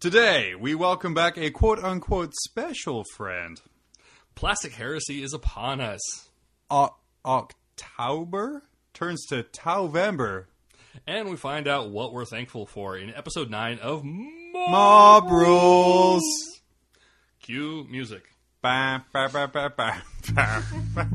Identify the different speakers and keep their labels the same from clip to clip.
Speaker 1: Today, we welcome back a quote unquote special friend,
Speaker 2: Plastic heresy is upon us.
Speaker 1: o- October turns to Tauvember.
Speaker 2: And we find out what we're thankful for in episode 9 of Mob.
Speaker 1: Mob rules.
Speaker 2: Cue music.
Speaker 1: Ba, ba, ba, ba, ba, ba.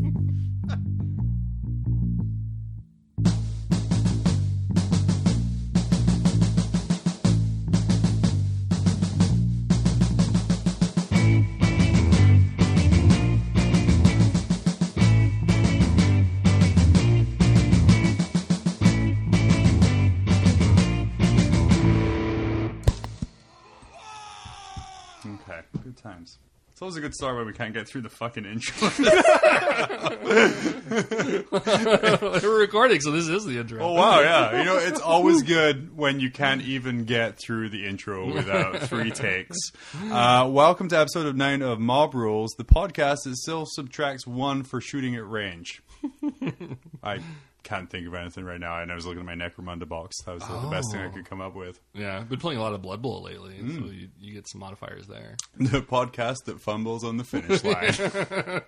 Speaker 1: Okay, good times. It's always a good start when we can't get through the fucking intro.
Speaker 2: we're recording, so this is the intro.
Speaker 1: oh wow, yeah. You know, it's always good when you can't even get through the intro without three takes. Uh, welcome to episode of nine of Mob Rules, the podcast that still subtracts one for shooting at range. I can't think of anything right now, and I was looking at my Necromunda box. That was the best thing I could come up with.
Speaker 2: Yeah, I've been playing a lot of Blood Bowl lately,
Speaker 1: Mm.
Speaker 2: so you, you get some modifiers there.
Speaker 1: The podcast that fumbles on the finish line.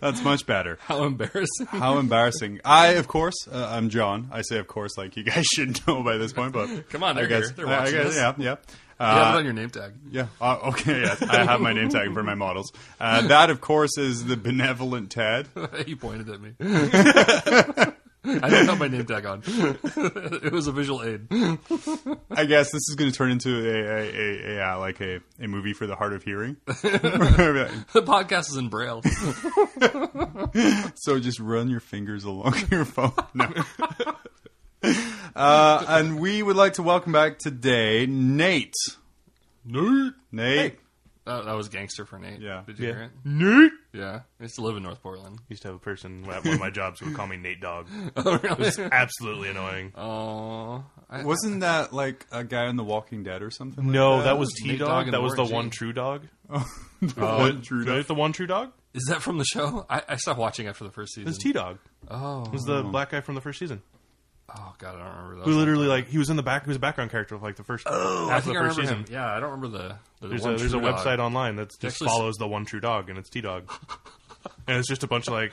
Speaker 1: That's much better.
Speaker 2: How embarrassing.
Speaker 1: How embarrassing! I, of course, uh, I'm John. I say, of course, like you guys should know by this point, but
Speaker 2: Come on, they're
Speaker 1: I guess,
Speaker 2: here. They're
Speaker 1: I- I
Speaker 2: watching
Speaker 1: guess-
Speaker 2: this.
Speaker 1: Yeah, yeah,
Speaker 2: you have it
Speaker 1: uh,
Speaker 2: on your name tag.
Speaker 1: yeah. Uh, okay, yes, I have my name tag for my models. Uh, that, of course, is the benevolent Ted.
Speaker 2: he pointed at me. I don't have my name tag on. it was a visual aid.
Speaker 1: I guess this is going to turn into a, a, a, a, uh, like a, a movie for the hard of hearing. so
Speaker 2: The podcast is in Braille.
Speaker 1: just run your fingers along your phone. No. Uh, and we would like to welcome back today Nate.
Speaker 2: Nerd.
Speaker 1: Nate.
Speaker 2: That, that was gangster for Nate.
Speaker 1: Yeah.
Speaker 2: Did you
Speaker 3: Yeah.
Speaker 2: hear it?
Speaker 3: Nate.
Speaker 2: Yeah. I used to live in North Portland.
Speaker 3: Used to have a person at one of my jobs who would call me Nate Dog.
Speaker 2: Oh, really?
Speaker 3: Absolutely annoying.
Speaker 2: Oh, I,
Speaker 1: Wasn't that like a guy on The Walking Dead or something? like
Speaker 3: No,
Speaker 1: that?
Speaker 3: that was T
Speaker 2: Nate Dogg
Speaker 3: Dog.
Speaker 2: and
Speaker 3: That was the
Speaker 2: Orangey.
Speaker 3: one true dog.
Speaker 1: the one Oh, true
Speaker 3: Right, the one true dog
Speaker 2: is that from the show? I, I stopped watching after the first season.
Speaker 3: is T Dog.
Speaker 2: oh,
Speaker 3: Was the black guy from the first season
Speaker 2: oh god, I don't remember that.
Speaker 3: who literally like he was in the back. He was a background character of like the first
Speaker 2: Oh, I
Speaker 3: half of
Speaker 2: think
Speaker 3: the
Speaker 2: I
Speaker 3: first
Speaker 2: remember
Speaker 3: season.
Speaker 2: him. Yeah, I don't remember the. the
Speaker 3: There's
Speaker 2: one
Speaker 3: a there's a
Speaker 2: True Dog.
Speaker 3: website online that just
Speaker 2: Actually,
Speaker 3: follows the one true dog, and it's T Dog. And it's just a bunch of like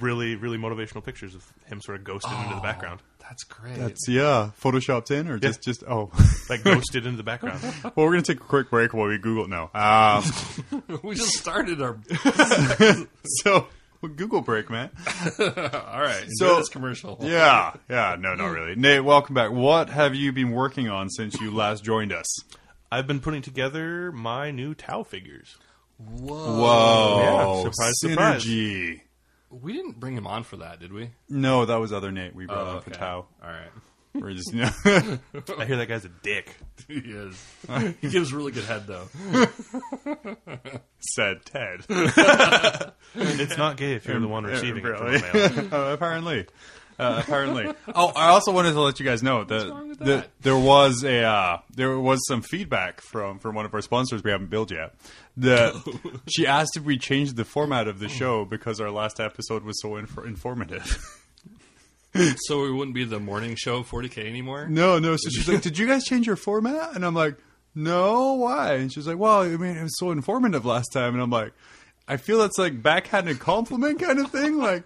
Speaker 3: really, really motivational pictures of him sort of ghosted into the background,
Speaker 2: That's great.
Speaker 1: That's yeah, photoshopped in or just just oh.
Speaker 3: like ghosted into the background.
Speaker 1: well, we're gonna take a quick break while we Google now. Uh,
Speaker 2: we just started our.
Speaker 1: so well, Google break, man.
Speaker 2: All right,
Speaker 1: So-
Speaker 2: so this commercial.
Speaker 1: Yeah, yeah, no, not really. Nate, welcome back. What have you been working on since you last joined us?
Speaker 3: I've been putting together my new Tau figures.
Speaker 2: Whoa.
Speaker 1: Whoa,
Speaker 3: Oh, Yeah, surprise, surprise.
Speaker 1: synergy.
Speaker 2: We didn't bring him on for that, did we? Oh,
Speaker 1: No, that was other Nate
Speaker 3: Uh,
Speaker 1: we brought on for
Speaker 3: Oh,
Speaker 2: okay.
Speaker 1: Tau.
Speaker 2: All right.
Speaker 1: We're just you know,
Speaker 3: I hear that guy's a dick.
Speaker 2: He is. he gives really good head though.
Speaker 1: said Ted.
Speaker 3: It's not gay if you're the one receiving it from
Speaker 1: Really?
Speaker 3: the mail.
Speaker 1: Uh, apparently. Uh, apparently. oh, I also wanted to let you guys know that,
Speaker 2: wrong with
Speaker 1: that?
Speaker 2: that?
Speaker 1: there was a uh, there was some feedback from from one of our sponsors we haven't billed yet. That she asked if we changed the format of the show because our last episode was so inf- informative.
Speaker 2: So we wouldn't be the morning show 40k anymore.
Speaker 1: no, no. So she's like, "Did you guys change your format?" And I'm like, "No, why?" And she's like, "Well, I mean, it was so informative last time." And I'm like, "I feel that's like backhanded compliment kind of thing, like."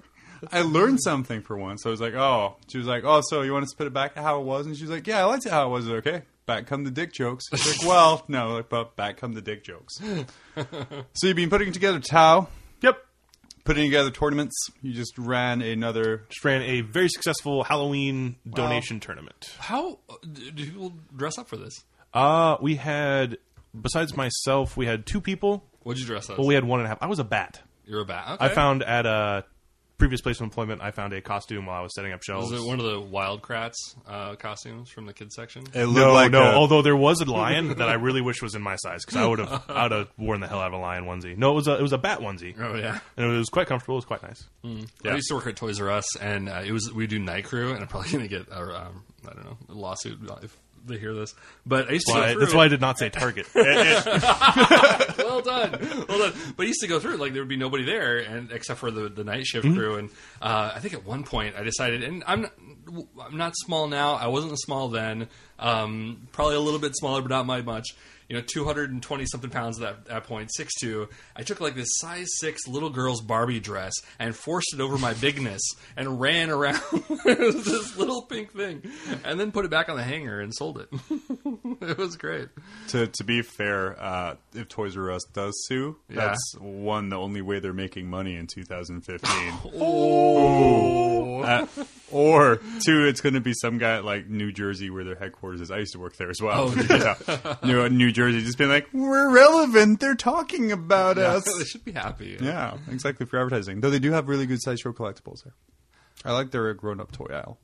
Speaker 1: I learned something for once. I was like, oh. She was like, oh, so you want us to put it back to how it was? And she was like, yeah, I liked it how it was. Okay. Back come the dick jokes. I was like, well, no, like, but back come the dick jokes. so you've been putting together Tau,
Speaker 3: Yep.
Speaker 1: putting together tournaments. You just ran another.
Speaker 3: Just ran a very successful Halloween donation tournament.
Speaker 2: How uh, do do people dress up for this?
Speaker 3: Uh, we had, besides myself, we had two people.
Speaker 2: What'd you dress up?
Speaker 3: Well, we had one and a half. I was a bat.
Speaker 2: You're a bat.
Speaker 3: I
Speaker 2: Okay.
Speaker 3: found at a previous place of employment, I found a costume while I was setting up shelves.
Speaker 2: Was it one of the Wildcrats uh, costumes from the kids section?
Speaker 1: It looked
Speaker 3: no,
Speaker 1: like
Speaker 3: no.
Speaker 1: a-
Speaker 3: Although there was a lion that I really wish was in my size because I would have, I would have worn the hell out of a lion onesie. No, it was a, it was a bat onesie,
Speaker 2: Oh yeah.
Speaker 3: and it was quite comfortable. It was quite nice.
Speaker 2: I used to work at Toys R Us, and uh, it was we do night crew, and I'm probably gonna get a, um, I don't know a lawsuit if they hear this. But I used to
Speaker 3: Why-
Speaker 2: go through.
Speaker 3: that's why I did not say Target.
Speaker 2: well done, well done. But I used to go through like there would be nobody there, and except for the, the night shift crew. And uh, I think at one point I decided, and I'm I'm not small now. I wasn't small then. Um, probably a little bit smaller, but not by much. You know, 220 something pounds at that, that point, 6'2. I took like this size 6 little girl's Barbie dress and forced it over my bigness and ran around with this little pink thing and then put it back on the hanger and sold it. it was great.
Speaker 1: To to be fair, uh, if Toys R Us does sue,
Speaker 2: Yeah.
Speaker 1: that's one the only way they're making money in 2015.
Speaker 2: Oh.
Speaker 1: Uh, or two, it's going to be some guy at like New Jersey where their headquarters is. I used to work there as well. yeah. you know, New Jersey just being like, we're relevant. They're talking about
Speaker 2: they
Speaker 1: us.
Speaker 2: should be happy.
Speaker 1: Yeah, exactly for advertising. Though they do have really good sideshow collectibles there. I like their grown up toy aisle.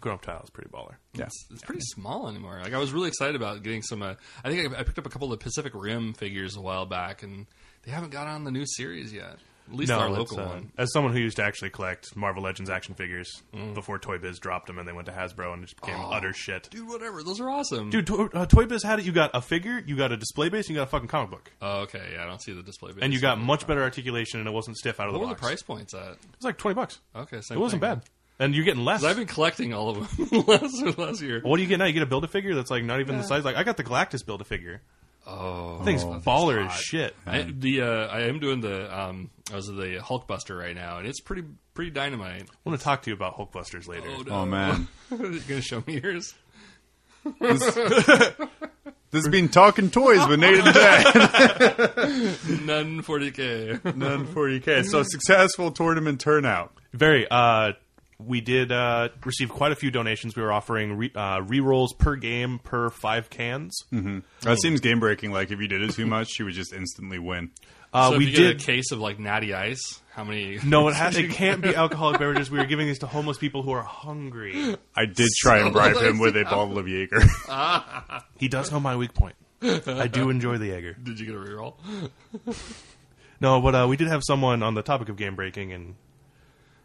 Speaker 3: Grown up tile is pretty baller.
Speaker 1: Yeah.
Speaker 2: It's, it's pretty small anymore. Like I was really excited about getting some. Uh, I think I, I picked up a couple of Pacific Rim figures a while back, and they haven't got on the new series yet. At least our
Speaker 3: it's,
Speaker 2: local
Speaker 3: uh,
Speaker 2: one.
Speaker 3: As someone who used to actually collect Marvel Legends action figures before Toy Biz dropped them and they went to Hasbro and it just became utter shit.
Speaker 2: Dude, whatever. Those are awesome.
Speaker 3: Dude, to, uh, Toy Biz had it. You got a figure, you got a display base, and you got a fucking comic book,
Speaker 2: Oh, okay, yeah, I don't see the display. Base.
Speaker 3: and you got much better articulation, and it wasn't stiff out of
Speaker 2: what
Speaker 3: the
Speaker 2: were the
Speaker 3: box.
Speaker 2: price points at?
Speaker 3: It was like twenty bucks.
Speaker 2: Okay, same
Speaker 3: It wasn't
Speaker 2: thing.
Speaker 3: bad, and you're getting less.
Speaker 2: 'Cause I've been collecting all of them last last year.
Speaker 3: What do you get now? You get a build a figure that's like not even the size. Like I got the Galactus build a figure.
Speaker 2: Oh,
Speaker 3: That thing's baller as
Speaker 2: hot.
Speaker 3: shit.
Speaker 2: I, the uh, I am doing the um, I was the Hulkbuster right now, and it's pretty pretty dynamite.
Speaker 3: I want to talk to you about Hulkbusters later.
Speaker 2: Oh, no.
Speaker 1: Oh, man.
Speaker 2: You're gonna show me yours?
Speaker 1: This has been Talking Toys with Nate and Jack.
Speaker 2: None 40k.
Speaker 1: None 40K. So successful tournament turnout.
Speaker 3: Very. Uh, we did uh, receive quite a few donations. We were offering re- uh, re-rolls per game per five cans.
Speaker 1: Mm-hmm. That seems game breaking. Like if you did it too much, you would just instantly win.
Speaker 3: Uh,
Speaker 2: so
Speaker 3: we
Speaker 2: if you
Speaker 3: did.
Speaker 2: get a case of like natty ice. How many?
Speaker 3: no, it, has, it can't be alcoholic beverages. We were giving these to homeless people who are hungry.
Speaker 1: I did try and bribe him with a bottle of Jaeger.
Speaker 3: He does know my weak point. I do enjoy the Jaeger.
Speaker 2: Did you get a reroll?
Speaker 3: No, but uh, we did have someone on the topic of game breaking and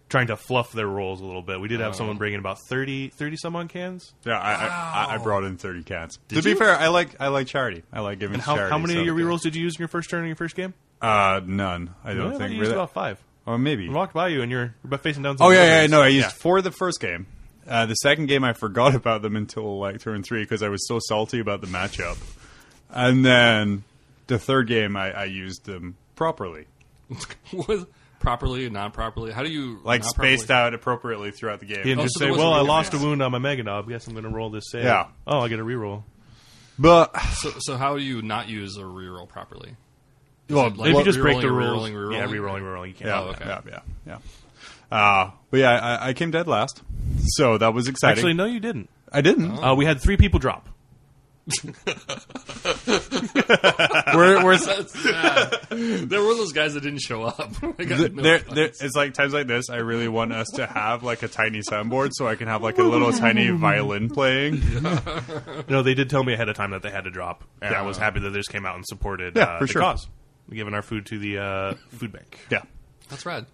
Speaker 3: trying to fluff their rolls a little bit. We did
Speaker 2: Oh.
Speaker 3: have someone bring in about 30, 30 some on cans.
Speaker 1: yeah, I, I, I, I brought in thirty cats. to
Speaker 3: you?
Speaker 1: be fair, I like I like charity. I like giving.
Speaker 3: And how,
Speaker 1: charity,
Speaker 3: how many
Speaker 1: so-
Speaker 3: of your rerolls did you use in your first turn in your first game?
Speaker 1: Uh, none. I don't
Speaker 3: I thought you
Speaker 1: think
Speaker 3: used
Speaker 1: really.
Speaker 3: about five.
Speaker 1: Or maybe.
Speaker 3: I walked by you and you're about facing down. Some
Speaker 1: Oh yeah, yeah.
Speaker 3: deliveries.
Speaker 1: No, I used four the first game. Uh, the second game, I forgot about them until like turn three because I was so salty about the matchup. And then the third game, I, I used them properly.
Speaker 2: Was properly and not properly? How do you
Speaker 1: like
Speaker 2: not
Speaker 1: spaced
Speaker 2: properly-
Speaker 1: out appropriately throughout the game.
Speaker 3: He didn't
Speaker 2: Oh,
Speaker 3: just
Speaker 2: so
Speaker 3: say,
Speaker 2: there was
Speaker 3: "Well,
Speaker 2: a
Speaker 3: I
Speaker 2: reroll.
Speaker 3: lost a wound on my mega knob. Yes, I'm going to roll this save."
Speaker 1: Yeah.
Speaker 3: Oh, I get a reroll.
Speaker 1: But
Speaker 2: So, so how do you not use a reroll properly?
Speaker 1: well,
Speaker 2: like-
Speaker 3: If
Speaker 2: Well,
Speaker 3: you just break the
Speaker 2: rerolling, rerolling, rerolling?
Speaker 3: rules, yeah, rerolling, rerolling, you can't.
Speaker 1: yeah,
Speaker 2: Oh, okay.
Speaker 1: yeah, yeah, yeah, Uh, but yeah, I, I came dead last, so that was exciting.
Speaker 3: Actually, no, you didn't.
Speaker 1: I didn't.
Speaker 3: Uh, we had three people drop. Uh,
Speaker 1: we're, we're,
Speaker 2: That's sad. there were those guys that didn't show up. I got no
Speaker 1: there,
Speaker 2: fun.
Speaker 1: there, it's like times like this. I really want us to have like a tiny soundboard so I can have like a little tiny violin playing.
Speaker 3: No, they did tell me ahead of time that they had to drop. And
Speaker 1: Yeah.
Speaker 3: I was happy that they just came out and supported
Speaker 1: Yeah,
Speaker 3: uh,
Speaker 1: for
Speaker 3: the
Speaker 1: sure.
Speaker 3: cause. We're giving our food to the uh, food bank.
Speaker 1: Yeah,
Speaker 2: That's rad.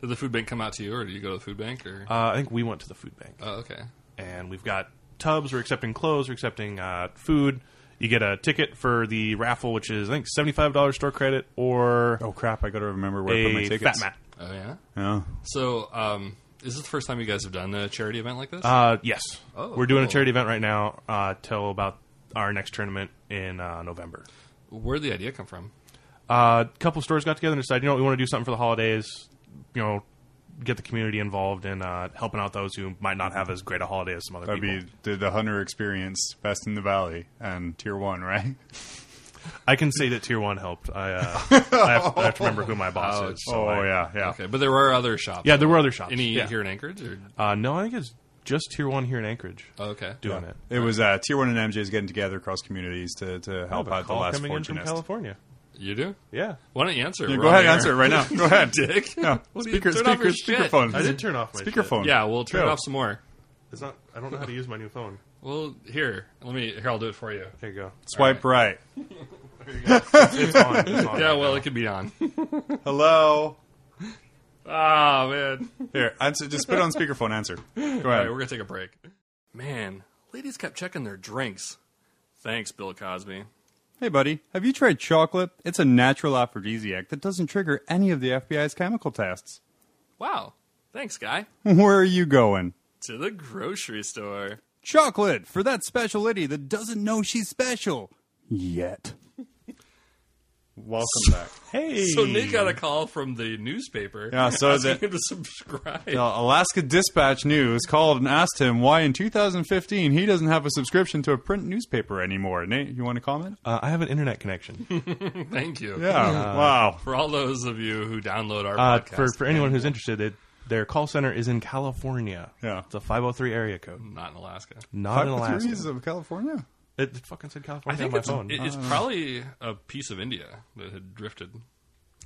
Speaker 2: Did the food bank come out to you, or did you go to the food bank? Or
Speaker 3: Uh, I think we went to the food bank,
Speaker 2: oh, okay.
Speaker 3: and we've got tubs. We're accepting clothes. We're accepting uh, food. You get a ticket for the raffle, which is I think seventy-five dollars store credit or
Speaker 1: Oh crap! I got to remember where I put my
Speaker 3: a fat
Speaker 1: tickets.
Speaker 3: mat.
Speaker 2: Oh yeah.
Speaker 1: Yeah.
Speaker 2: So um, is this the first time you guys have done a charity event like this?
Speaker 3: Uh, yes,
Speaker 2: Oh,
Speaker 3: we're doing a
Speaker 2: cool.
Speaker 3: charity event right now uh, till about our next tournament in uh, November.
Speaker 2: Where'd the idea come from?
Speaker 3: A couple stores got together and decided, you know, what, we want to do something for the holidays. You know, get the community involved in uh, helping out those who might not have as great a holiday as some other
Speaker 1: That'd
Speaker 3: people.
Speaker 1: be the, the hunter experience, best in the valley, and tier one, right?
Speaker 3: I can say that Tier One helped. I, uh, I, have, I have to remember who my boss is. so
Speaker 1: oh
Speaker 3: I-
Speaker 1: yeah, yeah.
Speaker 2: Okay, but there were other shops.
Speaker 3: yeah. There were other shops.
Speaker 2: Any
Speaker 3: Yeah.
Speaker 2: here in Anchorage? Or
Speaker 3: Uh, no, I think it's just Tier One here in Anchorage
Speaker 2: oh, okay.
Speaker 3: doing
Speaker 1: Yeah.
Speaker 3: it.
Speaker 1: It was uh, tier one and MJ's getting together across communities to, to
Speaker 3: I
Speaker 1: help
Speaker 3: have a
Speaker 1: out the
Speaker 3: call
Speaker 1: last
Speaker 3: coming in from
Speaker 1: fortunate.
Speaker 3: California.
Speaker 2: You do?
Speaker 3: Yeah,
Speaker 2: Why don't you answer?
Speaker 1: Yeah,
Speaker 2: We're
Speaker 1: go
Speaker 2: on
Speaker 1: ahead,
Speaker 2: the air.
Speaker 1: answer it right now. Go ahead,
Speaker 2: Dick.
Speaker 1: Yeah,
Speaker 2: What do you-
Speaker 1: speaker,
Speaker 2: turn off
Speaker 1: speaker,
Speaker 2: your shit.
Speaker 1: speakerphone.
Speaker 3: I did turn off my shit.
Speaker 1: speakerphone.
Speaker 2: Yeah, we'll turn
Speaker 1: Go.
Speaker 2: off some more.
Speaker 3: It's not. I don't know how to use my new phone.
Speaker 2: Well, here, let me. Here, I'll do it for you.
Speaker 3: There you go.
Speaker 1: Swipe right.
Speaker 3: It's on. It's on.
Speaker 2: Yeah, well, it could be on.
Speaker 1: Hello.
Speaker 2: Ah, man.
Speaker 1: Here, answer. Just put it on speakerphone. Answer. Go
Speaker 2: All
Speaker 1: ahead.
Speaker 2: right, we're gonna take a break. Man, ladies kept checking their drinks. Thanks, Bill Cosby.
Speaker 1: hey, buddy. Have you tried chocolate? It's a natural aphrodisiac that doesn't trigger any of the FBI's chemical tests.
Speaker 2: Wow. Thanks, guy.
Speaker 1: Where are you going?
Speaker 2: To the grocery store.
Speaker 1: Chocolate for that special lady that doesn't know she's special yet.
Speaker 4: Welcome back.
Speaker 3: Hey,
Speaker 2: So Nick got a call from the newspaper.
Speaker 1: Yeah, so
Speaker 2: asking
Speaker 1: the-
Speaker 2: him to subscribe.
Speaker 1: The Uh, Alaska Dispatch News called and asked him why in 2015 he doesn't have a subscription to a print newspaper anymore. Nate, you want to comment?
Speaker 3: uh, I have an internet connection.
Speaker 2: Thank you.
Speaker 1: Yeah. wow.
Speaker 2: For all those of you who download our
Speaker 3: Uh,
Speaker 2: podcast,
Speaker 3: for for anyone who's interested, it, their call center is in California.
Speaker 1: Yeah.
Speaker 3: it's a five hundred three area code,
Speaker 2: not in Alaska.
Speaker 3: not
Speaker 1: Five
Speaker 3: in
Speaker 1: oh
Speaker 3: Alaska.
Speaker 1: degrees of California.
Speaker 3: It it fucking said California
Speaker 2: I think
Speaker 3: on my
Speaker 2: it's,
Speaker 3: phone.
Speaker 2: it- it's
Speaker 1: Uh.
Speaker 2: probably a piece of India that had drifted.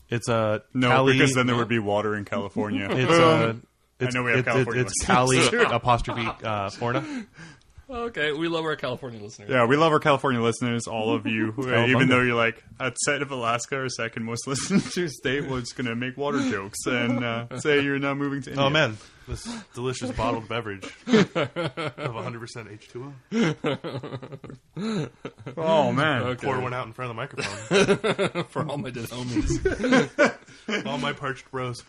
Speaker 3: it's a
Speaker 1: No,
Speaker 3: Cali,
Speaker 1: because then there would be water in California.
Speaker 3: it's a. It's,
Speaker 1: know we have
Speaker 3: it- it-
Speaker 1: California
Speaker 3: It's Cali apostrophe uh, Florida.
Speaker 2: Okay, we love our California listeners.
Speaker 1: yeah, we love our California listeners, all of you. who-
Speaker 3: California.
Speaker 1: even though you're like outside of Alaska, our second most listened to state, we're just going to make water jokes and uh, say you're now moving to India.
Speaker 3: Oh man, this delicious bottled beverage of 100 percent H2O.
Speaker 1: Oh, man.
Speaker 2: Okay.
Speaker 3: Pour one out in front of the microphone.
Speaker 2: For all my dead homies.
Speaker 3: All my parched bros.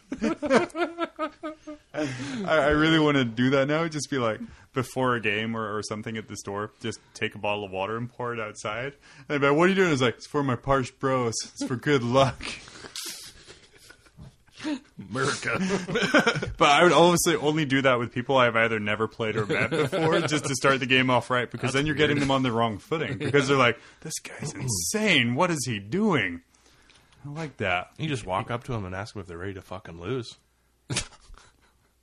Speaker 1: I, I really want to do that now. Just be like before a game or, or something at the store, just take a bottle of water and pour it outside. And but what are you doing? It's like it's for my parched bros. It's for good luck.
Speaker 2: America.
Speaker 1: But I would obviously only do that with people I've either never played or met before, just to start the game off right. Because then you're getting them on the wrong footing. Because they're like, "This guy's insane. What is he doing?" I like that.
Speaker 3: You just walk up to them and ask them if they're ready to fucking lose.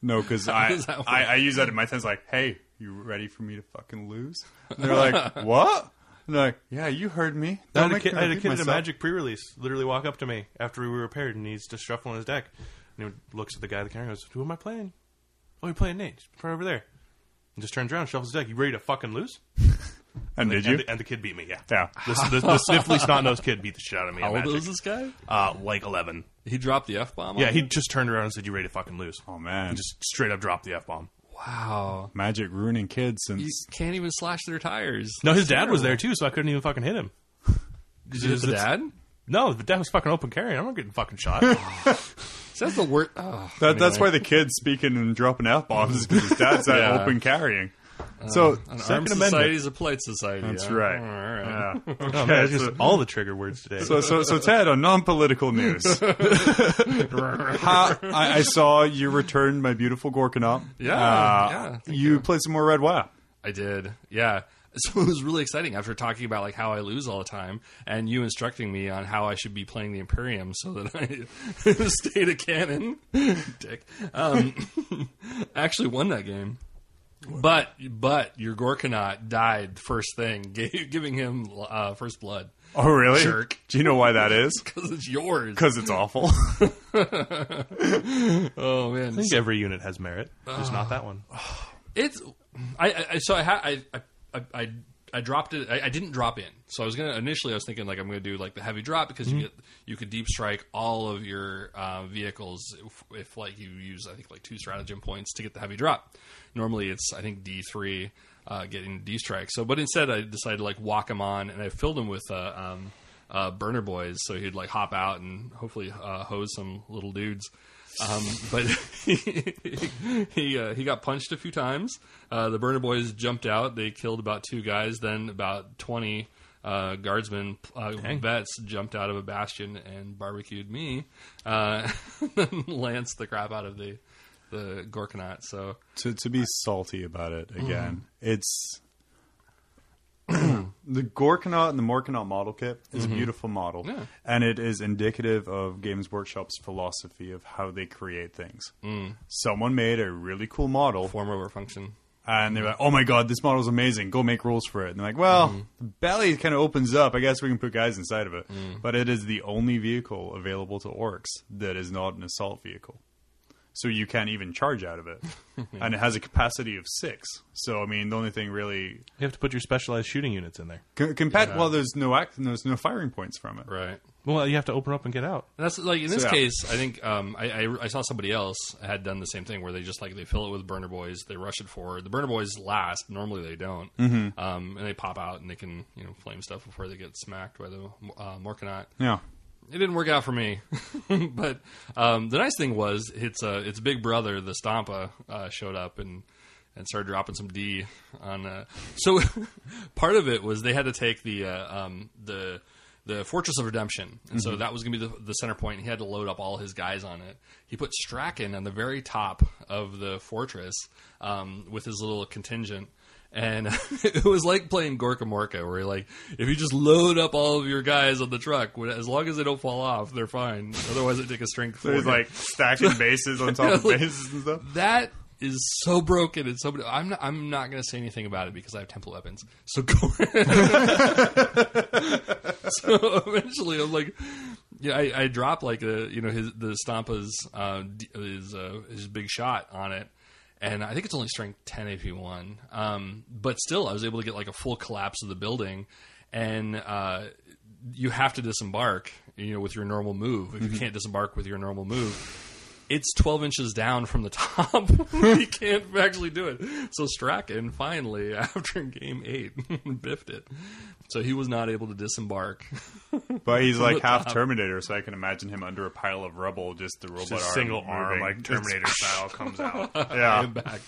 Speaker 1: No, because
Speaker 2: How
Speaker 1: I,
Speaker 2: does that work?
Speaker 1: I I use that in my sense like, hey, you ready for me to fucking lose? And they're like, what? And they're like, yeah, you heard me.
Speaker 3: I
Speaker 1: Don't
Speaker 3: had a
Speaker 1: make
Speaker 3: kid,
Speaker 1: me
Speaker 3: I had a
Speaker 1: repeat
Speaker 3: kid at a
Speaker 1: myself."
Speaker 3: Magic pre-release literally walk up to me after we were repaired, and he's just shuffling his deck. And he looks at the guy at the counter and goes, who am I playing? Oh, you're playing Nate. He's right over there. And just turns around and shuffles his deck. You ready to fucking lose?
Speaker 1: And did
Speaker 3: And
Speaker 1: you?
Speaker 3: the, and the kid beat me, yeah.
Speaker 1: Yeah.
Speaker 3: The, the, the sniffly snot-nosed kid beat the shit out of me. at
Speaker 2: How old
Speaker 3: Magic.
Speaker 2: was this guy?
Speaker 3: Uh, like 11.
Speaker 2: He dropped the F bomb?
Speaker 3: Yeah, he just turned around and said, you ready to fucking lose.
Speaker 1: Oh man,
Speaker 3: And just straight up dropped the F-bomb.
Speaker 2: Wow.
Speaker 1: Magic ruining kids
Speaker 2: You
Speaker 1: since
Speaker 2: can't even slash their tires.
Speaker 3: No, his dad was there, too, so I couldn't even fucking hit him.
Speaker 2: Did you hit the
Speaker 3: It's-
Speaker 2: dad?
Speaker 3: No, the dad was fucking open carry. I'm not getting fucking shot. Oh,
Speaker 2: So that's the worst. Oh,
Speaker 1: that, that's why the kids speaking and dropping f bombs because his dad's out
Speaker 2: Yeah. Uh,
Speaker 1: open carrying. So
Speaker 2: an
Speaker 1: so-
Speaker 2: armed
Speaker 3: Amendment.
Speaker 2: society is a polite society.
Speaker 1: that's
Speaker 2: huh?
Speaker 1: right.
Speaker 2: All right.
Speaker 1: Yeah.
Speaker 3: Oh, man, it's just all the trigger words today.
Speaker 1: So, so, so Ted, on non-political news, How- I, I saw you returned my beautiful Gorkanop.
Speaker 2: Yeah, yeah,
Speaker 1: uh,
Speaker 2: thank
Speaker 1: you, played some more Red Wow.
Speaker 2: I did. Yeah. So it was really exciting after talking about like how I lose all the time and you instructing me on how I should be playing the Imperium so that I stayed a cannon. Dick. Um, actually won that game. But but your Gorkanot died the first thing, gave, giving him uh, first blood
Speaker 1: Oh, really?
Speaker 2: Jerk.
Speaker 1: Do you know why that is?
Speaker 2: because it's yours.
Speaker 1: Because it's awful.
Speaker 2: Oh man,
Speaker 3: I think every unit has merit, just not that one.
Speaker 2: It's I, I I- so I ha, I, I I I dropped it. I, I didn't drop in. So I was gonna initially I was thinking like I'm gonna do like the heavy drop because you get you could deep strike all of your uh, vehicles if, if like you use I think like two stratagem points to get the heavy drop. Normally it's I think D three uh, getting D strike. So but instead I decided to like walk him on and I filled him with uh, um, uh, burner boys so he'd like hop out and hopefully uh, hose some little dudes. Um, but he he, uh, he got punched a few times. Uh, the burner boys jumped out. They killed about two guys. Then about twenty uh, guardsmen uh, vets jumped out of a bastion and barbecued me. Uh, then lanced the crap out of the the Gorkonaut. So
Speaker 1: to to be salty about it again, it's the Gorkonaut and the Morkonaut model kit is a beautiful model,
Speaker 2: Yeah.
Speaker 1: and it is indicative of Games Workshop's philosophy of how they create things. Someone made a really cool model,
Speaker 2: form over function.
Speaker 1: and they're like, "Oh my god, this model's amazing! Go make rules for it." And they're like, "Well,
Speaker 2: Mm-hmm.
Speaker 1: the belly kind of opens up. I guess we can put guys inside of it."
Speaker 2: Mm.
Speaker 1: But it is the only vehicle available to orcs that is not an assault vehicle, so you can't even charge out of it, and it has a capacity of six. So I mean, the only thing really
Speaker 3: You have to put your specialized shooting units in there.
Speaker 1: c- compat- well, there's no act, there's no firing points from it.
Speaker 2: Right.
Speaker 3: Well, you have to open up and get out.
Speaker 2: And that's like in this
Speaker 1: yeah.
Speaker 2: case, I think um, I, I, I saw somebody else had done the same thing where they just like they fill it with burner boys, they rush it forward. The burner boys last. Normally they don't, um, and they pop out and they can you know flame stuff before they get smacked by the uh, Morkanot.
Speaker 1: Yeah,
Speaker 2: It didn't work out for me, but um, the nice thing was its uh, its big brother, the Stampa, uh, showed up and. and started dropping some D on. Uh, so part of it was they had to take the uh, um, the the Fortress of Redemption, and so that was going to be the, the center point. He had to load up all his guys on it. He put Strachan on the very top of the fortress um, with his little contingent. And it was like playing Gorka Morka, where like if you just load up all of your guys on the truck, when- as long as they don't fall off, they're fine. Otherwise, they take a strength.
Speaker 1: So he's
Speaker 2: four.
Speaker 1: like stacking bases on top of
Speaker 2: Yeah, like-
Speaker 1: bases and stuff.
Speaker 2: That is so broken and so. I'm not, I'm not going to say anything about it because I have temple weapons. So go. so eventually, I'm like, yeah, I, I drop like a you know his the Stampa's uh, d- his uh, his big shot on it. And I think it's only strength 10 AP one, um, but still I was able to get like a full collapse of the building, and uh, you have to disembark, you know, with your normal move. If you can't disembark with your normal move, it's 12 inches down from the top. he can't actually do it. So Strachan finally, after game eight, biffed it. So he was not able to disembark.
Speaker 1: But he's like half Terminator, so I can imagine him under a pile of rubble, just the robot
Speaker 3: Just
Speaker 1: arm
Speaker 3: single arm,
Speaker 1: moving.
Speaker 3: like Terminator style, comes out.
Speaker 1: Yeah,
Speaker 2: I'm back.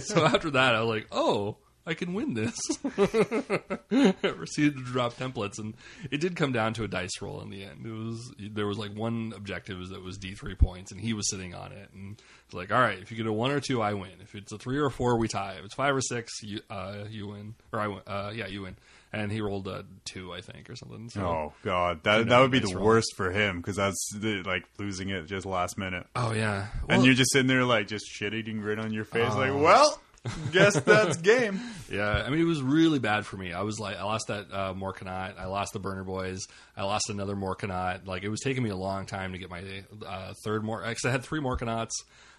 Speaker 2: so after that, I was like, oh, I can win this. I proceeded to drop templates, and it did come down to a dice roll in the end. It was there was like one objective that was D three points, and he was sitting on it, and it's like, all right, if you get a one or two, I win. If it's a three or a four, we tie. If it's five or six, you uh, you win, or I win. Uh, yeah, you win. And he rolled a two, I think, or something. So,
Speaker 1: Oh god, that that would be
Speaker 2: nice
Speaker 1: the
Speaker 2: roll.
Speaker 1: worst for him because that's the, like losing it just last minute,
Speaker 2: Oh, yeah.
Speaker 1: and
Speaker 2: Well-
Speaker 1: you're just sitting there like just shit eating grin on your face,
Speaker 3: Uh,
Speaker 1: like well, guess that's game.
Speaker 2: Yeah, I mean, it was really bad for me. I was like, I lost that uh, Morkanot. I lost the Burner Boys. I lost another Morkanot. Like, it was taking me a long time to get my uh, third Mor. Because I had three Morkanots.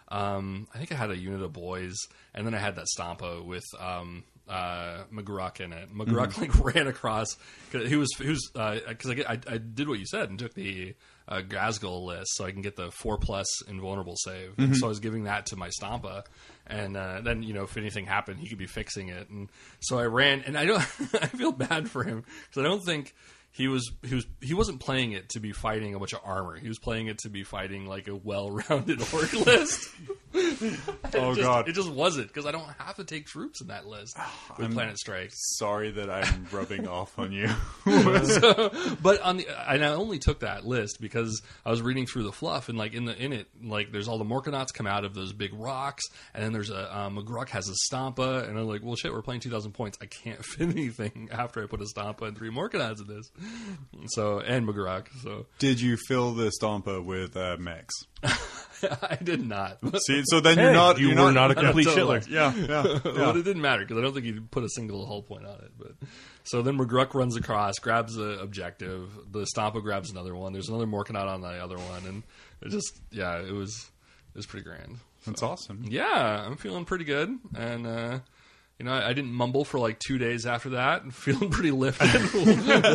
Speaker 2: Um, I think I had a unit of boys, and then I had that Stampa with um, uh, McGruck in it. McGruck like ran across. Cause he was he was because I, get- I I did what you said and took the uh, Gazgul list so I can get the four plus invulnerable save.
Speaker 1: Mhm.
Speaker 2: And so I was giving that to my Stampa, and uh, then you know if anything happened, he could be fixing it. And so I ran, and I don't. I feel bad for him because I don't think he was he was he wasn't playing it to be fighting a bunch of armor. He was playing it to be fighting like a well-rounded orc list.
Speaker 1: Oh
Speaker 2: Just-
Speaker 1: god, Ah,
Speaker 2: it just wasn't because I don't have to take troops in that list with Planet Strikes.
Speaker 1: sorry that I'm rubbing off on you.
Speaker 2: but on the and I only took that list because I was reading through the fluff and like in the in it like there's all the Morkanauts come out of those big rocks and then there's a um, McGruck has a Stampa and I'm like well shit we're playing two thousand points I can't fit anything after I put a Stampa and three Morkanauts in this so and McGruck so
Speaker 1: Did you fill the Stompa with uh, mechs?
Speaker 2: I did not
Speaker 1: See, so then
Speaker 3: Hey,
Speaker 1: you're not
Speaker 3: you
Speaker 1: you're
Speaker 3: were not a complete
Speaker 2: totally.
Speaker 3: shitler.
Speaker 1: yeah, yeah,
Speaker 2: But
Speaker 1: yeah.
Speaker 2: it didn't matter because I don't think he put a single hull point on it. But so then McGruck runs across, grabs the objective. The Stampa grabs another one. There's another Morkanot on the other one, and it just yeah, it was it was pretty grand.
Speaker 1: That's awesome.
Speaker 2: Yeah, I'm feeling pretty good, and uh, you know I, I didn't mumble for like two days after that. and Feeling pretty lifted,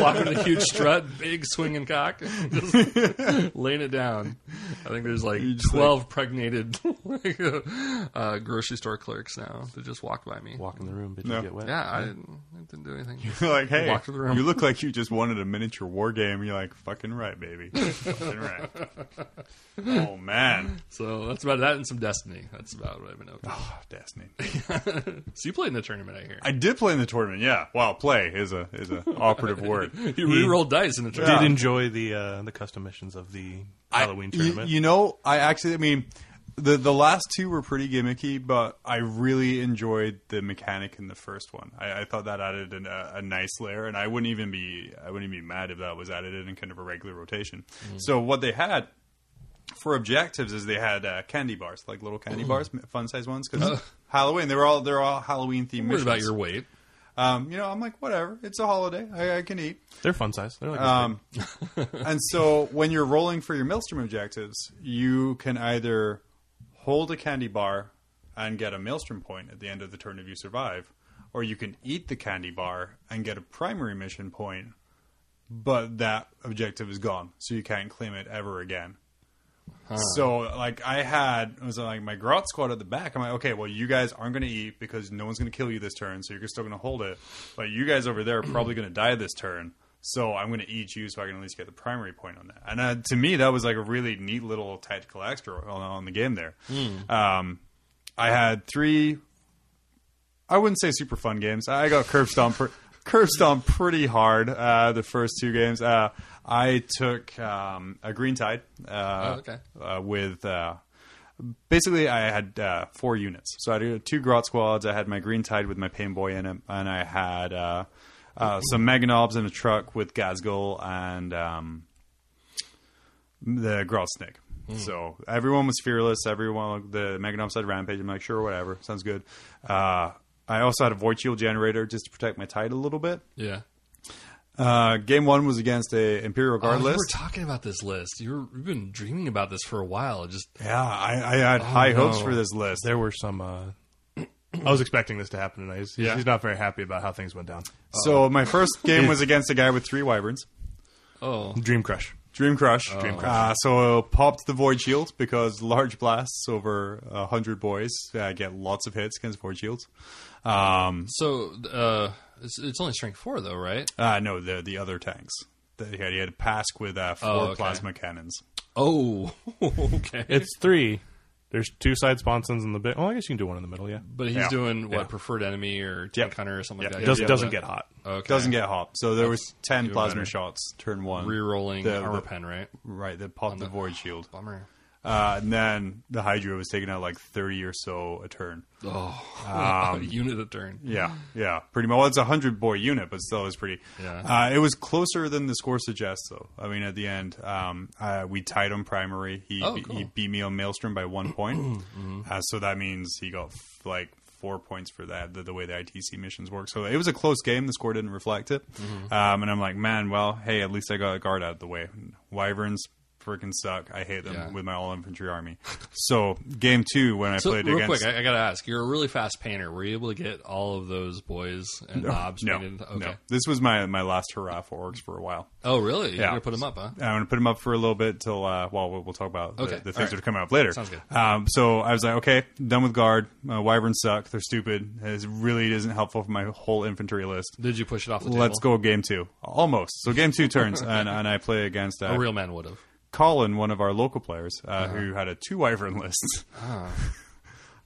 Speaker 2: walking a huge strut, big swinging cock, just laying it down. I think there's like
Speaker 1: just
Speaker 2: twelve pregnated like, uh, uh, grocery store clerks now that just walked by me.
Speaker 3: Walk in the room, bitch,
Speaker 1: No.
Speaker 3: you get wet.
Speaker 2: Yeah, I didn't, I didn't do anything.
Speaker 1: like, hey,
Speaker 2: Walk to the room.
Speaker 1: you look like you just wanted a miniature war game. You're like, fucking right, baby. fucking right. Oh, man.
Speaker 2: So that's about that and some Destiny. That's about what I've been up to.
Speaker 1: Oh, Destiny.
Speaker 2: So you played in the tournament, I hear.
Speaker 1: I did play in the tournament, yeah. Wow, play is a is a operative word.
Speaker 2: You re-rolled dice in the
Speaker 3: Did
Speaker 2: tournament.
Speaker 3: enjoy the uh, the custom missions of the Halloween
Speaker 1: I- y-
Speaker 3: tournament.
Speaker 1: You, know, I actually, I mean, the the last two were pretty gimmicky, but I really enjoyed the mechanic in the first one. I, I thought that added an, a, a nice layer, and I wouldn't even be I wouldn't even be mad if that was added in kind of a regular rotation. So what they had. For objectives, is they had uh, candy bars, like little candy bars, fun size ones, because Halloween. They were all they're all Halloween themed.
Speaker 2: What
Speaker 1: missions.
Speaker 2: about your weight?
Speaker 1: Um, you know, I'm like, whatever. It's a holiday. I, I can eat.
Speaker 3: They're fun size. They're like
Speaker 1: Um, and so when you're rolling for your maelstrom objectives, you can either hold a candy bar and get a maelstrom point at the end of the turn if you survive, or you can eat the candy bar and get a primary mission point, but that objective is gone, so you can't claim it ever again. So like I had it was like my grot squad at the back. I'm like, okay, well you guys aren't gonna eat because no one's gonna kill you this turn, so you're still gonna hold it. But you guys over there are probably gonna die this turn, so I'm gonna eat you so I can at least get the primary point on that. And uh, to me, that was like a really neat little tactical extra on, on the game there. Um, I had three I wouldn't say super fun games. I got curb stomped, per- curb stomped pretty hard uh, the first two games. Uh, I took um, a green tide uh,
Speaker 2: Oh, okay.
Speaker 1: uh, with. Uh, Basically, I had uh, four units. So I had two Grot squads. I had my Green Tide with my Pain Boy in it, and I had uh, uh, some Meganobs in a truck with Gazgul and um, the Grot Snake.
Speaker 2: Hmm.
Speaker 1: So everyone was fearless. Everyone, the Meganom said rampage. I'm like, sure, whatever, sounds good. Uh, I also had a void shield generator just to protect my tide a little bit.
Speaker 2: Yeah.
Speaker 1: Uh, game one was against a Imperial Guard
Speaker 2: Oh, you were
Speaker 1: list.
Speaker 2: talking about this list. You were, you've been dreaming about this for a while. Just
Speaker 1: yeah, I, I had high
Speaker 2: Oh, no.
Speaker 1: hopes for this list.
Speaker 3: There were some. Uh, I was expecting this to happen tonight. He's,
Speaker 2: Yeah.
Speaker 3: he's not very happy about how things went down.
Speaker 1: So my first game was against a guy with three wyverns.
Speaker 2: oh,
Speaker 3: Dream Crush.
Speaker 1: Dream Crush.
Speaker 3: Dream Crush.
Speaker 1: Uh, so popped the Void Shield because large blasts over a 100 boys uh, get lots of hits against Void Shields. Um,
Speaker 2: so uh, it's, it's only strength four though, right?
Speaker 1: Uh, no, the the other tanks. That he had, he had Pask with uh, four
Speaker 2: Oh, okay.
Speaker 1: plasma cannons.
Speaker 2: Oh, okay.
Speaker 3: It's three. There's two side sponsons in the bit. Well, I guess you can do one in the middle. Yeah,
Speaker 2: but he's
Speaker 1: yeah,
Speaker 2: doing what
Speaker 3: yeah.
Speaker 2: preferred enemy or tank
Speaker 1: Yep.
Speaker 2: hunter or something
Speaker 3: yeah.
Speaker 2: like
Speaker 3: It
Speaker 2: that.
Speaker 3: doesn't
Speaker 2: Yeah,
Speaker 3: doesn't
Speaker 2: but-
Speaker 3: get hot.
Speaker 2: okay.
Speaker 1: Doesn't get hot. So there was ten
Speaker 2: even
Speaker 1: plasma
Speaker 2: better.
Speaker 1: shots turn one.
Speaker 2: rerolling
Speaker 1: The-
Speaker 2: armor
Speaker 1: the-
Speaker 2: pen, right?
Speaker 1: right, that popped the void shield.
Speaker 2: Bummer.
Speaker 1: Uh, and then the Hydra was taking out like thirty or so a turn.
Speaker 2: Oh, a unit a turn.
Speaker 1: Yeah, yeah, pretty much. Well, it's a hundred boy unit, but still, it was pretty.
Speaker 2: Yeah.
Speaker 1: Uh, it was closer than the score suggests, though. I mean, at the end, um, uh, we tied on primary. He
Speaker 2: Oh,
Speaker 1: be-
Speaker 2: cool. Mm-hmm.
Speaker 1: he beat me on Maelstrom by one point, uh, so that means he got f- like four points for that. The, the way the ITC missions work, so it was a close game. The score didn't reflect it,
Speaker 2: Mm-hmm.
Speaker 1: um, and I'm like, man, well, hey, at least I got a guard out of the way. Wyverns. Freaking suck! I hate them
Speaker 2: Yeah.
Speaker 1: with my all infantry army. So game two, when I
Speaker 2: So
Speaker 1: played
Speaker 2: real
Speaker 1: against,
Speaker 2: quick, I, I gotta ask: You're a really fast painter. Were you able to get all of those boys and knobs?
Speaker 1: no,
Speaker 2: painted? Okay.
Speaker 1: no, this was my my last hurrah for orcs for a while.
Speaker 2: Oh, really? You're
Speaker 1: Yeah.
Speaker 2: gonna put them up, huh?
Speaker 1: I'm going to put them up for a little bit till uh, well, we'll we'll talk about the-
Speaker 2: Okay,
Speaker 1: the,
Speaker 2: all right.
Speaker 1: things that are coming up later.
Speaker 2: Sounds good.
Speaker 1: Um, so I was like, okay, done with guard. Uh, wyverns suck. They're stupid. It really isn't helpful for my whole infantry list.
Speaker 2: Did you push it off the table?
Speaker 1: Let's go game two. Almost. So game two turns, and, and I play against uh,
Speaker 2: A real man would have.
Speaker 1: Colin, one of our local players, uh,
Speaker 2: Uh-huh.
Speaker 1: who had a two wyvern list. Uh,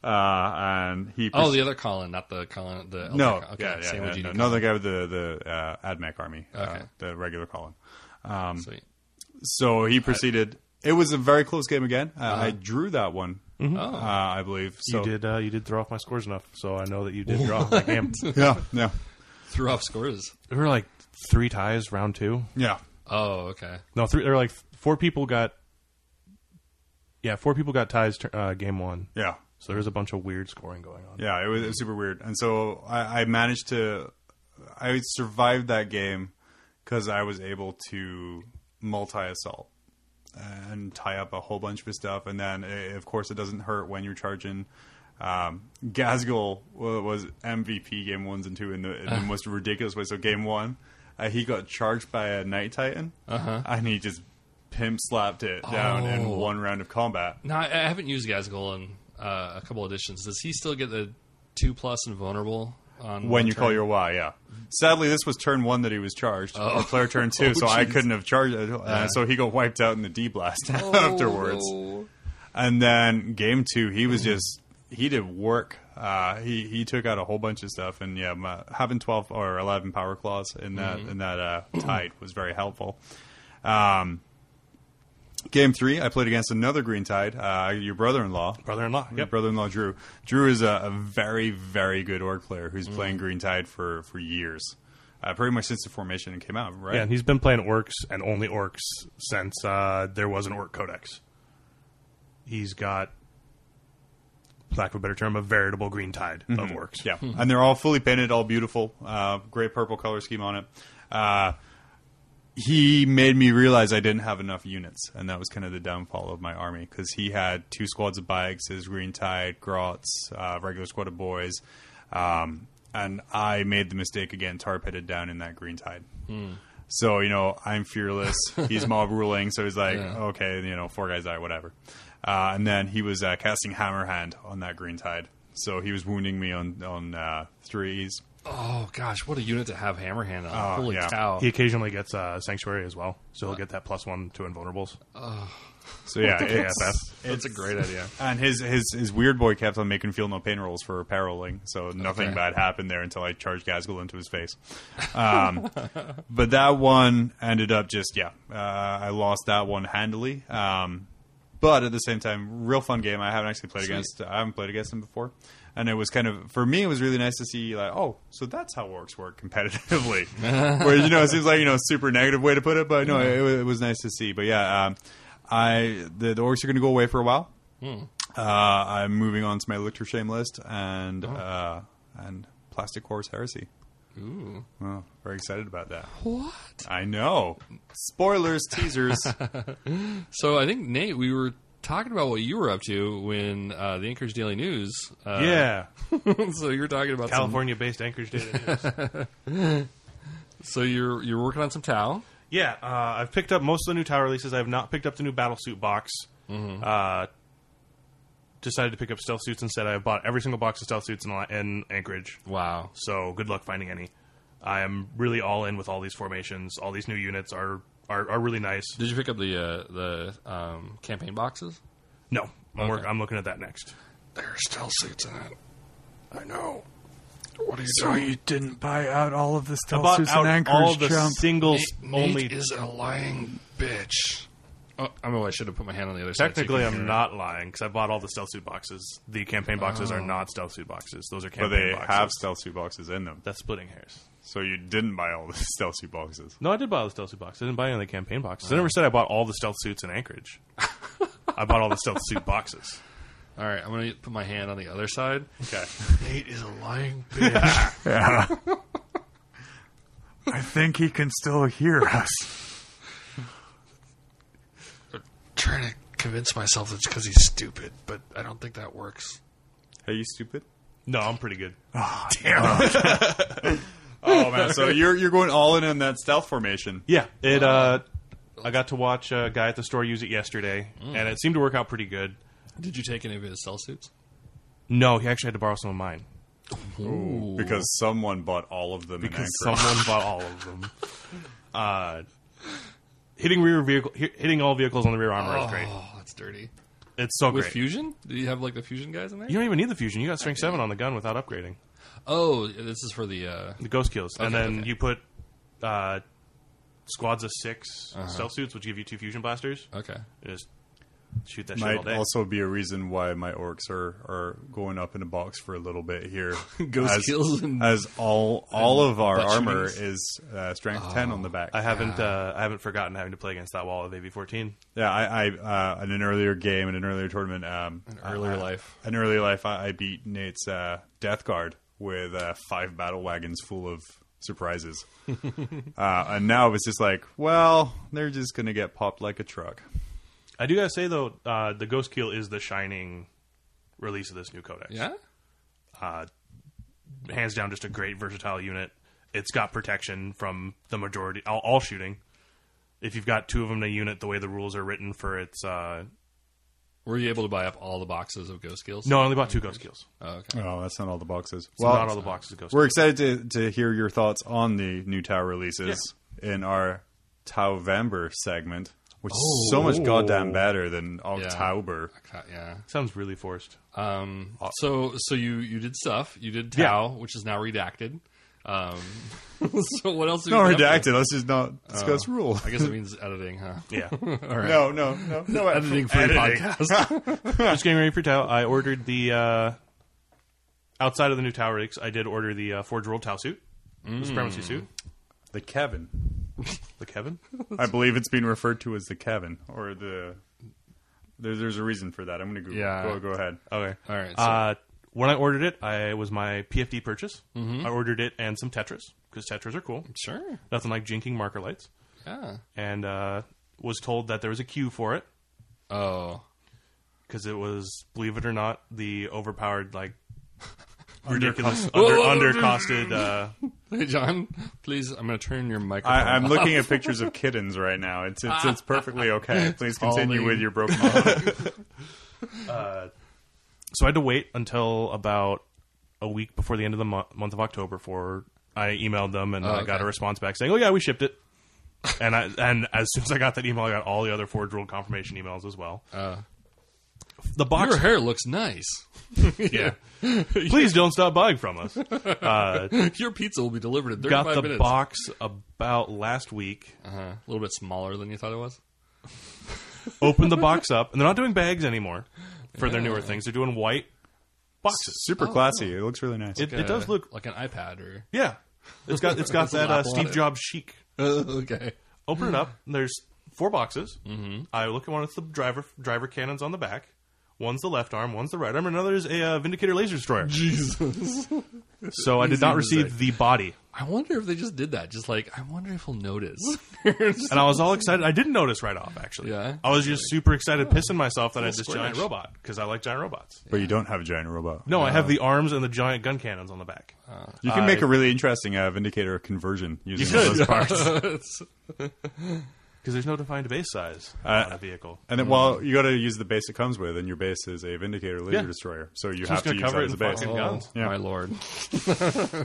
Speaker 1: and he
Speaker 2: Ah. Oh, the other Colin, not the Colin. The
Speaker 1: no,
Speaker 2: okay,
Speaker 1: yeah, yeah,
Speaker 2: same
Speaker 1: yeah,
Speaker 2: with you.
Speaker 1: no, another guy with the the uh, AdMech army, uh,
Speaker 2: Okay.
Speaker 1: the regular Colin.
Speaker 2: Sweet.
Speaker 1: So he proceeded. it was a very close game again. Uh, I drew that one, uh,
Speaker 2: Oh.
Speaker 1: I believe. So
Speaker 3: you did. Uh, you did throw off my scores enough, so I know that you did draw off my game.
Speaker 1: yeah, yeah,
Speaker 2: Threw off scores.
Speaker 3: There were like three ties round two.
Speaker 1: yeah.
Speaker 2: Oh, okay.
Speaker 3: No, three. There were like four people got. Yeah, four people got ties. tur- Uh, game one.
Speaker 1: Yeah,
Speaker 3: So there was a bunch of weird scoring going on.
Speaker 1: yeah, it was, it was super weird. And so I, I managed to, I survived that game because I was able to multi assault and tie up a whole bunch of his stuff. And then, i of course, it doesn't hurt when you're charging. Um, Gasgul wa- was MVP game ones and two in the, in the most ridiculous way. So game one, uh, he got charged by a Night Titan, and he just pimp slapped it down in
Speaker 2: Oh.
Speaker 1: one round of combat.
Speaker 2: No, I, I haven't used Gazgul in uh, a couple editions. Does he still get the two plus and vulnerable on
Speaker 1: when
Speaker 2: one
Speaker 1: you
Speaker 2: turn?
Speaker 1: call your Y, yeah. Sadly, this was turn one that he was charged. and Player turn two, so I couldn't have charged. Uh, So he got wiped out in the D blast afterwards.
Speaker 2: Oh,
Speaker 1: And then game two, he was just he did work. Uh, he he took out a whole bunch of stuff, and yeah, my, having twelve or eleven power claws in that in that uh, tide was very helpful. Um, game three, I played against another green tide, uh, your brother-in-law,
Speaker 3: Brother-in-law.
Speaker 1: Yep. Brother-in-law Drew. Drew is a, a very, very good org player who's playing Green Tide for for years, uh, pretty much since the formation came out, right?
Speaker 3: Yeah, and he's been playing orcs and only orcs since uh, there was an orc codex. He's got, for lack of a better term, a veritable green tide of orcs.
Speaker 1: Mm-hmm. Yeah, and they're all fully painted, all beautiful, uh, great purple color scheme on it. Uh, he made me realize I didn't have enough units, and that was kind of the downfall of my army because he had two squads of bikes, his green tide, grots, uh, regular squad of boys, um, and I made the mistake again, tar pitted down in that green tide. So you know, I'm fearless. He's mob ruling, so he's like,
Speaker 2: Yeah.
Speaker 1: okay, you know, four guys die, whatever. Uh, and then he was uh, casting Hammerhand on that green tide, so he was wounding me on on uh, threes.
Speaker 2: Oh gosh, what a unit to have Hammerhand on! Holy
Speaker 1: Oh, yeah.
Speaker 2: cow!
Speaker 3: He occasionally gets uh, Sanctuary as well, so he'll get that plus one to invulnerables.
Speaker 1: So yeah,
Speaker 3: the
Speaker 1: it's,
Speaker 3: KFF.
Speaker 2: That's a great idea.
Speaker 1: And his, his his weird boy kept on making feel no pain rolls for paroling, so nothing
Speaker 2: Okay.
Speaker 1: bad happened there until I charged Gaskell into his face. Um, but that one ended up just yeah, uh, I lost that one handily. Um, but at the same time, real fun game. I haven't actually played against. I haven't played against him before, and it was kind of for me. It was really nice to see like oh, so that's how orcs work competitively. Where you know it seems like you know a super negative way to put it, but no, it, wa- it was nice to see. But yeah, um, I the, the orcs are going to go away for a while. Uh, I'm moving on to my Lictor Shame list
Speaker 5: Oh.
Speaker 1: and uh, and Plastic Horse Heresy.
Speaker 2: Ooh.
Speaker 1: Well, very excited about that.
Speaker 2: What?
Speaker 1: I know. Spoilers, teasers.
Speaker 2: So I think Nate, we were talking about what you were up to when uh, the Anchorage Daily News. Uh,
Speaker 3: yeah,
Speaker 2: so you're talking about some-
Speaker 3: California-based Anchorage data.
Speaker 2: so you're you're working on some Tau.
Speaker 3: yeah, uh, I've picked up most of the new tower releases. I have not picked up the new battlesuit box.
Speaker 1: Mm-hmm.
Speaker 3: Uh, decided to pick up stealth suits instead. I've bought every single box of stealth suits in, Li- in Anchorage.
Speaker 2: Wow.
Speaker 3: So good luck finding any. I am really all in with all these formations. All these new units are are, are really nice.
Speaker 2: Did you pick up the uh, the um, campaign boxes?
Speaker 3: No, I'm, work, I'm looking at that next.
Speaker 2: There's still suits in it. I know. What are you
Speaker 5: So you didn't buy out all of the
Speaker 3: I
Speaker 5: stealth
Speaker 3: bought
Speaker 5: suits
Speaker 3: out
Speaker 5: and
Speaker 3: all
Speaker 5: anchors
Speaker 3: the
Speaker 5: jump.
Speaker 3: singles only.
Speaker 2: is a lying bitch. Oh, I know I should have put my hand on the other
Speaker 3: Technically,
Speaker 2: side. so you
Speaker 3: I'm
Speaker 2: can
Speaker 3: not lying because I bought all the stealth suit boxes. The campaign boxes are not stealth suit boxes; those are
Speaker 1: Oh. but
Speaker 3: campaign
Speaker 1: they
Speaker 3: boxes.
Speaker 1: have stealth suit boxes in them,
Speaker 3: That's splitting hairs.
Speaker 1: so you didn't buy all the stealth suit boxes.
Speaker 3: No, I did buy all the stealth suit boxes. I didn't buy any of the campaign boxes. I never said I bought all the stealth suits in Anchorage. I bought all the stealth suit boxes.
Speaker 2: hear. All right, I'm going to put my hand on the other side.
Speaker 1: Okay.
Speaker 2: Nate is a lying bitch.
Speaker 5: I think he can still hear us.
Speaker 2: trying to convince myself it's because he's stupid, but I don't think that works.
Speaker 1: Are you stupid?
Speaker 3: No, I'm pretty good.
Speaker 1: Oh man, so you're you're going all in on that stealth formation.
Speaker 3: Yeah, it. Uh, I got to watch a guy at the store use it yesterday,
Speaker 2: Mm.
Speaker 3: and it seemed to work out pretty good.
Speaker 2: Did you take any of his cell suits?
Speaker 3: No, he actually had to borrow some of mine
Speaker 1: Because someone bought all of them
Speaker 3: because
Speaker 1: in Anchorage.
Speaker 3: someone bought all of them. Uh, hitting rear vehicle, hi- hitting all vehicles on the rear armor is great.
Speaker 2: Oh, that's dirty.
Speaker 3: It's so
Speaker 2: With
Speaker 3: great.
Speaker 2: fusion? Do you have like the fusion guys in there?
Speaker 3: you don't even need the fusion. You got strength seven on the gun without upgrading
Speaker 2: Oh, this is for the. Uh,
Speaker 3: the ghost kills, and
Speaker 2: Okay,
Speaker 3: then
Speaker 2: okay.
Speaker 3: you put uh, squads of 6
Speaker 2: Uh-huh.
Speaker 3: stealth suits, which give you two fusion blasters.
Speaker 2: okay.
Speaker 3: You Just shoot that shit all
Speaker 1: Might
Speaker 3: day.
Speaker 1: also be a reason why my orcs are, are going up in a box for a little bit here.
Speaker 2: Ghost
Speaker 1: as,
Speaker 2: kills and-
Speaker 1: as all all of our
Speaker 2: butt
Speaker 1: armor
Speaker 2: shootings. Oh.
Speaker 1: is uh, strength ten on the back.
Speaker 3: I haven't. Uh, I haven't forgotten having to play against that wall of AV fourteen.
Speaker 1: yeah, I, I uh, in an earlier game in an earlier tournament, um,
Speaker 2: Earlier
Speaker 1: uh,
Speaker 2: life.
Speaker 1: in early life, I, I beat Nate's uh, Death Guard with uh, five battle wagons full of surprises, uh, and now it's just like, well, they're just gonna get popped like a truck.
Speaker 3: I do gotta say though, uh, the Ghost Keel is the shining release of this new codex.
Speaker 2: Yeah?
Speaker 3: Uh, hands down, just a great versatile unit. It's got protection from the majority, all, all shooting. If you've got two of them in a unit, the way the rules are written for its, uh,
Speaker 2: Were you able to buy up all the boxes of ghost kills?
Speaker 3: no, I only bought two Ghost Keels.
Speaker 2: Oh, okay.
Speaker 1: Oh, that's not all the boxes.
Speaker 3: So not all the boxes of Ghost.
Speaker 1: We're excited to, to hear your thoughts on the new Tower releases in our Tauvember segment, which is
Speaker 2: Oh,
Speaker 1: so much goddamn better than October.
Speaker 2: Okay, Yeah.
Speaker 3: Keels. Sounds really forced.
Speaker 2: Um, so so you you did stuff. You did Tau, which is now redacted. Um, so what else?
Speaker 1: No
Speaker 2: have you been up to?
Speaker 1: redacted. Let's just not discuss rule.
Speaker 2: I guess it means editing, huh?
Speaker 3: Yeah.
Speaker 1: No, no, no, no.
Speaker 2: Editing for the
Speaker 3: Editing.
Speaker 2: podcast.
Speaker 3: just getting ready for Tau. I ordered the uh, outside of the new Tower rigs. I did order the uh, Forge World Tau suit, the Supremacy
Speaker 2: Mm.
Speaker 3: suit,
Speaker 1: The Kevin.
Speaker 3: the Kevin.
Speaker 1: I believe it's being referred to as the Kevin or the. There, there's a reason for that. I'm going to Google.
Speaker 2: Yeah.
Speaker 1: Go, go ahead.
Speaker 3: Okay.
Speaker 2: all right. So,
Speaker 3: Uh, when I ordered it, I it was my PFD purchase.
Speaker 2: Mm-hmm.
Speaker 3: I ordered it and some Tetris because Tetris are cool.
Speaker 2: sure.
Speaker 3: Nothing like jinking marker lights.
Speaker 2: Yeah.
Speaker 3: And uh, was told that there was a queue for it
Speaker 2: Oh.
Speaker 3: because it was, believe it or not, the overpowered like ridiculous under
Speaker 2: Whoa.
Speaker 3: undercosted. Uh,
Speaker 2: Hey, John, please, I'm going to turn your microphone.
Speaker 1: I, I'm
Speaker 2: off.
Speaker 1: looking at pictures of kittens right now. It's it's, it's perfectly okay. Please continue
Speaker 2: Calming.
Speaker 1: with your broken. model.
Speaker 3: so I had to wait until about a week before the end of the mo- month of October for. I emailed them and I got
Speaker 2: okay.
Speaker 3: a response back saying, "Oh yeah, we shipped it." and I and as soon as I got that email, I got all the other Forge World confirmation emails as well.
Speaker 2: Uh.
Speaker 3: the box
Speaker 2: Your hair looks nice.
Speaker 3: yeah. Please don't stop buying from us. Uh,
Speaker 2: Your pizza will be delivered in 35
Speaker 3: got the
Speaker 2: minutes.
Speaker 3: box about last week.
Speaker 2: Uh-huh. A little bit smaller than you thought it was.
Speaker 3: Opened the box up, and they're not doing bags anymore for their newer things. They're doing white boxes.
Speaker 1: Super
Speaker 2: Oh.
Speaker 1: classy. It looks really nice.
Speaker 3: It, it does
Speaker 2: Uh,
Speaker 3: look,
Speaker 2: like an iPad or
Speaker 3: yeah. It's got it's got
Speaker 2: There's a
Speaker 3: that uh,
Speaker 2: Apple on
Speaker 3: Steve
Speaker 2: it.
Speaker 3: Jobs chic.
Speaker 2: okay.
Speaker 3: Open it up. and there's four boxes. Mm-hmm. I look at one. It's the driver driver cannons on the back. One's the left arm. One's the right arm. and Another is a uh, Vindicator laser destroyer.
Speaker 2: Jesus.
Speaker 3: So I did not
Speaker 2: Easy to
Speaker 3: receive the body.
Speaker 2: I wonder if they just did that. Just like I wonder if he'll notice.
Speaker 3: and I was all excited. I didn't notice right off, actually.
Speaker 2: Yeah?
Speaker 3: I was just super excited, pissing myself that I had this
Speaker 2: square
Speaker 3: giant
Speaker 2: nice.
Speaker 3: robot because I like giant robots. Uh,
Speaker 1: But you don't have a giant robot.
Speaker 3: No, I have the arms and the giant gun cannons on the back.
Speaker 1: You can make a really interesting uh, vindicator conversion using
Speaker 3: You
Speaker 1: all
Speaker 3: could.
Speaker 1: those parts.
Speaker 3: Because there's no defined base size on a vehicle.
Speaker 1: And then, well, you got to use the base it comes with, and your base is a vindicator laser
Speaker 3: Mm. Yeah.
Speaker 1: destroyer. So you
Speaker 3: I'm
Speaker 1: have
Speaker 3: just
Speaker 1: to use
Speaker 3: going to
Speaker 1: that
Speaker 3: cover it
Speaker 1: as a
Speaker 3: in
Speaker 1: base.
Speaker 3: fucking guns.
Speaker 1: Yeah.
Speaker 2: Oh, My lord.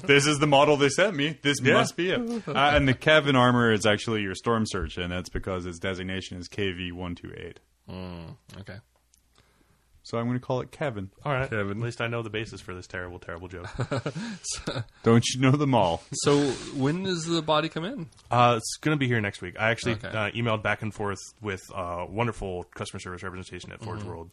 Speaker 1: This is the model they sent me. This must be it. Uh, and the Kevin armor is actually your storm search, and that's because its designation is KV one two eight.
Speaker 2: Okay.
Speaker 1: So I'm going to call it Kevin.
Speaker 3: All right. At least I know the basis for this terrible, terrible joke.
Speaker 1: Don't you know them all?
Speaker 2: So when does the body come in?
Speaker 3: uh, it's going to be here next week. I actually
Speaker 2: Okay.
Speaker 3: uh, emailed back and forth with uh, wonderful customer service representation at
Speaker 2: Mm-hmm.
Speaker 3: Forge World.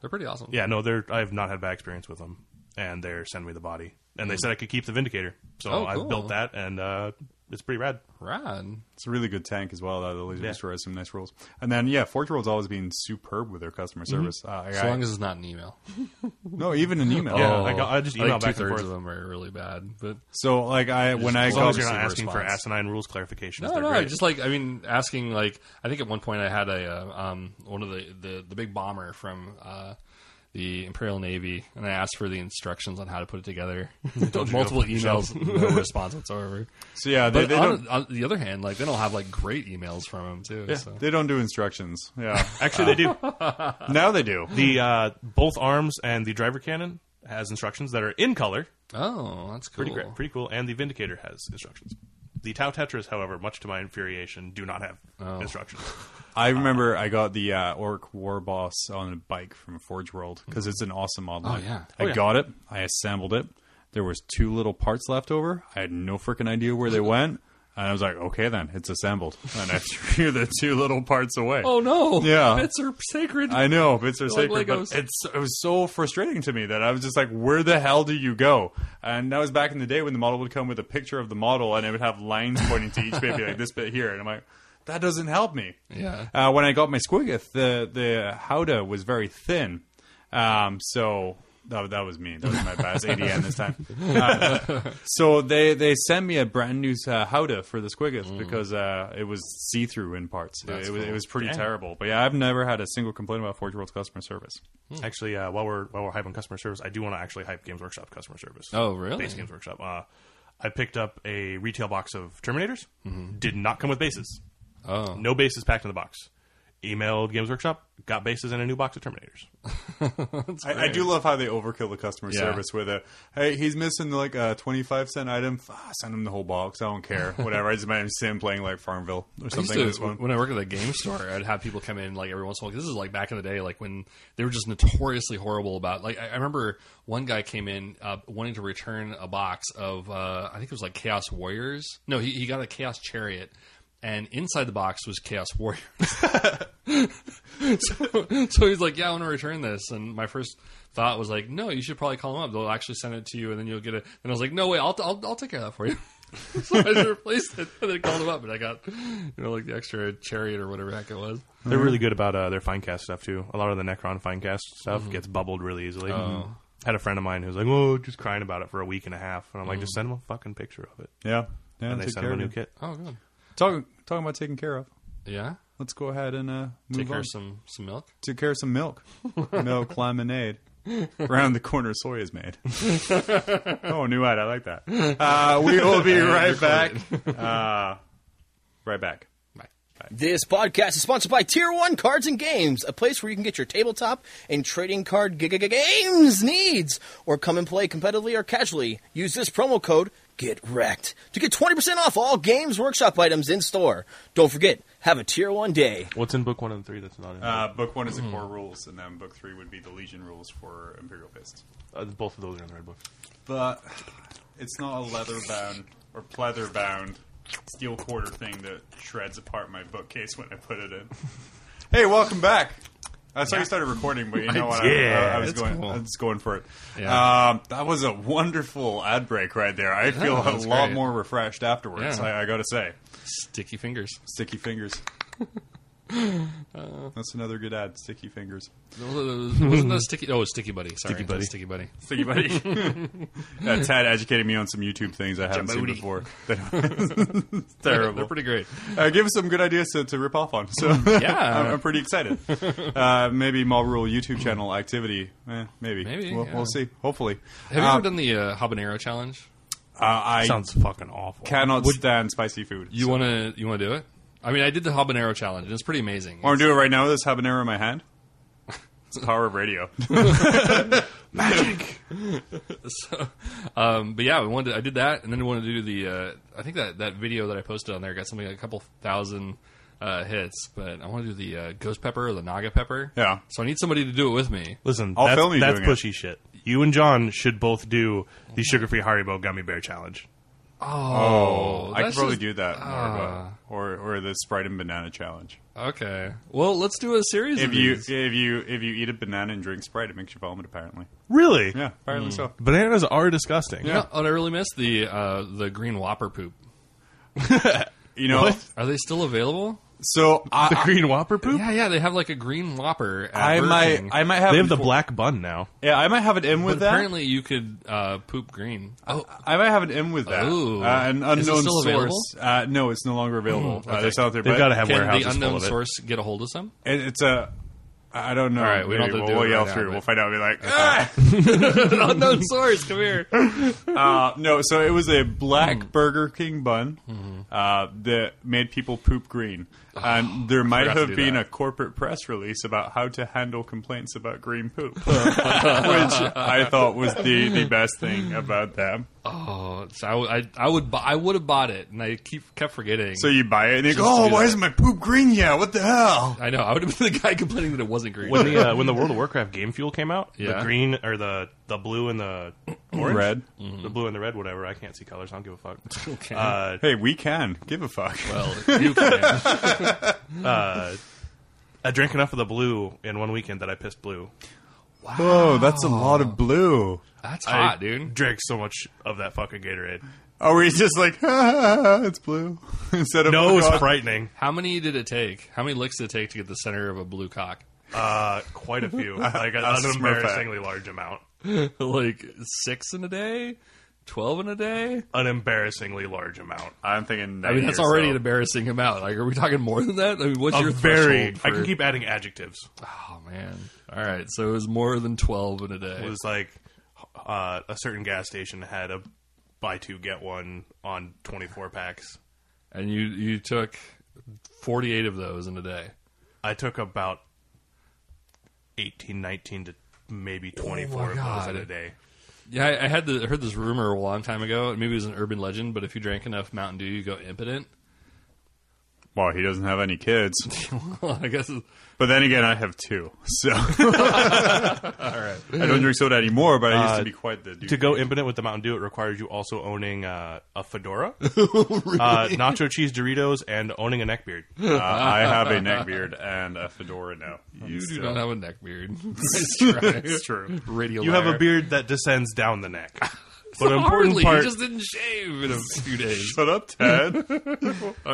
Speaker 2: They're pretty awesome.
Speaker 3: Yeah, no, they're, I have not had bad experience with them. And they're sending me the body. And they said I could keep the Vindicator. So
Speaker 2: Mm. Oh,
Speaker 3: I
Speaker 2: cool.
Speaker 3: built that, and uh, it's pretty rad.
Speaker 2: Rad.
Speaker 1: It's a really good tank as well. Uh, the laser
Speaker 3: Yeah.
Speaker 1: destroyer has some nice rules. And then, yeah, Forge World's always been superb with their customer
Speaker 3: Mm-hmm.
Speaker 1: service. Uh,
Speaker 2: As
Speaker 1: I-
Speaker 2: long as it's not an email.
Speaker 1: no, even an email.
Speaker 3: Yeah, I got- I just email
Speaker 2: like
Speaker 3: back and
Speaker 2: two-thirds
Speaker 3: forth.
Speaker 2: of them are really bad, but
Speaker 1: So, like, I when I
Speaker 3: As long
Speaker 1: got
Speaker 3: as you're not
Speaker 2: obviously
Speaker 3: asking
Speaker 2: response.
Speaker 3: for asinine rules clarifications,
Speaker 2: No,
Speaker 3: they're
Speaker 2: no,
Speaker 3: great.
Speaker 2: just like I mean, asking like I think at one point I had a uh, um one of the the, the big bomber from uh, the Imperial Navy, and I asked for the instructions on how to put it together. Multiple emails, no response whatsoever.
Speaker 1: so yeah, they,
Speaker 2: But
Speaker 1: they
Speaker 2: on,
Speaker 1: don't
Speaker 2: on the other hand, like they don't have like great emails from him too. So.
Speaker 1: they don't do instructions. Yeah,
Speaker 3: Actually, they do.
Speaker 1: now they do.
Speaker 3: The uh, both arms and the driver cannon has instructions that are in color.
Speaker 2: Oh, that's cool.
Speaker 3: Pretty great, pretty cool. And the Vindicator has instructions. The Tau Tetras, however, much to my infuriation, do not have
Speaker 2: Oh.
Speaker 3: instructions.
Speaker 1: I remember I got the uh, Orc War Boss on a bike from Forge World because it's an awesome model.
Speaker 2: Oh, yeah.
Speaker 1: I
Speaker 3: Oh, yeah.
Speaker 1: got it. I assembled it. There was two little parts left over. I had no freaking idea where they went, and I was like, "Okay, then it's assembled." And I threw the two little parts away.
Speaker 2: Oh no!
Speaker 1: Yeah.
Speaker 2: bits are sacred.
Speaker 1: I know bits are
Speaker 2: They're
Speaker 1: sacred,
Speaker 2: like
Speaker 1: but
Speaker 2: Legos.
Speaker 1: it's it was so frustrating to me that I was just like, "Where the hell do you go?" And that was back in the day when the model would come with a picture of the model, and it would have lines pointing to each bit, be like this bit here, and I'm like, "That doesn't help me."
Speaker 2: Yeah.
Speaker 1: Uh, when I got my squiggoth, the the howdah was very thin, um, so. That, that was me. That was my bad. It's ADN this time. Uh, so they, they sent me a brand new uh, howdah for the squiggoth because uh, it was see through in parts.
Speaker 2: That's
Speaker 1: it, was,
Speaker 2: cool.
Speaker 1: it was pretty terrible. But yeah, I've never had a single complaint about Forge World's customer service.
Speaker 2: Hmm.
Speaker 3: actually, uh, while we're while we're hyping customer service, I do want to actually hype Games Workshop customer service.
Speaker 2: Oh, really?
Speaker 3: Base Games Workshop. Uh, I picked up a retail box of Terminators. Did not come with bases.
Speaker 2: Mm-hmm. Oh.
Speaker 3: No bases packed in the box. Emailed Games Workshop. Got bases and a new box of Terminators.
Speaker 1: I, I do love how they overkill the customer
Speaker 2: Yeah.
Speaker 1: service with a hey, he's missing like a twenty five cent item. F- ah, send him the whole box. I don't care. Whatever. I just imagine Sam playing like Farmville or
Speaker 2: I used
Speaker 1: something.
Speaker 2: to-
Speaker 1: in this one.
Speaker 2: When I worked at a game store, I'd have people come in like every once in a while. This is like back in the day, like when they were just notoriously horrible about. Like I, I remember one guy came in uh, wanting to return a box of uh, I think it was like Chaos Warriors. No, he, he got a Chaos Chariot, and inside the box was Chaos Warriors. so, so he's like, "Yeah, I want to return this." And my first thought was like, "No, you should probably call them up. They'll actually send it to you, and then you'll get it." And I was like, "No, wait, I'll I'll, I'll take care of that for you." so I just replaced it and then called them up, and I got you know like the extra chariot or whatever the heck it was.
Speaker 3: They're really good about uh, their finecast stuff too. A lot of the Necron finecast stuff
Speaker 2: Mm-hmm.
Speaker 3: gets bubbled really easily.
Speaker 2: Oh.
Speaker 3: Mm-hmm. Had a friend of mine who's like, "Oh, just crying about it for a week and a half," and I'm like,
Speaker 2: Mm.
Speaker 3: "Just send him a fucking picture of it."
Speaker 1: yeah, yeah.
Speaker 3: And they
Speaker 1: take
Speaker 3: sent
Speaker 1: care
Speaker 3: him a
Speaker 1: of
Speaker 3: new
Speaker 1: him.
Speaker 3: kit.
Speaker 2: Oh, good.
Speaker 1: Talking talking about taking care of.
Speaker 2: Yeah,
Speaker 1: Let's go ahead and uh, move
Speaker 2: take care
Speaker 1: on.
Speaker 2: of some some milk.
Speaker 1: Take care of some milk, milk lemonade. Around the corner, soy is made. oh, new ad. I like that. Uh, we will be right back. Uh, right back.
Speaker 2: Bye.
Speaker 6: This podcast is sponsored by Tier 1 Cards and Games, a place where you can get your tabletop and trading card g- g- g- games needs, or come and play competitively or casually. Use this promo code Get Wrecked to get 20% off all Games Workshop items in store. Don't forget, have a Tier 1 day.
Speaker 3: What's in book one and three that's not in?
Speaker 1: Uh, book one is the
Speaker 2: Hmm.
Speaker 1: core rules, and then book three would be the Legion rules for Imperial Fists.
Speaker 3: uh, both of those are in the red book.
Speaker 1: But it's not a leather bound or pleather bound steel quarter thing that shreds apart my bookcase when I put it in. hey, welcome back. That's how you started recording, but you know what? I- I, I, was
Speaker 2: It's
Speaker 1: going.
Speaker 2: cool.
Speaker 1: I was going for it.
Speaker 2: Yeah.
Speaker 1: Um, that was a wonderful ad break right there. I feel a
Speaker 2: that's
Speaker 1: lot
Speaker 2: great.
Speaker 1: more refreshed afterwards.
Speaker 2: Yeah.
Speaker 1: I, I got to say,
Speaker 2: Sticky fingers.
Speaker 1: sticky fingers. That's another good ad. Sticky fingers.
Speaker 2: Wasn't that sticky? Oh, sticky buddy. Sorry, sticky buddy. Sticky buddy.
Speaker 1: Sticky buddy. uh, Tad educated me on some YouTube things I haven't seen
Speaker 2: Djibouti.
Speaker 1: before. It's terrible.
Speaker 2: They're pretty great.
Speaker 1: uh, give us some good ideas to, to rip off on. So
Speaker 2: Mm, Yeah.
Speaker 1: I'm, I'm pretty excited. Uh, maybe Mob Rule YouTube channel activity. Eh, maybe.
Speaker 2: Maybe,
Speaker 1: We'll,
Speaker 2: yeah.
Speaker 1: we'll see. Hopefully.
Speaker 2: Have you
Speaker 1: Um,
Speaker 2: ever done the uh, habanero challenge?
Speaker 1: uh, I
Speaker 3: Sounds fucking awful.
Speaker 1: cannot stand spicy food.
Speaker 2: You wanna you wanna do it? I mean, I did the habanero challenge, and it's pretty amazing.
Speaker 1: What I'm doing right now with this habanero in my hand. It's the power of radio.
Speaker 2: So, um, but yeah, we wanted to- I did that, and then we wanted to do the. Uh, I think that that video that I posted on there got something like a couple thousand uh, hits, but I want to do the uh, ghost pepper or the naga pepper.
Speaker 1: Yeah.
Speaker 2: So I need somebody to do it with me.
Speaker 3: Listen,
Speaker 1: I'll
Speaker 3: that's,
Speaker 1: film you
Speaker 3: that's
Speaker 1: doing it.
Speaker 3: pushy shit. You and John should both do the sugar-free Haribo gummy bear challenge.
Speaker 2: Oh,
Speaker 1: I could
Speaker 2: that's
Speaker 1: probably
Speaker 2: just- Ah.
Speaker 1: do that. More of a, or, or the Sprite and Banana Challenge.
Speaker 2: Okay. Well, let's do a series.
Speaker 1: If
Speaker 2: of
Speaker 1: you
Speaker 2: these.
Speaker 1: if you if you eat a banana and drink Sprite, it makes you vomit. Apparently,
Speaker 3: Really?
Speaker 1: yeah, apparently
Speaker 2: Mm.
Speaker 1: so.
Speaker 3: Bananas are disgusting.
Speaker 2: You know what I really missed the uh, the green whopper poop.
Speaker 1: You know,
Speaker 3: What?
Speaker 2: Are they still available?
Speaker 1: so
Speaker 3: The
Speaker 1: I,
Speaker 3: green Whopper poop?
Speaker 2: Yeah, yeah. They have like a green whopper. At
Speaker 1: I
Speaker 2: Burger
Speaker 1: might
Speaker 2: King.
Speaker 1: I might have
Speaker 3: They have
Speaker 1: it
Speaker 3: the
Speaker 1: for-
Speaker 3: black bun now.
Speaker 1: Yeah, I might have an M
Speaker 2: But
Speaker 1: with that.
Speaker 2: apparently, you could uh, poop green. Oh,
Speaker 1: I might have an M with that.
Speaker 2: Ooh.
Speaker 1: Uh, an unknown
Speaker 2: Is it still
Speaker 1: source.
Speaker 2: available?
Speaker 1: Uh, no, it's no longer available.
Speaker 2: Hmm,
Speaker 1: Uh,
Speaker 2: okay.
Speaker 1: it's out there.
Speaker 3: They've
Speaker 1: but
Speaker 3: got to have
Speaker 2: can the
Speaker 3: warehouses full
Speaker 2: unknown
Speaker 3: of it.
Speaker 2: source get a hold of some?
Speaker 1: it- it's a. I don't know.
Speaker 2: All right, we don't
Speaker 1: Maybe
Speaker 2: have to
Speaker 1: we'll
Speaker 2: do it
Speaker 1: yell
Speaker 2: right now,
Speaker 1: through.
Speaker 2: but-
Speaker 1: we'll find out. We'll be like, ah!
Speaker 2: unknown source, come here.
Speaker 1: uh, no. So it was a black
Speaker 2: Mm-hmm.
Speaker 1: Burger King bun uh, that made people poop green, and there might
Speaker 2: Oh, forgot to
Speaker 1: have
Speaker 2: do
Speaker 1: been
Speaker 2: that.
Speaker 1: a corporate press release about how to handle complaints about green poop, which I thought was the the best thing about them.
Speaker 2: Oh, so I, I, I would, bu- I would have bought it, and I keep kept forgetting.
Speaker 1: So you buy it and you go,
Speaker 2: Just to
Speaker 1: "Oh,
Speaker 2: do
Speaker 1: why
Speaker 2: that.
Speaker 1: isn't my poop green yet? What the hell?"
Speaker 2: I know I would have been the guy complaining that it wasn't green.
Speaker 3: When the uh, when the World of Warcraft game fuel came out,
Speaker 2: Yeah.
Speaker 3: the green or the the blue and the orange,
Speaker 1: Red.
Speaker 2: Mm-hmm.
Speaker 3: the blue and the red, whatever. I can't see colors. I don't give a fuck.
Speaker 2: Okay.
Speaker 3: Uh,
Speaker 1: Hey, we can give a fuck.
Speaker 2: well, you can.
Speaker 3: I drank enough of the blue in one weekend that I pissed blue.
Speaker 1: Whoa, that's a lot of blue.
Speaker 2: That's hot,
Speaker 3: I
Speaker 2: dude.
Speaker 3: Drank so much of that fucking Gatorade.
Speaker 1: Oh Are we just like, ah, it's blue instead of "Oh
Speaker 3: No, it was
Speaker 1: God.
Speaker 3: frightening.
Speaker 2: How many did it take? How many licks did it take to get the center of a blue cock?
Speaker 3: Uh, quite a few, like an
Speaker 1: That's a Smurf hat.
Speaker 3: embarrassingly large amount.
Speaker 2: like six in a day, twelve in a day.
Speaker 3: An embarrassingly large amount.
Speaker 1: I'm thinking.
Speaker 2: I mean, that's already an embarrassing amount. Like, are we talking more than that? I mean, what's
Speaker 3: A
Speaker 2: your
Speaker 3: very.
Speaker 2: threshold?
Speaker 3: I can
Speaker 2: for-
Speaker 3: keep adding adjectives.
Speaker 2: Oh man. All right. So it was more than twelve in a day.
Speaker 3: It was like uh, a certain gas station had a buy two get one on twenty four packs.
Speaker 2: and you you took 48 of those in a day
Speaker 3: I took about 18, 19 to maybe 24
Speaker 2: my
Speaker 3: of those
Speaker 2: God.
Speaker 3: in a day.
Speaker 2: yeah i, I had the I heard this rumor a long time ago and maybe it was an urban legend but if you drank enough mountain dew you go impotent
Speaker 1: Well, he doesn't have any kids,
Speaker 2: i guess it's-
Speaker 1: but then again, I have two. So, all right, I don't drink soda anymore, but I used to be quite the dude.
Speaker 3: To go impotent with the Mountain Dew, it requires you also owning uh, a fedora, uh, nacho cheese Doritos, and owning a neck beard.
Speaker 1: Uh, I have a neck beard and a fedora now.
Speaker 2: you do
Speaker 1: So-
Speaker 2: not have a neck beard Nice try.
Speaker 1: It's true.
Speaker 2: radio
Speaker 3: You have a
Speaker 2: liar.
Speaker 3: beard that descends down the neck. But an important
Speaker 2: Hardly,
Speaker 3: part,
Speaker 2: you just didn't shave in a few days.
Speaker 1: Shut up, Ted.
Speaker 2: All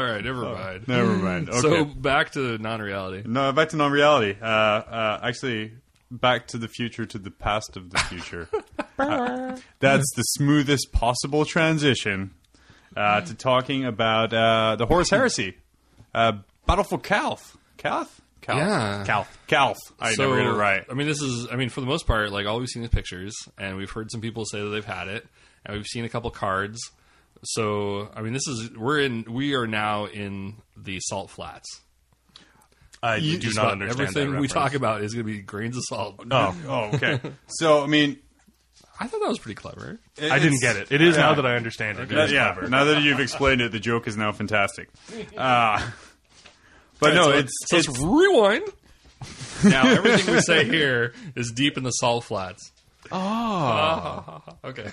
Speaker 2: right, never
Speaker 3: Oh.
Speaker 2: mind.
Speaker 1: Never mind. Okay.
Speaker 2: So back to non-reality.
Speaker 1: No, back to non-reality. Uh, uh, actually, back to the future to the past of the future. Uh, that's the smoothest possible transition uh, to talking about uh, the Horus Heresy, uh, Battle for Calf. Calf. Calf.
Speaker 2: Yeah.
Speaker 1: Calf. Calf. I
Speaker 2: so,
Speaker 1: never get it right.
Speaker 2: I mean, this is. I mean, for the most part, like all we've seen is pictures, and we've heard some people say that they've had it, and we've seen a couple cards. So I mean, this is we're in we are now in the salt flats.
Speaker 3: I do
Speaker 2: Just
Speaker 3: not
Speaker 2: about
Speaker 3: understand
Speaker 2: everything
Speaker 3: that
Speaker 2: we
Speaker 3: reference.
Speaker 2: talk about is going to be grains of salt.
Speaker 3: Oh,
Speaker 1: Oh, okay. so I mean,
Speaker 2: I thought that was pretty clever.
Speaker 1: it-
Speaker 3: I didn't
Speaker 1: it's-
Speaker 3: get it. It is now that I understand it. It
Speaker 1: That-
Speaker 3: is
Speaker 1: yeah.
Speaker 3: clever.
Speaker 1: Now that you've explained it, the joke is now fantastic. Uh, but no,
Speaker 2: So-
Speaker 1: it's,
Speaker 2: so
Speaker 1: it's
Speaker 2: let's rewind. now everything we say here is deep in the salt flats.
Speaker 1: Ah.
Speaker 2: Oh, okay.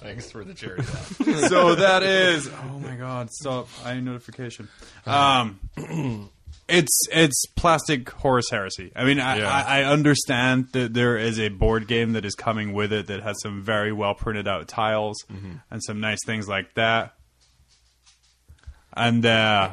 Speaker 2: Thanks for the charity. laugh.
Speaker 1: so that is oh my god stop i notification um it's it's plastic horse heresy i mean I,
Speaker 2: Yeah.
Speaker 1: I, I understand that there is a board game that is coming with it that has some very well printed out tiles and some nice things like that and uh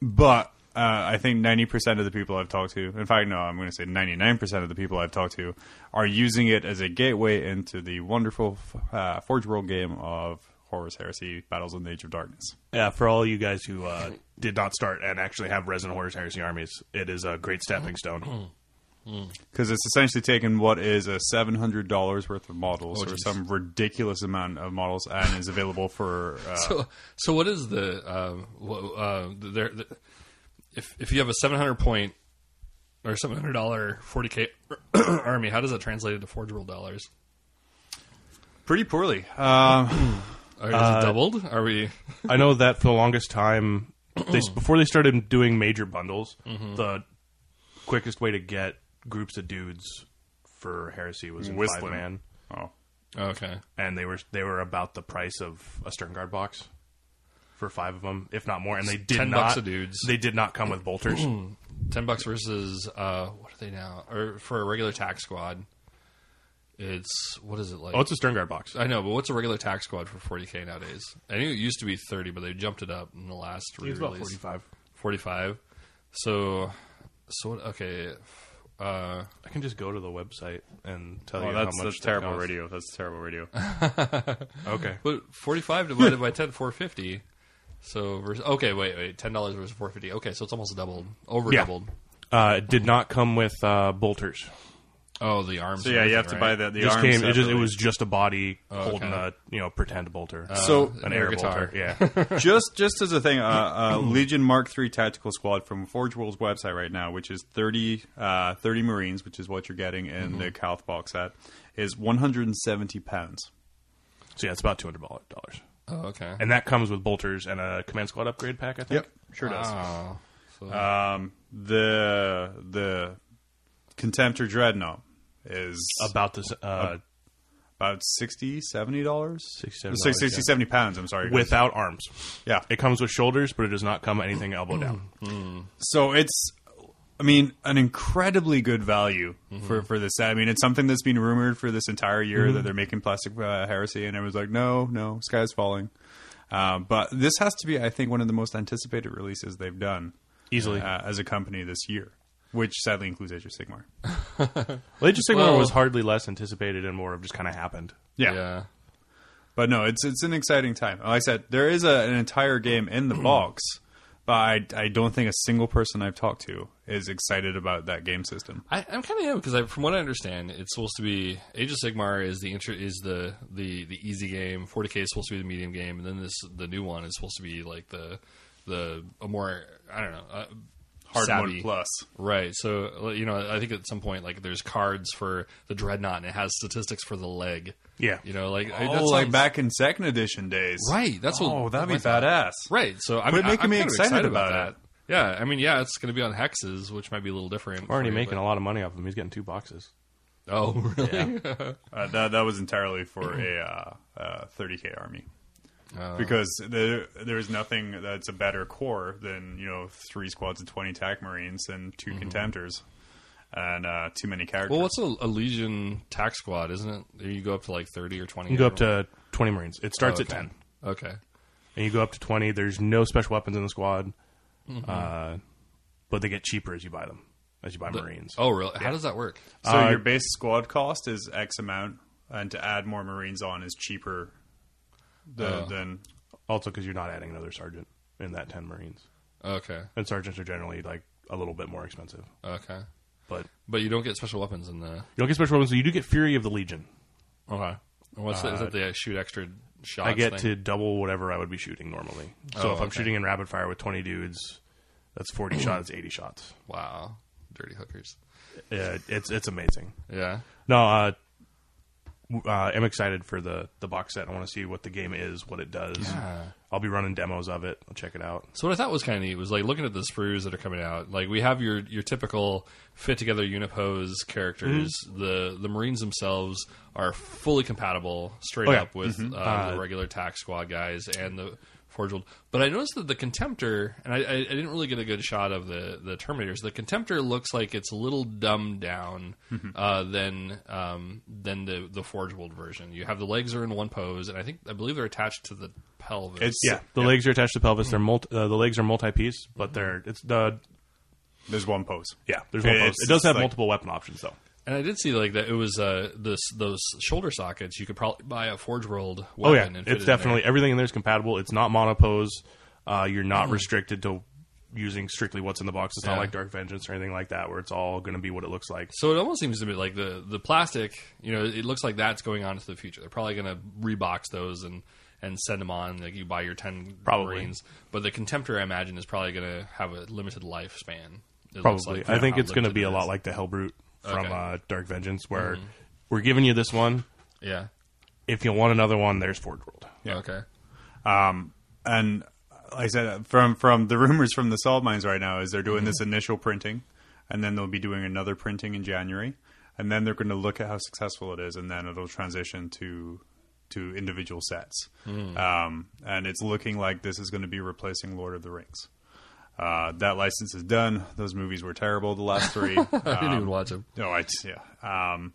Speaker 1: but uh, I think 90% of the people I've talked to, in fact, no, I'm going to say 99% of the people I've talked to are using it as a gateway into the wonderful f- uh, Forge World game of Horus Heresy Battles in the Age of Darkness.
Speaker 3: Yeah, for all you guys who uh, did not start and actually have Resin Horrors Heresy armies, it is a great stepping stone.
Speaker 1: Because it's essentially taken what is a $700 worth of models
Speaker 3: Oh,
Speaker 1: or
Speaker 2: geez.
Speaker 1: some ridiculous amount of models and is available for. Uh,
Speaker 2: So, so what is the um, wha- uh, the, there- the, if if you have a seven hundred point or seven hundred dollar forty k army, how does that translate into forge world dollars?
Speaker 1: pretty poorly. Um,
Speaker 2: Are, is it doubled? Are we?
Speaker 3: I know that for the longest time, they, before they started doing major bundles, the quickest way to get groups of dudes for Heresy was in
Speaker 1: Whistling.
Speaker 3: five man,
Speaker 1: oh.
Speaker 2: Okay.
Speaker 3: and they were they were about the price of a Stern Guard box for five of them, if not more. And they did
Speaker 2: 10
Speaker 3: not
Speaker 2: bucks a dudes.
Speaker 3: they did not come with bolters. Oh,
Speaker 2: Ten bucks versus uh, what are they now? Or for a regular tax squad, it's what is it like?
Speaker 3: oh, it's a Stern Guard box.
Speaker 2: I know, but what's a regular tax squad for 40k nowadays? I knew it used to be 30, but they jumped it up in the last
Speaker 3: It's about
Speaker 2: re-release.
Speaker 3: forty five.
Speaker 2: 45. So, so what, okay. Uh,
Speaker 3: I can just go to the website and tell
Speaker 1: Oh,
Speaker 3: you
Speaker 1: that's,
Speaker 3: how much
Speaker 1: that's
Speaker 3: they
Speaker 1: terrible
Speaker 3: cost.
Speaker 1: radio. That's terrible radio.
Speaker 3: Okay.
Speaker 2: but 45 divided by 10, 450. So, vers okay, wait, wait, ten dollars versus four fifty. Okay, so it's almost doubled, over
Speaker 3: Yeah.
Speaker 2: doubled.
Speaker 3: Uh, it did not come with uh, bolters.
Speaker 2: Oh, the arms.
Speaker 1: So
Speaker 2: and
Speaker 1: yeah, you
Speaker 2: everything,
Speaker 1: have to
Speaker 2: right?
Speaker 1: buy the, the
Speaker 3: just
Speaker 1: arms
Speaker 3: came. It, just, it
Speaker 1: separately.
Speaker 3: was just a body holding
Speaker 2: okay.
Speaker 3: a you know pretend bolter.
Speaker 1: So-
Speaker 3: Oh, Uh, an
Speaker 2: air
Speaker 3: air,
Speaker 2: guitar.
Speaker 3: bolter. Yeah.
Speaker 1: just just as a thing, uh, uh, Legion Mark III Tactical Squad from Forge World's website right now, which is 30, uh, 30 Marines, which is what you're getting in
Speaker 3: Mm-hmm.
Speaker 1: the Calth box set, is 170 pounds.
Speaker 3: so yeah, it's about two hundred dollars,
Speaker 2: Oh, okay.
Speaker 3: and that comes with bolters and a command squad upgrade pack. I think.
Speaker 1: sure does.
Speaker 2: Oh, so-
Speaker 1: Um, the the Contemptor Dreadnought is
Speaker 3: About this, uh,
Speaker 1: about 60 70 dollars
Speaker 3: $67,
Speaker 1: 60
Speaker 3: yeah.
Speaker 1: 70 pounds i'm sorry
Speaker 3: without arms.
Speaker 1: yeah
Speaker 3: It comes with shoulders, but it does not come anything elbow down.
Speaker 1: So it's, I mean, an incredibly good value
Speaker 2: Mm-hmm.
Speaker 1: for for this. I mean, it's something that's been rumored for this entire year that they're making Plastic uh, Heresy, and it was like, no, no, sky's falling. Uh, but this has to be, I think, one of the most anticipated releases they've done
Speaker 3: Easily.
Speaker 1: uh, as a company this year, which sadly includes Age of Sigmar.
Speaker 3: Well, Age of Sigmar
Speaker 2: Well-
Speaker 3: was hardly less anticipated and more of just kind of happened.
Speaker 1: Yeah.
Speaker 2: yeah.
Speaker 1: but no, it's it's an exciting time. Like I said, there is a, an entire game in the box, but I, I don't think a single person I've talked to is excited about that game system.
Speaker 2: I, I'm kind of am because from what I understand, it's supposed to be Age of Sigmar is the intro is the the the easy game. 40k is supposed to be the medium game, and then this the new one is supposed to be like the the a more I don't know uh,
Speaker 1: Hard
Speaker 2: savvy.
Speaker 1: mode plus.
Speaker 2: Right. So like, you know, I think at some point like there's cards for the dreadnought, and it has statistics for the leg.
Speaker 3: Yeah.
Speaker 2: You know, like I-
Speaker 1: Oh,
Speaker 2: that
Speaker 1: like
Speaker 2: sounds-
Speaker 1: back in second edition days.
Speaker 2: Right. That's what.
Speaker 1: Oh, that'd be
Speaker 2: my thought.
Speaker 1: badass.
Speaker 2: Right. So I'm
Speaker 1: Quit making
Speaker 2: I'm
Speaker 1: me
Speaker 2: kind of
Speaker 1: excited
Speaker 2: about,
Speaker 1: about
Speaker 2: that. Yeah. I mean, yeah, it's going to be on hexes, which might be a little different.
Speaker 3: We're already
Speaker 2: for you,
Speaker 3: making a lot of money off of him. He's getting two boxes.
Speaker 2: but- Oh, really?
Speaker 1: Uh, that that was entirely for a uh, uh, 30k army. because there there is nothing that's a better core than you know three squads of twenty tac marines and 2 contemptors, and uh, too many characters.
Speaker 2: Well, what's a, a Legion tax squad, isn't it? You go up to like 30 or 20.
Speaker 3: You go up to 20 Marines. It starts at 10.
Speaker 2: Oh, Okay.
Speaker 3: and you go up to 20 there's no special weapons in the squad
Speaker 2: Mm-hmm.
Speaker 3: uh, but they get cheaper as you buy them as you buy marines
Speaker 2: Oh, really? How does that work?
Speaker 1: so
Speaker 3: uh,
Speaker 1: your base squad cost is X amount, and to add more marines on is cheaper th-
Speaker 2: Oh.
Speaker 1: than.
Speaker 3: also because you're not adding another sergeant in that 10 marines
Speaker 2: Okay.
Speaker 3: and sergeants are generally like a little bit more expensive
Speaker 2: Okay.
Speaker 3: but you
Speaker 2: But you don't get special weapons in the.
Speaker 3: don't get special weapons so you do get fury of the legion
Speaker 2: Okay. And What's that? Is that they shoot extra shots.
Speaker 3: I get
Speaker 2: thing.
Speaker 3: to double whatever I would be shooting normally. So
Speaker 2: Oh,
Speaker 3: if I'm
Speaker 2: okay.
Speaker 3: shooting in rapid fire with 20 dudes, that's 40 shots, 80 shots.
Speaker 2: wow, dirty hookers.
Speaker 3: Yeah, it's it's amazing.
Speaker 2: Yeah,
Speaker 3: No, uh, w- uh, I'm excited for the the box set. I want to see what the game is, what it does.
Speaker 2: Yeah.
Speaker 3: I'll be running demos of it. I'll check it out.
Speaker 2: So what I thought was kind of neat was like looking at the sprues that are coming out. Like we have your your typical fit together unipose characters. The the Marines themselves are fully compatible straight
Speaker 3: Oh, yeah.
Speaker 2: up with uh, the regular tax squad guys and the Forged. But I noticed that the Contemptor, and I, I, I didn't really get a good shot of the the Terminators. The Contemptor looks like it's a little dumbed down uh, than um, than the the Forge World version. You have the legs are in one pose, and I think I believe they're attached to the pelvis.
Speaker 1: It's
Speaker 3: Yeah, the legs are attached to pelvis. They're multi, uh, the legs are multi-piece, but they're it's the
Speaker 1: there's one pose.
Speaker 3: yeah. There's one
Speaker 1: It's
Speaker 3: post. Mm-hmm. It does have
Speaker 1: like-
Speaker 3: multiple weapon options though.
Speaker 2: And I did see like that it was uh this those shoulder sockets. You could probably buy a Forge World weapon.
Speaker 3: Oh yeah,
Speaker 2: and fit it
Speaker 3: it's
Speaker 2: in
Speaker 3: definitely
Speaker 2: there.
Speaker 3: everything in there is compatible. It's not monopose. Uh, you're not restricted to using strictly what's in the box. It's
Speaker 2: Yeah.
Speaker 3: not like Dark Vengeance or anything like that, where it's all going to be what it looks like.
Speaker 2: So it almost seems to me like the the plastic. You know, it looks like that's going on into the future. They're probably going to rebox those and and send them on. Like you buy your ten
Speaker 3: Probably.
Speaker 2: Marines, but the Contemptor I imagine is probably going to have a limited lifespan. It looks
Speaker 3: Probably,
Speaker 2: like,
Speaker 3: I
Speaker 2: from
Speaker 3: think
Speaker 2: how
Speaker 3: it's going to
Speaker 2: limited
Speaker 3: be a
Speaker 2: it
Speaker 3: lot
Speaker 2: is.
Speaker 3: like the Hellbrute from
Speaker 2: Okay.
Speaker 3: uh, Dark Vengeance, where we're giving you this one.
Speaker 2: yeah.
Speaker 3: If you want another one, there's Forge World.
Speaker 2: Okay.
Speaker 1: and like I said, from from the rumors from the salt mines right now is they're doing this initial printing, and then they'll be doing another printing in January, and then they're going to look at how successful it is, and then it'll transition to to individual sets. Um, and it's looking like this is going to be replacing Lord of the Rings. Uh, that license is done. Those movies were terrible. The last three.
Speaker 2: I didn't
Speaker 1: um,
Speaker 2: even watch them.
Speaker 1: no, I yeah. Um,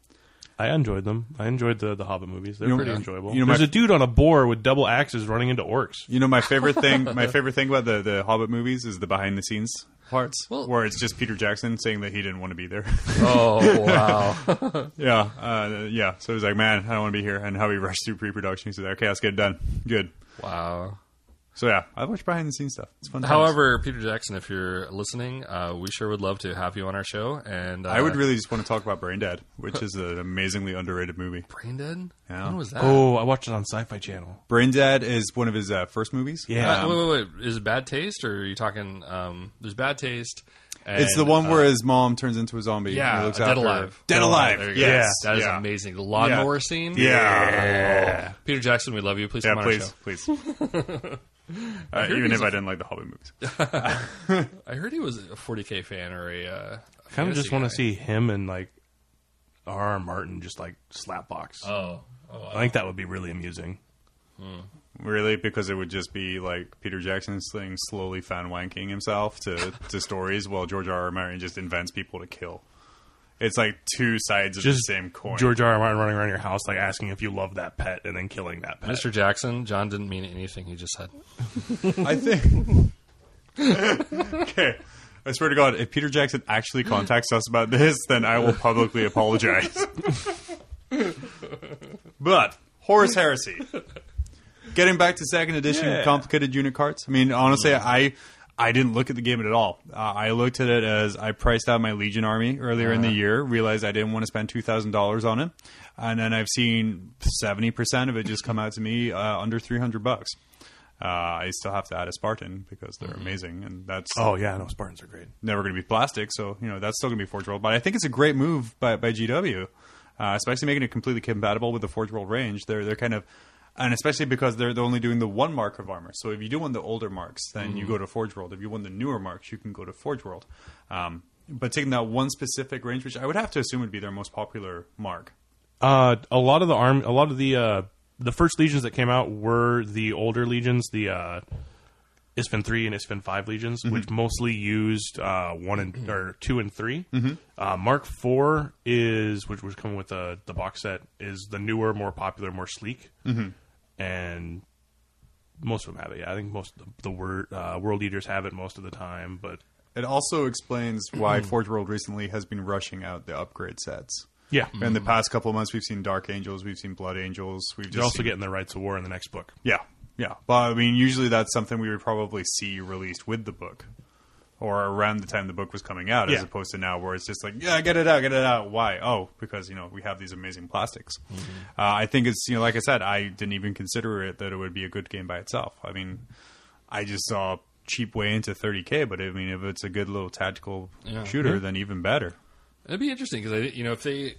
Speaker 3: I enjoyed them. I enjoyed the the Hobbit movies. They're
Speaker 1: You know,
Speaker 3: pretty
Speaker 1: yeah.
Speaker 3: enjoyable.
Speaker 1: you know, my-
Speaker 3: There's a dude on a boar with double axes running into orcs.
Speaker 1: You know, my favorite thing, my favorite thing about the, the Hobbit movies is the behind the scenes parts,
Speaker 2: Well-
Speaker 1: where it's just Peter Jackson saying that he didn't want to be there.
Speaker 2: Oh wow.
Speaker 1: yeah, uh, yeah. So he's like, "Man, I don't want to be here," and how he rushed through pre-production. He said, "Okay, let's get it done. Good."
Speaker 2: wow.
Speaker 1: So yeah, I watch behind the scenes stuff. It's fun. times.
Speaker 2: However, Peter Jackson, if you're listening, uh, we sure would love to have you on our show. And uh,
Speaker 1: I would really just want to talk about Brain Dead, which is an amazingly underrated movie.
Speaker 2: Brain Dead.
Speaker 1: Yeah.
Speaker 2: When was that?
Speaker 3: Oh, I watched it on Sci-Fi Channel.
Speaker 1: Brain Dead is one of his uh, first movies.
Speaker 3: Yeah.
Speaker 2: Uh, wait, wait, wait. Is it bad taste, or are you talking? Um, there's bad taste. And,
Speaker 1: it's the one where
Speaker 2: uh,
Speaker 1: his mom turns into a zombie. and
Speaker 2: yeah,
Speaker 1: he looks
Speaker 2: Dead
Speaker 1: after her.
Speaker 2: Alive.
Speaker 1: Dead
Speaker 2: There
Speaker 1: Alive.
Speaker 2: you go.
Speaker 1: Yes,
Speaker 2: that is
Speaker 1: yeah.
Speaker 2: amazing. The lawnmower scene.
Speaker 1: Yeah.
Speaker 2: Peter Jackson, we love you. Please
Speaker 1: Yeah,
Speaker 2: come on our
Speaker 1: please,
Speaker 2: show.
Speaker 1: please. Uh,
Speaker 2: heard
Speaker 1: even
Speaker 2: he's
Speaker 1: if
Speaker 2: a-
Speaker 1: I didn't like the Hobbit movies.
Speaker 2: I heard he was a 40k fan or a. Uh,
Speaker 3: kind of just want
Speaker 2: want
Speaker 3: to see him and like R. R. Martin just like slapbox.
Speaker 2: Oh,
Speaker 3: I think that would be really amusing.
Speaker 1: Really, because it would just be like Peter Jackson's thing, slowly fan wanking himself to, to stories, while George R. R. Martin just invents people to kill. It's like two sides of
Speaker 3: Just
Speaker 1: the same coin.
Speaker 3: George R. R. Martin running around your house like asking if you love that pet and then killing that pet.
Speaker 2: Mr. Jackson, John didn't mean anything he just said.
Speaker 1: I think. okay, I swear to God, if Peter Jackson actually contacts us about this, then I will publicly apologize. but Horus Heresy. Getting back to second edition
Speaker 3: Yeah. Mm.
Speaker 1: complicated unit cards. I mean, honestly, I I didn't look at the game at all. Uh, I looked at it as I priced out my Legion army earlier in
Speaker 3: Uh-huh.
Speaker 1: the year, realized I didn't want to spend two thousand dollars on it, and then I've seen seventy percent of it just come out to me uh, under three hundred bucks. Uh, I still have to add a Spartan because they're amazing, and that's
Speaker 3: Mm-hmm. Oh yeah, no Spartans are great.
Speaker 1: never going to be plastic, so you know that's still going to be Forge World. But I think it's a great move by, by GW, uh, especially making it completely compatible with the Forge World range. They're they're kind of, and especially because they're they're only doing the one mark of armor. So if you do want the older marks, then
Speaker 3: Mm-hmm.
Speaker 1: you go to Forge World. If you want the newer marks, you can go to Forge World. Um, but taking that one specific range, which I would have to assume would be their most popular mark.
Speaker 3: Uh, a lot of the arm, a lot of the uh, the first legions that came out were the older legions, the uh, Isfin three and Isfin five legions, which mostly used uh, one and or two and 3 Uh, Mark four is which was coming with the the box set is the newer, more popular, more sleek, and most of them have it. Yeah, I think most of the, the word, uh, world eaters have it most of the time, but
Speaker 1: It also explains
Speaker 3: Mm-hmm.
Speaker 1: why Forge World recently has been rushing out the upgrade sets.
Speaker 3: yeah,
Speaker 1: In the past couple of months, we've seen Dark Angels, we've seen Blood Angels, we've
Speaker 3: they're
Speaker 1: just
Speaker 3: also
Speaker 1: seen
Speaker 3: getting the rights of war in the next book.
Speaker 1: Yeah, yeah. But I mean, usually that's something we would probably see released with the book or around the time the book was coming out, as
Speaker 3: Yeah.
Speaker 1: opposed to now where it's just like, yeah, get it out, get it out. Why? Oh, because you know we have these amazing plastics.
Speaker 2: Mm-hmm.
Speaker 1: Uh, I think it's you know, like I said, I didn't even consider it that it would be a good game by itself. I mean, I just saw a cheap way into 30k, but I mean, if it's a good little tactical
Speaker 2: Yeah.
Speaker 1: shooter, then even better.
Speaker 2: It'd be interesting because you know if they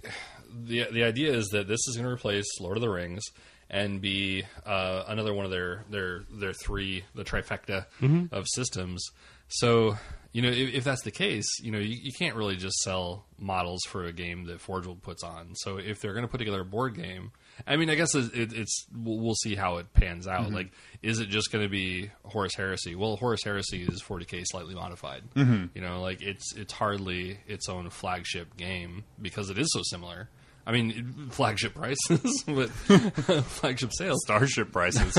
Speaker 2: the the idea is that this is going to replace Lord of the Rings and be uh, another one of their their their three the trifecta of systems. So you know if, if that's the case, you know you, you can't really just sell models for a game that Forge World puts on. So if they're going to put together a board game, I mean I guess it, it, it's we'll, we'll see how it pans out. Like is it just going to be Horus Heresy? Well, Horus Heresy is 40k slightly modified. You know, like it's it's hardly its own flagship game because it is so similar. I mean, it- flagship prices, but flagship sales,
Speaker 1: Starship prices.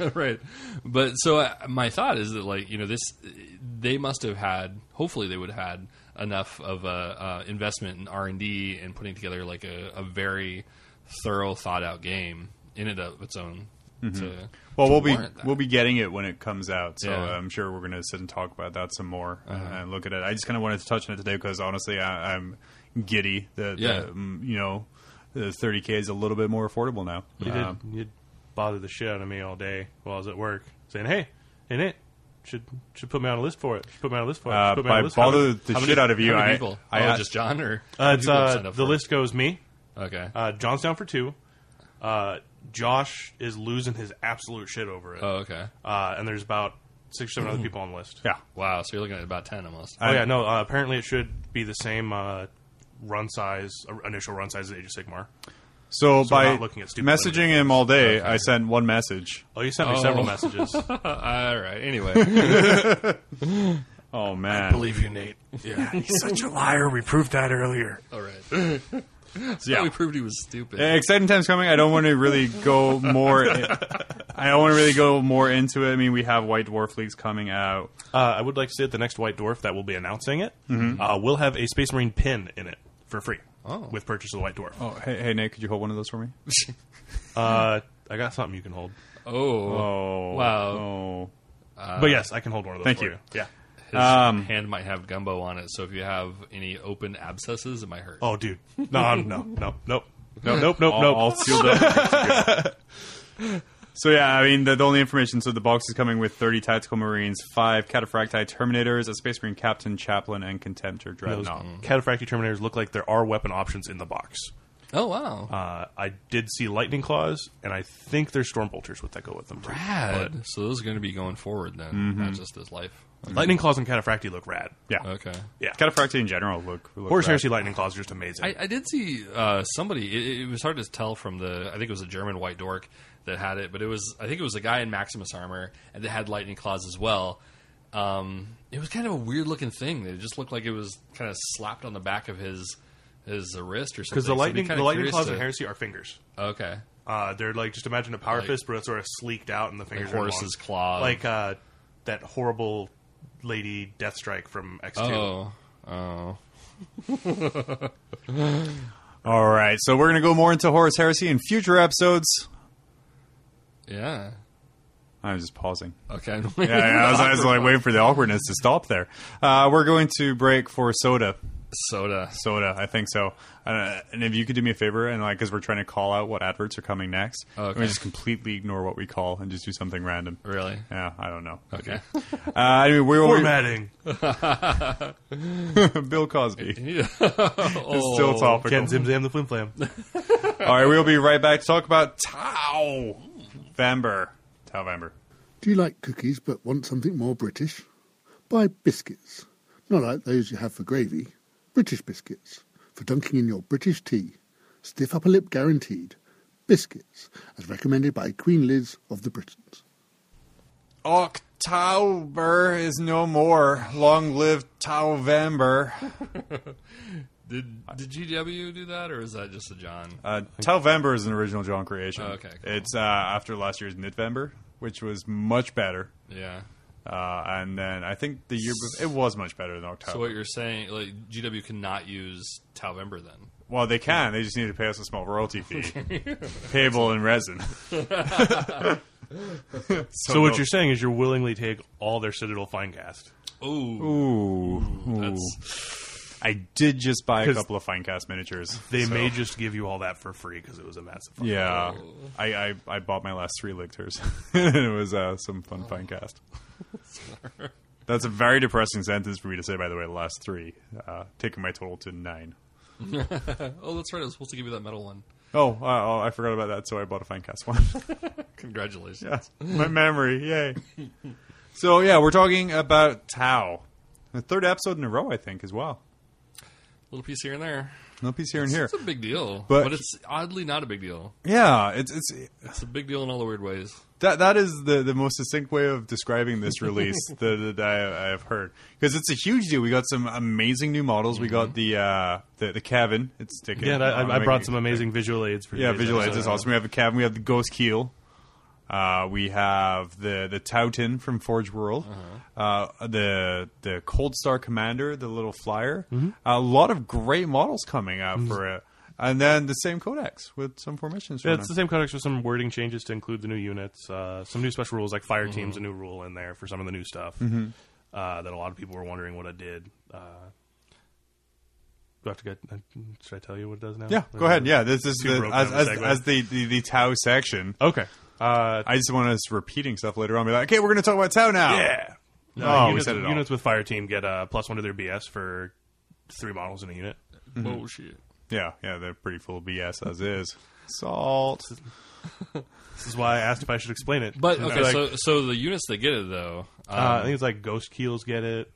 Speaker 2: right? But so I, my thought is that like you know this, they must have had. Hopefully, they would have had enough of a uh, investment in R and D and putting together like a, a very thorough, thought out game in and of its own. to-
Speaker 1: Well,
Speaker 2: to
Speaker 1: we'll be
Speaker 2: warrant that.
Speaker 1: we'll be getting it when it comes out, so
Speaker 2: Yeah. Uh-huh.
Speaker 1: I'm sure we're going to sit and talk about that some more and, and look at it. I just kind of wanted to touch on it today because honestly, I, I'm giddy that
Speaker 2: Yeah.
Speaker 1: that, mm, you know the 30k is a little bit more affordable now.
Speaker 3: You
Speaker 1: Uh,
Speaker 3: did. You bothered the shit out of me all day while I was at work, saying, "Hey, in it should should put me on a list for it. Should put me on a list for it. Should
Speaker 1: uh,
Speaker 3: put me
Speaker 1: by
Speaker 3: on a list for it."
Speaker 1: bother the
Speaker 2: How many-
Speaker 1: shit out of you,
Speaker 2: how many
Speaker 1: I,
Speaker 2: people?
Speaker 1: I,
Speaker 2: oh,
Speaker 1: I-
Speaker 2: just John or
Speaker 3: Uh, it's,
Speaker 2: how many people have
Speaker 3: uh,
Speaker 2: signed up for
Speaker 3: the
Speaker 2: it?
Speaker 3: list goes me.
Speaker 2: Okay.
Speaker 3: Uh, John's down for two. Uh, Josh is losing his absolute shit over it.
Speaker 2: oh, okay.
Speaker 3: Uh, and there's about six, seven other people on the list.
Speaker 1: Mm-hmm. yeah.
Speaker 2: Wow. So you're looking at about ten almost.
Speaker 3: Oh yeah, no. Uh, apparently, it should be the same uh, run size, uh, initial run size as Age of Sigmar.
Speaker 1: So,
Speaker 3: So we're
Speaker 1: by
Speaker 3: not looking at stupid
Speaker 1: messaging him all day, I sent one message.
Speaker 3: Oh, you sent me
Speaker 2: Oh.
Speaker 3: several messages.
Speaker 2: All right. Anyway,
Speaker 1: Oh man,
Speaker 2: believe you, Nate. Yeah.
Speaker 7: He's such a liar. We proved that earlier.
Speaker 2: All right.
Speaker 1: yeah.
Speaker 2: We proved he was stupid.
Speaker 1: Uh, exciting times coming. I don't want to really go more. I don't want to really go more into it. I mean, we have White Dwarf leagues coming out.
Speaker 3: uh, I would like to say that the next White Dwarf that will be announcing it
Speaker 2: Mm-hmm.
Speaker 3: uh, will have a Space Marine pin in it for free with purchase of the White Dwarf.
Speaker 1: Oh, hey, hey, Nate, could you hold one of those for me?
Speaker 3: Uh, I got something you can hold,
Speaker 2: Oh,
Speaker 1: Oh,
Speaker 2: Wow.
Speaker 1: Oh.
Speaker 2: Uh,
Speaker 3: but yes, I can hold one of those.
Speaker 1: thank
Speaker 3: for
Speaker 1: you.
Speaker 3: Yeah.
Speaker 2: his
Speaker 1: um,
Speaker 2: hand might have gumbo on it. So if you have any open abscesses, it might hurt.
Speaker 3: Oh, dude. No, I'm- no, no, nope, nope, nope, nope,
Speaker 1: All-
Speaker 3: nope.
Speaker 1: all sealed up. So yeah, I mean the, the only information. So the box is coming with thirty tactical marines, five cataphracti terminators, a space marine captain, chaplain, and contemptor
Speaker 3: Those
Speaker 1: dreadnought.
Speaker 3: cataphractic terminators look like there are weapon options in the box.
Speaker 2: Oh, wow.
Speaker 3: Uh, I did see lightning claws, and I think there's storm bolters with that go with them. Too.
Speaker 2: Rad. So those are going to be going forward then, not just this life.
Speaker 3: But lightning claws and cataphracti look rad.
Speaker 1: Yeah,
Speaker 2: Okay.
Speaker 3: Yeah,
Speaker 1: cataphracti in general look. look
Speaker 3: Horus
Speaker 1: rad.
Speaker 3: Heresy lightning claws are just amazing.
Speaker 2: I, I did see uh, somebody. It, it was hard to tell from the. I think it was a German white dork that had it, but it was. I think it was a guy in Maximus armor and that had lightning claws as well. Um, it was kind of a weird looking thing. It just looked like it was kind of slapped on the back of his his uh, wrist or something.
Speaker 3: Because the
Speaker 2: So I'd be
Speaker 3: lightning,
Speaker 2: kind
Speaker 3: the
Speaker 2: of
Speaker 3: lightning
Speaker 2: curious
Speaker 3: claws
Speaker 2: to-
Speaker 3: in Heresy are fingers.
Speaker 2: Okay.
Speaker 3: Uh, they're like just imagine a power
Speaker 2: Like-
Speaker 3: fist, but it's sort of sleeked out, and the fingers are
Speaker 2: Horus's
Speaker 3: long.
Speaker 2: claw.
Speaker 3: like uh, that horrible lady Deathstrike from X Two.
Speaker 2: Oh. Oh.
Speaker 1: All right, so we're gonna go more into Horus Heresy in future episodes.
Speaker 2: Yeah.
Speaker 1: I'm just pausing.
Speaker 2: Okay.
Speaker 1: Yeah, yeah, I was, I was like waiting for the awkwardness to stop there. Uh, we're going to break for soda.
Speaker 2: Soda.
Speaker 1: soda. I think so. Uh, and if you could do me a favor, and like, because we're trying to call out what adverts are coming next,
Speaker 2: Oh, okay.
Speaker 1: we just completely ignore what we call and just do something random.
Speaker 2: Really?
Speaker 1: Yeah, I don't know.
Speaker 2: Okay.
Speaker 1: Uh, anyway, we were
Speaker 3: Formatting.
Speaker 1: Bill Cosby.
Speaker 2: oh.
Speaker 1: Still topical.
Speaker 3: Ken Zim Zam the Flim Flam.
Speaker 1: All right, we'll be right back to talk about Tau Vamber. Tau Vamber.
Speaker 8: Do you like cookies but want something more British? Buy biscuits. Not like those you have for gravy. British biscuits. For dunking in your British tea. Stiff upper lip guaranteed. Biscuits. As recommended by Queen Liz of the Britons.
Speaker 1: October is no more. Long live Tau Vamber.
Speaker 2: Did did GW do that or is that just a John?
Speaker 1: Uh, Telvember is an original John creation.
Speaker 2: Oh, okay, cool.
Speaker 1: It's uh, after last year's Nitvember, which was much better.
Speaker 2: Yeah.
Speaker 1: Uh, and then I think the year before, it was much better than October.
Speaker 2: So what you're saying, like GW cannot use Talvember then?
Speaker 1: well, they can. They just need to pay us a small royalty fee, payable in resin.
Speaker 3: So what you're saying is you're willingly take all their Citadel Finecast.
Speaker 2: Oh,
Speaker 1: Ooh,
Speaker 2: that's
Speaker 1: I did just buy a
Speaker 3: 'Cause-
Speaker 1: couple of Finecast miniatures.
Speaker 3: They
Speaker 1: so-
Speaker 3: may just give you all that for free because it was a massive. fucking
Speaker 1: Yeah,
Speaker 2: Oh.
Speaker 1: I, I I bought my last three lictors. it was uh, some fun
Speaker 2: Oh.
Speaker 1: Finecast. That's a very depressing sentence for me to say. By the way, the last three, uh, taking my total to nine.
Speaker 2: oh, that's right. I was supposed to give you that metal one.
Speaker 1: Oh, uh, oh, I forgot about that, so I bought a Finecast one.
Speaker 2: Congratulations.
Speaker 1: Yes, my memory, yay. so yeah, we're talking about Tau, the third episode in a row, I think, as well.
Speaker 2: Little piece here and there.
Speaker 1: No piece here and here.
Speaker 2: It's a big deal,
Speaker 1: But-
Speaker 2: but, it's oddly not a big deal.
Speaker 1: Yeah, it's it's
Speaker 2: It's a big deal in all the weird ways.
Speaker 1: that that is the, the most succinct way of describing this release that, that I, I've heard because it's a huge deal. We got some amazing new models. We got the uh, the the cabin. It's sticking.
Speaker 3: Yeah, and I,
Speaker 1: I'm
Speaker 3: I- I brought
Speaker 1: making-
Speaker 3: some amazing visual aids for
Speaker 1: Yeah,
Speaker 3: today's
Speaker 1: visual aids
Speaker 3: episode.
Speaker 1: is awesome. We have the cabin. We have the ghost keel. Uh, we have the the Tautin from Forge World, uh
Speaker 3: Uh-huh.
Speaker 1: the the Cold Star Commander, the little flyer.
Speaker 3: Mm-hmm.
Speaker 1: A lot of great models coming out for it, and then the same codex with some formations.
Speaker 3: Yeah,
Speaker 1: thrown
Speaker 3: it's
Speaker 1: in.
Speaker 3: the same codex with some wording changes to include the new units, uh, some new special rules like fire teams,
Speaker 1: Mm-hmm.
Speaker 3: a new rule in there for some of the new stuff uh, that a lot of people were wondering what it did. Uh, do I have to get? Uh, should I tell you what it does now?
Speaker 1: Yeah, go ahead. Yeah, this is
Speaker 3: Too
Speaker 1: the,
Speaker 3: broke
Speaker 1: as,
Speaker 3: down
Speaker 1: as,
Speaker 3: of a segue.
Speaker 1: as the, the, the Tau section.
Speaker 3: Okay. Uh,
Speaker 1: I just want us repeating stuff later on. Be like, okay, we're going to talk about Tau now.
Speaker 3: yeah.
Speaker 1: Oh. No,
Speaker 3: Uh,
Speaker 1: we
Speaker 3: units,
Speaker 1: said it all.
Speaker 3: units with fire team get uh, plus one to their BS for three models in a unit.
Speaker 2: Whoa, shit.
Speaker 1: yeah, yeah, they're pretty full of BS as is. Salt.
Speaker 3: This is why I asked if I should explain it.
Speaker 2: But
Speaker 3: It's
Speaker 2: okay,
Speaker 3: like,
Speaker 2: so so the units that get it though,
Speaker 3: uh, I
Speaker 2: uh,
Speaker 3: think it's like ghost keels get it,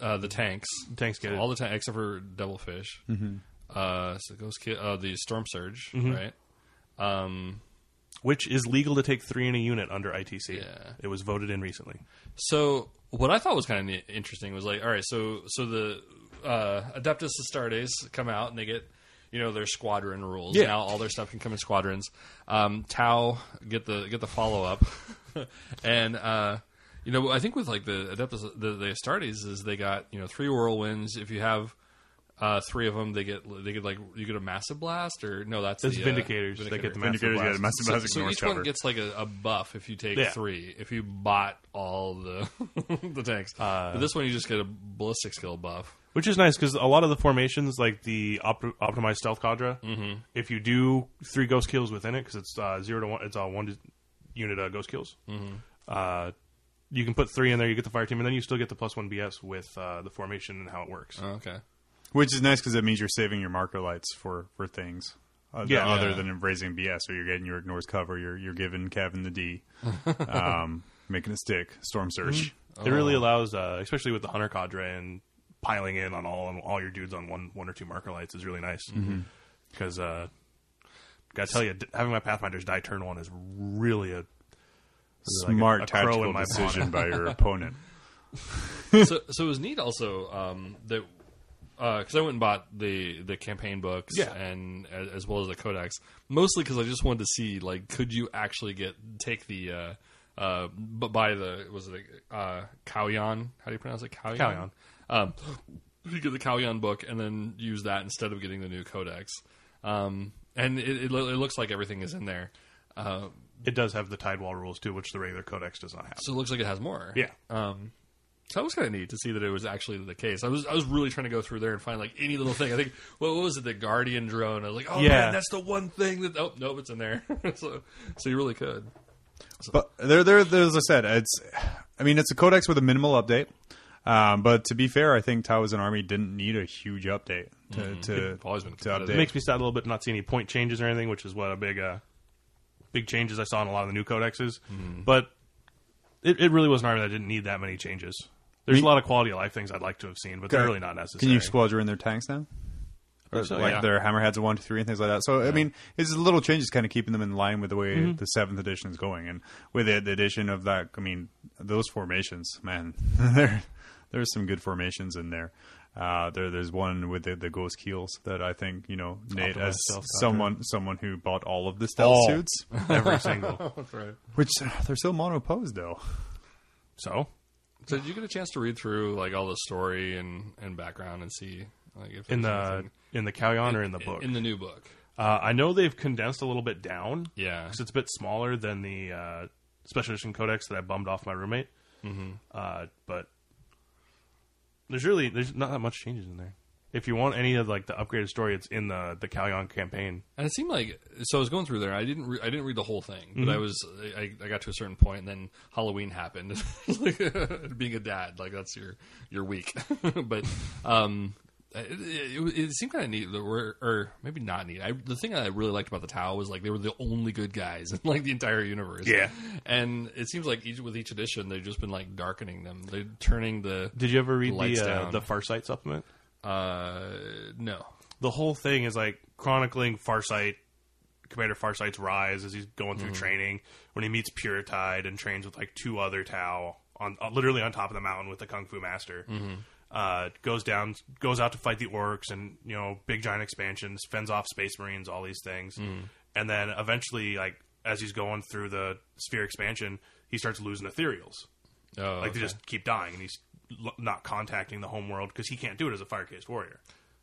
Speaker 2: uh, the tanks,
Speaker 3: tanks get it.
Speaker 2: all the tanks except for Devil Fish. Uh, so those ki- uh, the Storm Surge, right? Um,
Speaker 3: which is legal to take three in a unit under ITC.
Speaker 2: Yeah.
Speaker 3: It was voted in recently.
Speaker 2: So what I thought was kind of interesting was like, all right, so so the uh, Adeptus Astartes come out and they get you know their squadron rules.
Speaker 3: Yeah.
Speaker 2: Now all their stuff can come in squadrons. Um, Tau get the get the follow up, and uh, you know I think with like the Adeptus the, the Astartes is they got you know three whirlwinds. If you have uh, three of them, they get they get like you get a massive blast or no that's
Speaker 3: That's
Speaker 2: the, uh,
Speaker 3: Vindicators. They get
Speaker 2: Vindicator.
Speaker 3: the massive
Speaker 1: Indicators, yeah,
Speaker 3: blast.
Speaker 1: the massive,
Speaker 2: So,
Speaker 1: massive
Speaker 2: so
Speaker 1: North
Speaker 2: each
Speaker 1: cover.
Speaker 2: one gets like a, a buff if you take
Speaker 3: Yeah.
Speaker 2: three. If you bought all the the tanks, but this one you just get a ballistic skill buff.
Speaker 3: Which is nice because a lot of the formations, like the op- optimized stealth cadre, mm-hmm. if you do three ghost kills within it, because it's uh, zero to one, it's uh, one to unit uh, ghost kills. Mm-hmm. Uh, you can put three in there, you get the fire team, and then you still get the plus one BS with uh, the formation and how it works.
Speaker 1: Uh,
Speaker 2: Okay,
Speaker 1: Which is nice because it means you're saving your marker lights for, for things. Other,
Speaker 3: Yeah.
Speaker 1: other
Speaker 2: Yeah.
Speaker 1: than raising BS, so you're getting your ignores cover, you're you're giving Kevin the D, um, making it stick. Storm
Speaker 3: Mm-hmm.
Speaker 1: surge.
Speaker 3: It
Speaker 1: oh.
Speaker 3: really allows, uh, especially with the hunter cadre and piling in on all on all your dudes on one one or two marker lights is really nice.
Speaker 1: Mm-hmm.
Speaker 3: Because uh, gotta tell you, d- having my pathfinders die turn one is really a like a-
Speaker 1: Smart
Speaker 3: a crow
Speaker 1: tactical
Speaker 3: in my bonnet.
Speaker 1: decision by your opponent.
Speaker 2: so so it was neat also um, that because I went and bought the the campaign books
Speaker 3: Yeah.
Speaker 2: and as, as well as the codex mostly because I just wanted to see like could you actually get take the uh, uh, b- buy the was it uh, Kaoyan how do you pronounce it Kaoyan
Speaker 3: Kaoyan.
Speaker 2: um, you get the Kaoyan book and then use that instead of getting the new codex um, and it, it, lo- it looks like everything is in there uh,
Speaker 3: It does have the Tidewall rules too, which the regular codex does not have.
Speaker 2: so it looks like it has more
Speaker 3: yeah,
Speaker 1: Um,
Speaker 2: So that was kind of neat to see that it was actually the case. I was I was really trying to go through there and find like any little thing. I think what, what was it, the Guardian drone? I was like, oh
Speaker 3: Yeah.
Speaker 2: man, that's the one thing that oh nope, it's in there. so so you really could.
Speaker 1: But there, there, there, as I said, it's. I mean, it's a codex with a minimal update. Um, but to be fair, I think Tau as an army didn't need a huge update to
Speaker 3: Mm-hmm.
Speaker 1: to,
Speaker 2: It's always been
Speaker 1: to
Speaker 2: competitive.
Speaker 1: update.
Speaker 3: it makes me sad a little bit to not see any point changes or anything, which is what a big uh, big changes I saw in a lot of the new codexes.
Speaker 2: Mm-hmm.
Speaker 3: But it, it really was an army that didn't need that many changes. There's a lot of quality of life things I'd like to have seen, but they're really not necessary.
Speaker 1: Can you squadron their tanks now? Or
Speaker 3: so,
Speaker 1: like
Speaker 3: yeah.
Speaker 1: their hammerheads of one, two, three, and things like that. So I mean, it's just little changes, kind of keeping them in line with the way
Speaker 3: Mm-hmm.
Speaker 1: the seventh edition is going, and with it, the addition of that, I mean, those formations, man, there, there's some good formations in there. Uh, there, there's one with the, the ghost keels that I think you know, Nate,
Speaker 3: Optimized
Speaker 1: as
Speaker 3: stealth doctor.
Speaker 1: someone someone who bought all of the stealth
Speaker 3: All.
Speaker 1: suits,
Speaker 3: Every single.
Speaker 2: That's right.
Speaker 1: which they're still monoposed though.
Speaker 3: So
Speaker 2: So did you get a chance to read through like all the story and, and background and see like if
Speaker 3: in
Speaker 2: there's
Speaker 3: the
Speaker 2: anything-
Speaker 3: in the Kalyan or in the
Speaker 2: in-
Speaker 3: book,
Speaker 2: in the new book?
Speaker 3: uh, I know they've condensed a little bit down.
Speaker 2: Yeah.
Speaker 3: because it's a bit smaller than the uh, special edition codex that I bummed off my roommate. Mm-hmm. Uh, but There's really there's not that much changes in there. If you want any of like the upgraded story, it's in the the Calyon campaign.
Speaker 2: And it seemed like so. I was going through there. I didn't. Re- I didn't read the whole thing, but
Speaker 3: Mhm.
Speaker 2: I was. I, I got to a certain point, and then Halloween happened. Like, Being a dad, like that's your your week. but um, it, it, it seemed kind of neat, that we're- or maybe not neat. I, the thing that I really liked about the Tau was like they were the only good guys in like the entire universe.
Speaker 3: Yeah.
Speaker 2: And it seems like each with each edition, they've just been like darkening them. They're turning the.
Speaker 3: Did you ever read
Speaker 2: Lights
Speaker 3: the uh,
Speaker 2: down.
Speaker 3: the Farsight supplement?
Speaker 2: Uh, no.
Speaker 3: the whole thing is like chronicling Farsight, Commander Farsight's rise as he's going through training when he meets Puritide and trains with like two other Tao on uh, literally on top of the mountain with the Kung Fu Master. Uh, goes down, goes out to fight the orcs and you know big giant expansions, fends off Space Marines, all these things, and then eventually like as he's going through the sphere expansion, he starts losing ethereals.
Speaker 2: Oh, okay.
Speaker 3: Like they just keep dying, and he's l- not contacting the home world because he can't do it as a fire cast warrior.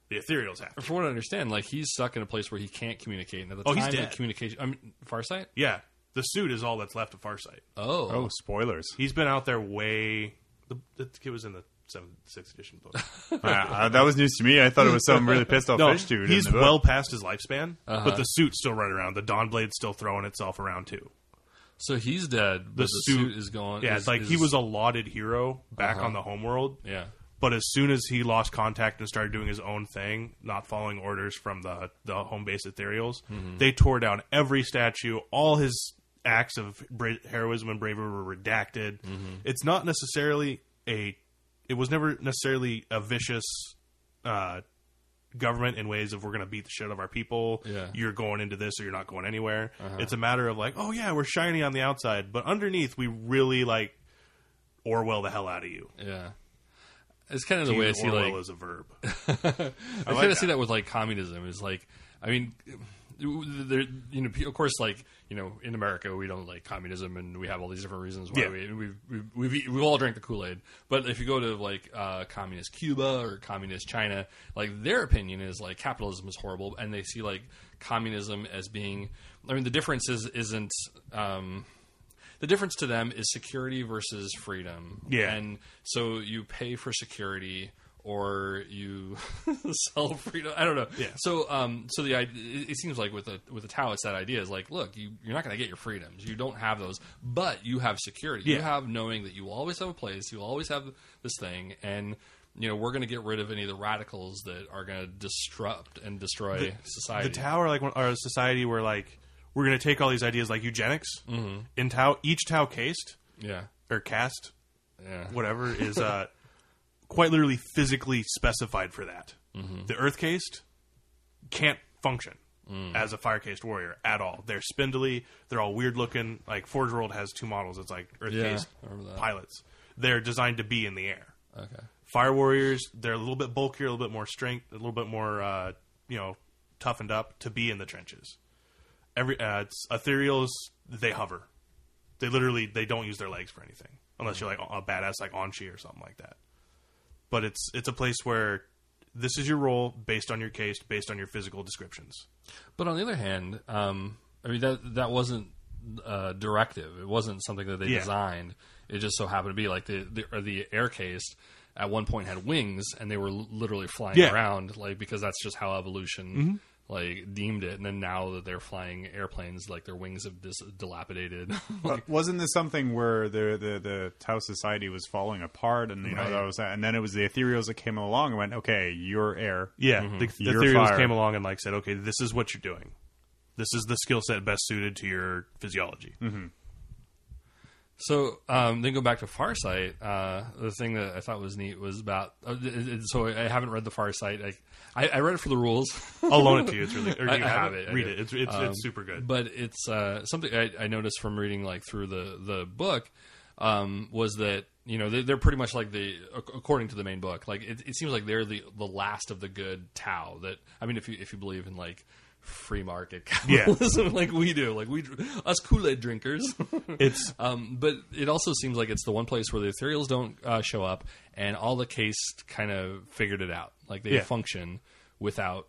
Speaker 3: The ethereals have. to.
Speaker 2: from what I understand, like he's stuck in a place where he can't communicate. And at the
Speaker 3: Oh,
Speaker 2: time,
Speaker 3: he's
Speaker 2: the
Speaker 3: dead.
Speaker 2: communication. I mean, Farsight.
Speaker 3: Yeah, the suit is all that's left of Farsight.
Speaker 2: Oh,
Speaker 1: Oh, spoilers.
Speaker 3: He's been out there way. The, the kid was in the seventh, sixth edition book.
Speaker 1: Uh, that was news to me. I thought it was some really pissed off
Speaker 3: no,
Speaker 1: fish dude. in
Speaker 3: he's
Speaker 1: the book. Uh-huh.
Speaker 3: well past his lifespan, but the suit's still running around. The Dawnblade's still throwing itself around too.
Speaker 2: so he's dead. But the,
Speaker 3: The,
Speaker 2: suit, is gone.
Speaker 3: Yeah,
Speaker 2: is-
Speaker 3: it's like
Speaker 2: is-
Speaker 3: he
Speaker 2: Uh-huh.
Speaker 3: was a lauded hero back on the homeworld.
Speaker 2: Yeah.
Speaker 3: But as soon as he lost contact and started doing his own thing, not following orders from the the home base ethereals,
Speaker 2: Mm-hmm.
Speaker 3: they tore down every statue. All his acts of bra- heroism and bravery were redacted.
Speaker 2: Mm-hmm.
Speaker 3: It's not necessarily a. It was never necessarily a vicious. Uh, government in ways of we're going to beat the shit out of our people.
Speaker 2: Yeah. Uh-huh.
Speaker 3: You're going into this or you're not going anywhere. It's a matter of like, oh yeah, we're shiny on the outside, but underneath we really like Orwell the hell out of you.
Speaker 2: Yeah, it's kind of the way I
Speaker 3: Use
Speaker 2: see
Speaker 3: Orwell
Speaker 2: like
Speaker 3: as a verb.
Speaker 2: I,
Speaker 3: like
Speaker 2: kind of see
Speaker 3: that.
Speaker 2: that with like communism. Is like, I mean, there, you know, of course, like you know, in America, we don't like communism, and we have all these different reasons why
Speaker 3: Yeah.
Speaker 2: we we've, we've we've eat- we've all drank the Kool Aid. But if you go to like uh, communist Cuba or communist China, like their opinion is like capitalism is horrible, and they see like communism as being. I mean, the difference is isn't. Um, the difference to them is security versus freedom.
Speaker 3: Yeah.
Speaker 2: And so you pay for security or you sell freedom. I don't know.
Speaker 3: Yeah.
Speaker 2: So um so the idea it it seems like with the with the Tao it's that idea is like look, you you're not going to get your freedoms. You don't have those, but you have security. You
Speaker 3: Yeah.
Speaker 2: have knowing that you will always have a place, you will always have this thing and you know, we're going to get rid of any of the radicals that are going to disrupt and destroy society.
Speaker 3: The Tao are like one- are a society where like we're going to take all these ideas like eugenics
Speaker 2: Mm-hmm.
Speaker 3: in Tao. Each Tao caste
Speaker 2: yeah.
Speaker 3: or caste,
Speaker 2: Yeah.
Speaker 3: whatever, is uh, quite literally physically specified for that.
Speaker 2: Mm-hmm.
Speaker 3: The Earth caste can't function
Speaker 2: Mm.
Speaker 3: as a fire caste warrior at all. They're spindly. They're all weird looking. Like Forge World has two models. It's like Earth
Speaker 2: Yeah,
Speaker 3: caste
Speaker 2: I remember that.
Speaker 3: pilots. They're designed to be in the air.
Speaker 2: Okay.
Speaker 3: Fire Warriors, they're a little bit bulkier, a little bit more strength, a little bit more, uh, you know, toughened up to be in the trenches. Every uh, it's Ethereals, they hover. They literally they don't use their legs for anything unless you're like a badass like Onchi or something like that. But it's it's a place where this is your role based on your case, based on your physical descriptions.
Speaker 2: But on the other hand, um, I mean that that wasn't uh, directive. It wasn't something that they
Speaker 3: Yeah.
Speaker 2: designed. It just so happened to be like the the, or the air case at one point had wings and they were l- literally flying
Speaker 3: Yeah. Mm-hmm.
Speaker 2: around like because that's just how evolution like deemed it. And then now that they're flying airplanes, like their wings have dis- dilapidated.
Speaker 1: But wasn't this something where the the, the Tau society was falling apart, and you know that was that, and then it was the Ethereals that came along and went, okay, you're air.
Speaker 3: Yeah, the, the
Speaker 1: You're
Speaker 3: Ethereals
Speaker 1: fire.
Speaker 3: came along and like said, okay, this is what you're doing. This is the skill set best suited to your physiology.
Speaker 2: So um, then go back to Farsight. Uh, the thing that I thought was neat was about. Uh, th- th- so I haven't read the Farsight. I, I, I read it for the rules.
Speaker 3: I'll loan it to you. It's really. Or do
Speaker 2: I-
Speaker 3: you
Speaker 2: I
Speaker 3: have,
Speaker 2: have
Speaker 3: it.
Speaker 2: it, I
Speaker 3: Read
Speaker 2: do.
Speaker 3: it. It's it's,
Speaker 2: Um,
Speaker 3: it's super good.
Speaker 2: But it's uh, something I, I noticed from reading like through the the book um, was that you know they, they're pretty much like the ac- according to the main book like it, it seems like they're the the last of the good Tao that I mean if you if you believe in like free market
Speaker 3: Yeah.
Speaker 2: capitalism like we do like we dr- us Kool Aid drinkers
Speaker 3: it's
Speaker 2: Um, but it also seems like it's the one place where the ethereals don't uh, show up, and all the case kind of figured it out. Like they
Speaker 3: Yeah.
Speaker 2: function without,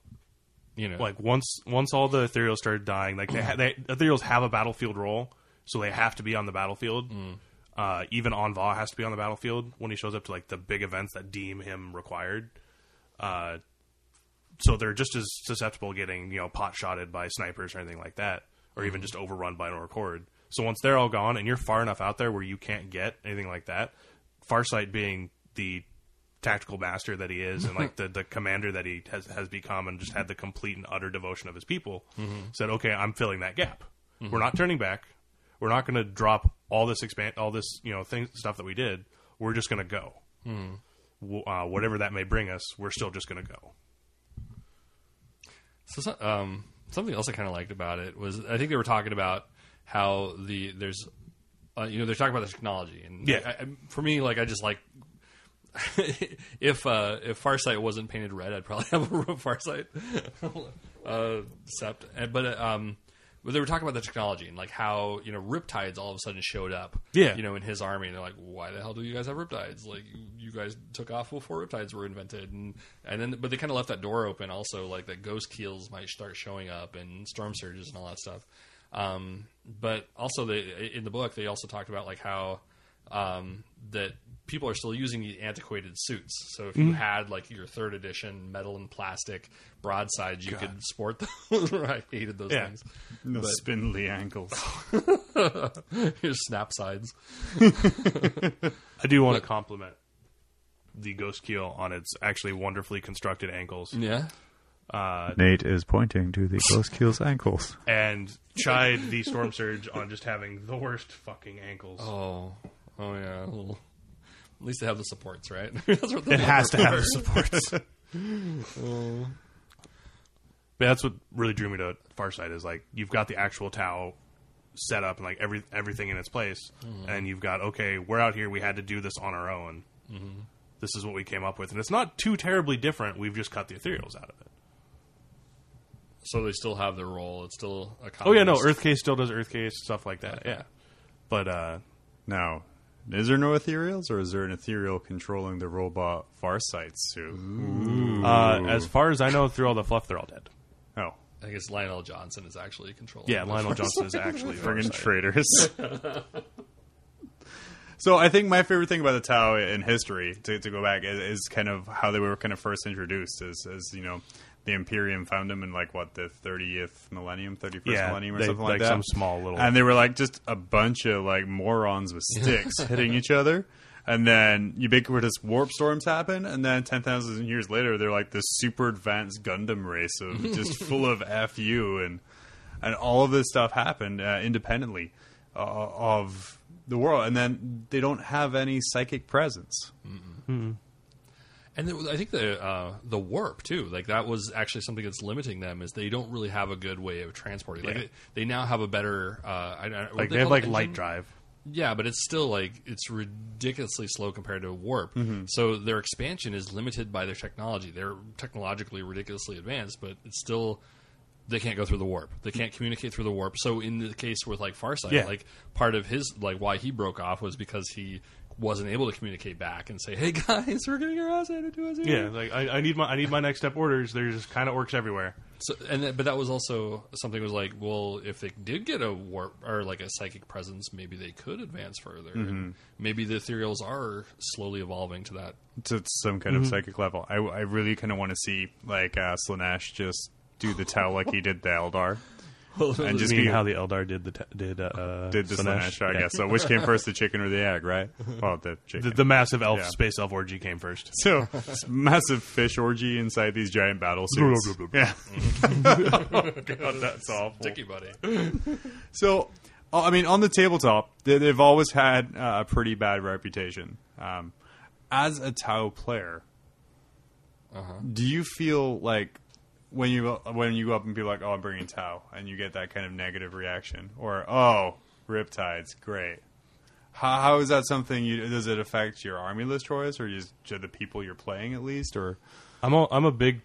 Speaker 2: you know,
Speaker 3: like once once all the ethereals started dying, like they, ha- they ethereals have a battlefield role, so they have to be on the battlefield. Uh, even Anva has to be on the battlefield when he shows up to like the big events that deem him required. Uh, so they're just as susceptible getting you know pot shotted by snipers or anything like that, or even just overrun by an Orcord. So once they're all gone and you're far enough out there where you can't get anything like that, Farsight being the tactical master that he is and like the, the commander that he has, has become and just had the complete and utter devotion of his people said okay i'm filling that gap we're not turning back we're not going to drop all this expand all this you know things stuff that we did we're just going to go W- uh, whatever that may bring us we're still just going to go
Speaker 2: So so- um, something else I kind of liked about it was I think they were talking about how the there's uh, you know they're talking about the technology and
Speaker 3: Yeah.
Speaker 2: I, I, for me like I just like if uh, if Farsight wasn't painted red I'd probably have a real Farsight uh, sept And- but uh, um but they were talking about the technology and like how you know Riptides all of a sudden showed up
Speaker 3: Yeah.
Speaker 2: you know in his army and they're like why the hell do you guys have Riptides like you, you guys took off before Riptides were invented and and then but they kind of left that door open also like that ghost keels might start showing up and storm surges and all that stuff um, but also they in the book they also talked about like how um, that people are still using the antiquated suits. So if you had like your third edition metal and plastic broadsides, you could sport those. I hated those
Speaker 3: Yeah.
Speaker 2: things.
Speaker 1: No spindly ankles.
Speaker 2: your snap sides.
Speaker 3: i do want to compliment the ghost keel on its actually wonderfully constructed ankles
Speaker 2: Yeah.
Speaker 1: Nate is pointing to the ghost keel's ankles.
Speaker 3: and chide the storm surge on just having the worst fucking ankles
Speaker 2: Oh. Oh yeah. Well, at least they have the supports, right? That's what they
Speaker 3: It has to have the supports. But that's what really drew me to Farsight is like you've got the actual Tau set up and like every everything in its place,
Speaker 2: Mm-hmm.
Speaker 3: and you've got okay, we're out here. We had to do this on our own.
Speaker 2: Mm-hmm.
Speaker 3: This is what we came up with, and it's not too terribly different. We've just cut the ethereals out of it.
Speaker 2: so they still have their role. It's still a
Speaker 3: Oh yeah, no,
Speaker 2: communist-
Speaker 3: Earthcase still does Earthcase stuff like that. Yeah, but uh,
Speaker 1: Now, is there no ethereals, or is there an ethereal controlling the robot Farsight suit?
Speaker 3: uh, as far as I know, through all the fluff, they're all dead.
Speaker 1: Oh,
Speaker 2: I guess Lionel Johnson is actually controlling.
Speaker 3: Yeah,
Speaker 2: the
Speaker 3: Lionel
Speaker 2: force.
Speaker 3: Johnson is actually
Speaker 1: friggin'
Speaker 3: Farsight.
Speaker 1: traitors. so I think my favorite thing about the Tau in history, to, to go back, is, is kind of how they were kind of first introduced. Is, is you know, the Imperium found them in like what the 30th millennium, 31st
Speaker 3: Yeah,
Speaker 1: millennium, or
Speaker 3: they-
Speaker 1: something
Speaker 3: like
Speaker 1: like that.
Speaker 3: some small little-
Speaker 1: and they were like just a bunch of like morons with sticks hitting each other. And then ubiquitous warp storms happen, and then ten thousand years later, they're like this super advanced Gundam race of just full of fu and and all of this stuff happened uh, independently uh, of the world, and then they don't have any psychic presence.
Speaker 2: And then I think the uh, the warp too, like that was actually something that's limiting them is they don't really have a good way of transporting. Like
Speaker 3: Yeah.
Speaker 2: they, they now have a better uh, I, I, what
Speaker 3: Like
Speaker 2: do
Speaker 3: they have
Speaker 2: call it?
Speaker 3: like light
Speaker 2: Engine?
Speaker 3: drive.
Speaker 2: Yeah, but it's still like it's ridiculously slow compared to warp. So their expansion is limited by their technology. They're technologically ridiculously advanced, but it's still they can't go through the warp. They can't communicate through the warp. So in the case with like Farsight,
Speaker 3: Yeah.
Speaker 2: like part of his like why he broke off was because he wasn't able to communicate back and say, "Hey guys, we're getting our ass handed to us." here."
Speaker 3: Yeah, like I, I need my I need my next step orders. There's kind of orcs everywhere.
Speaker 2: So, and that, but that was also something that was like, well, if they did get a warp or like a psychic presence, maybe they could advance further. And maybe the ethereals are slowly evolving to that.
Speaker 1: to some kind of psychic level. I, I really kind of want to see like uh, Slanesh just do the towel like he did the Eldar. and just be,
Speaker 3: mean how the Eldar did the t- did uh, uh,
Speaker 1: did the Slanesh, I
Speaker 3: Yeah.
Speaker 1: guess. So which came first, the chicken or the egg? Right? Well, the
Speaker 3: The,
Speaker 1: chicken.
Speaker 3: the massive elf
Speaker 1: Yeah.
Speaker 3: space elf orgy came first.
Speaker 1: so this massive fish orgy inside these giant battle suits. yeah. Oh,
Speaker 3: That's awful.
Speaker 2: Sticky buddy.
Speaker 1: So, uh, I mean, on the tabletop, they, they've always had uh, a pretty bad reputation. Um, as a Tau player, do you feel like when you when you go up and be like, "Oh, I'm bringing Tau," and you get that kind of negative reaction, or "Oh, Riptides, great." How, how is that something? You, does it affect your army list choice, or just to the people you're playing at least, or
Speaker 3: I'm a, I'm a big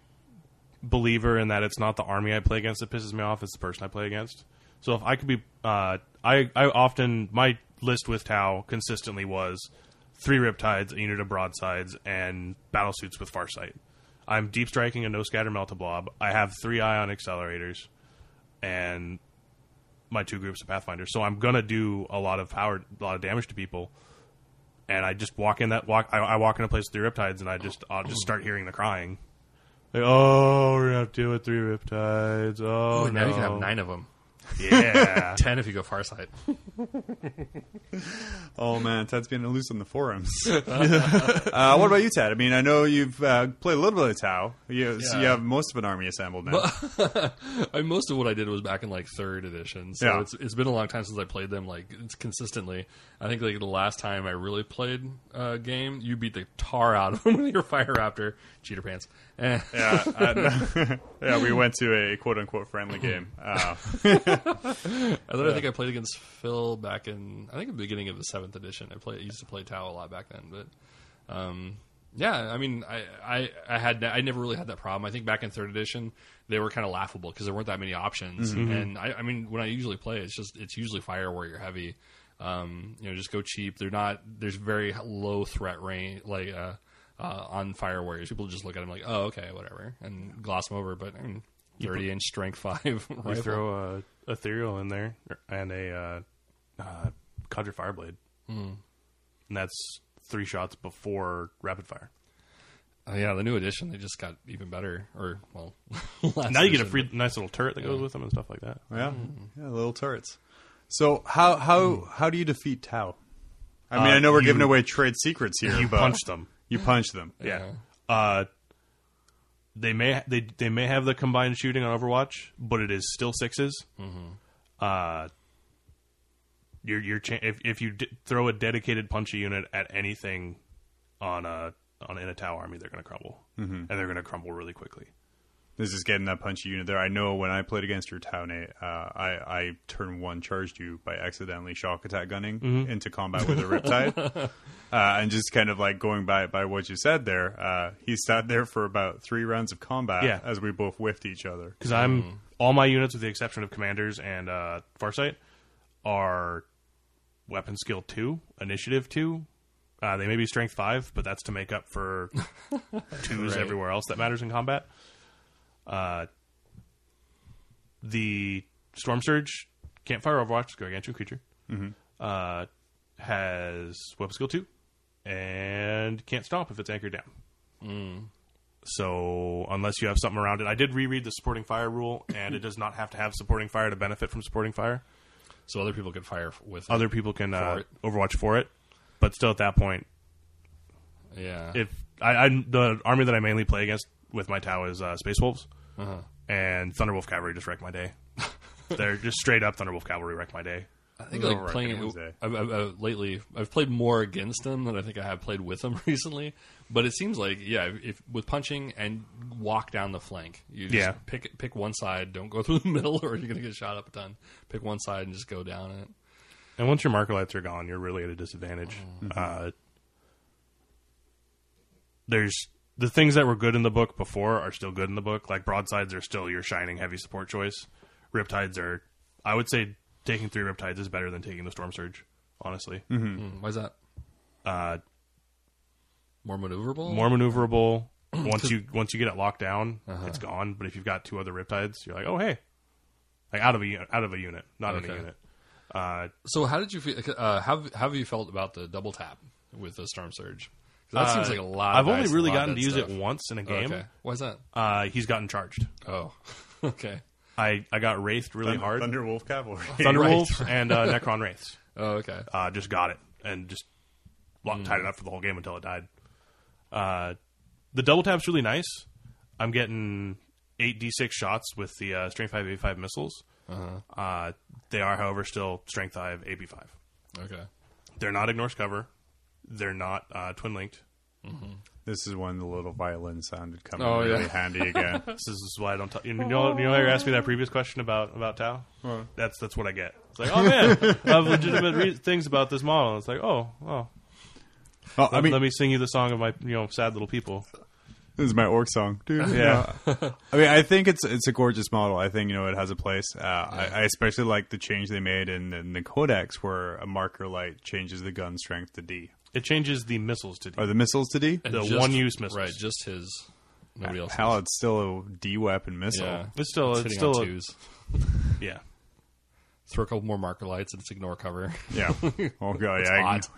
Speaker 3: believer in that it's not the army I play against that pisses me off; it's the person I play against. So if I could be, uh, I I often my list with Tau consistently was three Riptides, a unit of broadsides, and battle suits with Farsight. I'm deep striking a no scatter melt blob. I have three ion accelerators, and my two groups of Pathfinders, so I'm gonna do a lot of power, a lot of damage to people. And I just walk in that walk. I, I walk in a place with three riptides, and I just I'll just start hearing the crying. Like, oh, we're gonna have to deal with three riptides.
Speaker 2: Oh,
Speaker 3: Oh, no.
Speaker 2: now you can have nine of them.
Speaker 3: Yeah.
Speaker 2: Ten if you go far side.
Speaker 1: Oh man, Tad's being loose on the forums. uh, what about you, Tad? I mean, I know you've uh, played a little bit of Tau. You, so you
Speaker 2: Yeah.
Speaker 1: have most of an army assembled now.
Speaker 2: I mean, most of what I did was back in like third edition, so
Speaker 1: Yeah.
Speaker 2: it's it's been a long time since I played them like it's consistently. I think like the last time I really played a game, you beat the tar out of them with your Fire Raptor cheater pants. Eh.
Speaker 1: yeah, I- yeah, we went to a quote unquote friendly game. Uh,
Speaker 2: And then I think I played against Phil back in I think the beginning of the seventh edition. I played I used to play Tau a lot back then, but um, yeah, I mean I, I I had I never really had that problem. I think back in third edition they were kind of laughable because there weren't that many options.
Speaker 3: Mm-hmm.
Speaker 2: And I, I mean when I usually play, it's just it's usually fire warrior heavy. Um, you know, just go cheap. They're not. There's very low threat range. Like uh, uh, on fire warriors, people just look at them like, oh okay, whatever, and gloss them over. But I mean, thirty inch strength five.
Speaker 3: You
Speaker 2: rifle.
Speaker 3: throw a ethereal in there and a uh, uh, Cadre Fireblade,
Speaker 2: Hmm.
Speaker 3: and that's three shots before rapid fire.
Speaker 2: Oh yeah, the new edition they just got even better. Or well, last
Speaker 3: now you get a
Speaker 2: edition.
Speaker 3: free nice little turret that goes with them and stuff like that.
Speaker 1: yeah, yeah, little turrets. So how how how do you defeat Tau? I mean, I know we're giving away trade secrets here.
Speaker 3: Uh, You
Speaker 1: but
Speaker 3: punch them.
Speaker 1: You punch them.
Speaker 3: Yeah. Uh, they may they they may have the combined shooting on Overwatch, but it is still 6s Mm-hmm. Uh, your your cha- if if you d- throw a dedicated punchy unit at anything on a on in a Tau army, they're going to crumble, mm-hmm. and they're going to crumble really quickly.
Speaker 1: This is getting that punchy unit there. I know when I played against your town, eh, uh, I, I turn one charged you by accidentally shock attack gunning into combat with a riptide. uh, and just kind of like going by by what you said there, uh, he sat there for about three rounds of combat
Speaker 3: Yeah.
Speaker 1: as we both whiffed each other.
Speaker 3: because I'm all my units with the exception of commanders and uh, farsight are weapon skill two, initiative two. Uh, they may be strength five, but that's to make up for twos everywhere else that matters in combat. Uh, the storm surge can't fire Overwatch gargantuan creature uh, has weapon skill two and can't stomp if it's anchored down. So unless you have something around it, I did reread the supporting fire rule, and it does not have to have supporting fire to benefit from supporting fire.
Speaker 2: so other people could fire f- with
Speaker 3: Other people can uh,
Speaker 2: For it.
Speaker 3: Overwatch for it, but still at that point,
Speaker 2: it. Yeah,
Speaker 3: if I, I the army that I mainly play against with my Tau is uh, Space Wolves,
Speaker 2: Uh-huh.
Speaker 3: and Thunderwolf Cavalry just wrecked my day. They're just straight up Thunderwolf Cavalry wrecked my day.
Speaker 2: I think like
Speaker 1: Overwatch
Speaker 2: playing
Speaker 1: on
Speaker 3: eh?
Speaker 1: Wednesday.
Speaker 2: it I, I, I, lately. I've played more against them than I think I have played with them recently. But it seems like yeah, if, if with punching and walk down the flank, you just
Speaker 3: Yeah.
Speaker 2: pick pick one side. Don't go through the middle, or you're gonna get shot up a ton. Pick one side and just go down it.
Speaker 3: And once your marker lights are gone, you're really at a disadvantage.
Speaker 2: Mm-hmm.
Speaker 3: Uh, there's the things that were good in the book before are still good in the book. Like broadsides are still your shining heavy support choice. Riptides are, I would say, taking three riptides is better than taking the storm surge. Honestly,
Speaker 2: Mm, Why is that?
Speaker 3: uh,
Speaker 2: More maneuverable.
Speaker 3: more maneuverable. once you once you get it locked down,
Speaker 2: Uh-huh.
Speaker 3: it's gone. But if you've got two other riptides, you're like, oh hey, like out of a uni- out of a unit, not in a
Speaker 2: Okay.
Speaker 3: unit. Uh,
Speaker 2: So how did you feel? Uh, how, how have you felt about the double tap with the storm surge? 'Cause that seems
Speaker 3: uh,
Speaker 2: like a lot. Of
Speaker 3: I've only
Speaker 2: dice, a
Speaker 3: really
Speaker 2: lot of
Speaker 3: gotten to
Speaker 2: dead
Speaker 3: use
Speaker 2: stuff.
Speaker 3: it once in a game.
Speaker 2: Okay. Why is that?
Speaker 3: uh, he's gotten charged.
Speaker 2: Oh, okay.
Speaker 3: I, I got wraithed really hard.
Speaker 1: Thunderwolf Cavalry.
Speaker 3: Thunderwolves and uh, Necron wraiths.
Speaker 2: Oh, okay.
Speaker 3: Uh, just got it and just locked, tied it up for the whole game until it died. Uh, the double tap's really nice. I'm getting eight d6 shots with the uh, strength five ab5 missiles. uh they are, however, still strength five ab5.
Speaker 2: Okay.
Speaker 3: They're not ignores cover. They're not uh, twin linked.
Speaker 1: This is when the little violin sounded coming
Speaker 2: Oh,
Speaker 1: really
Speaker 2: yeah.
Speaker 1: handy again.
Speaker 3: This is why I don't. T- you know, you know, how you asked me that previous question about about Tau. That's that's what I get. It's like, oh man, I have legitimate re- things about this model. It's like, oh, oh.
Speaker 1: Well, I
Speaker 3: Let-
Speaker 1: mean,
Speaker 3: let me sing you the song of my you know sad little people.
Speaker 1: This is my orc song, dude. Yeah, I mean, I think it's it's a gorgeous model. I think you know it has a place. Uh, I, I especially like the change they made in, in the codex, where a marker light changes the gun strength to D
Speaker 3: It changes the missiles to D.
Speaker 1: or the missiles to D.
Speaker 3: The
Speaker 2: Just-
Speaker 3: one-use missiles.
Speaker 2: Right. Just his. Nobody else.
Speaker 1: Hell, it's still a D weapon missile.
Speaker 2: Yeah.
Speaker 3: It's still
Speaker 2: It's
Speaker 3: it's,
Speaker 2: hitting
Speaker 3: still
Speaker 2: on
Speaker 3: a,
Speaker 2: twos.
Speaker 3: yeah.
Speaker 2: Throw a couple more marker lights and just ignore cover.
Speaker 1: Yeah. Oh god, yeah. I-
Speaker 2: Hot.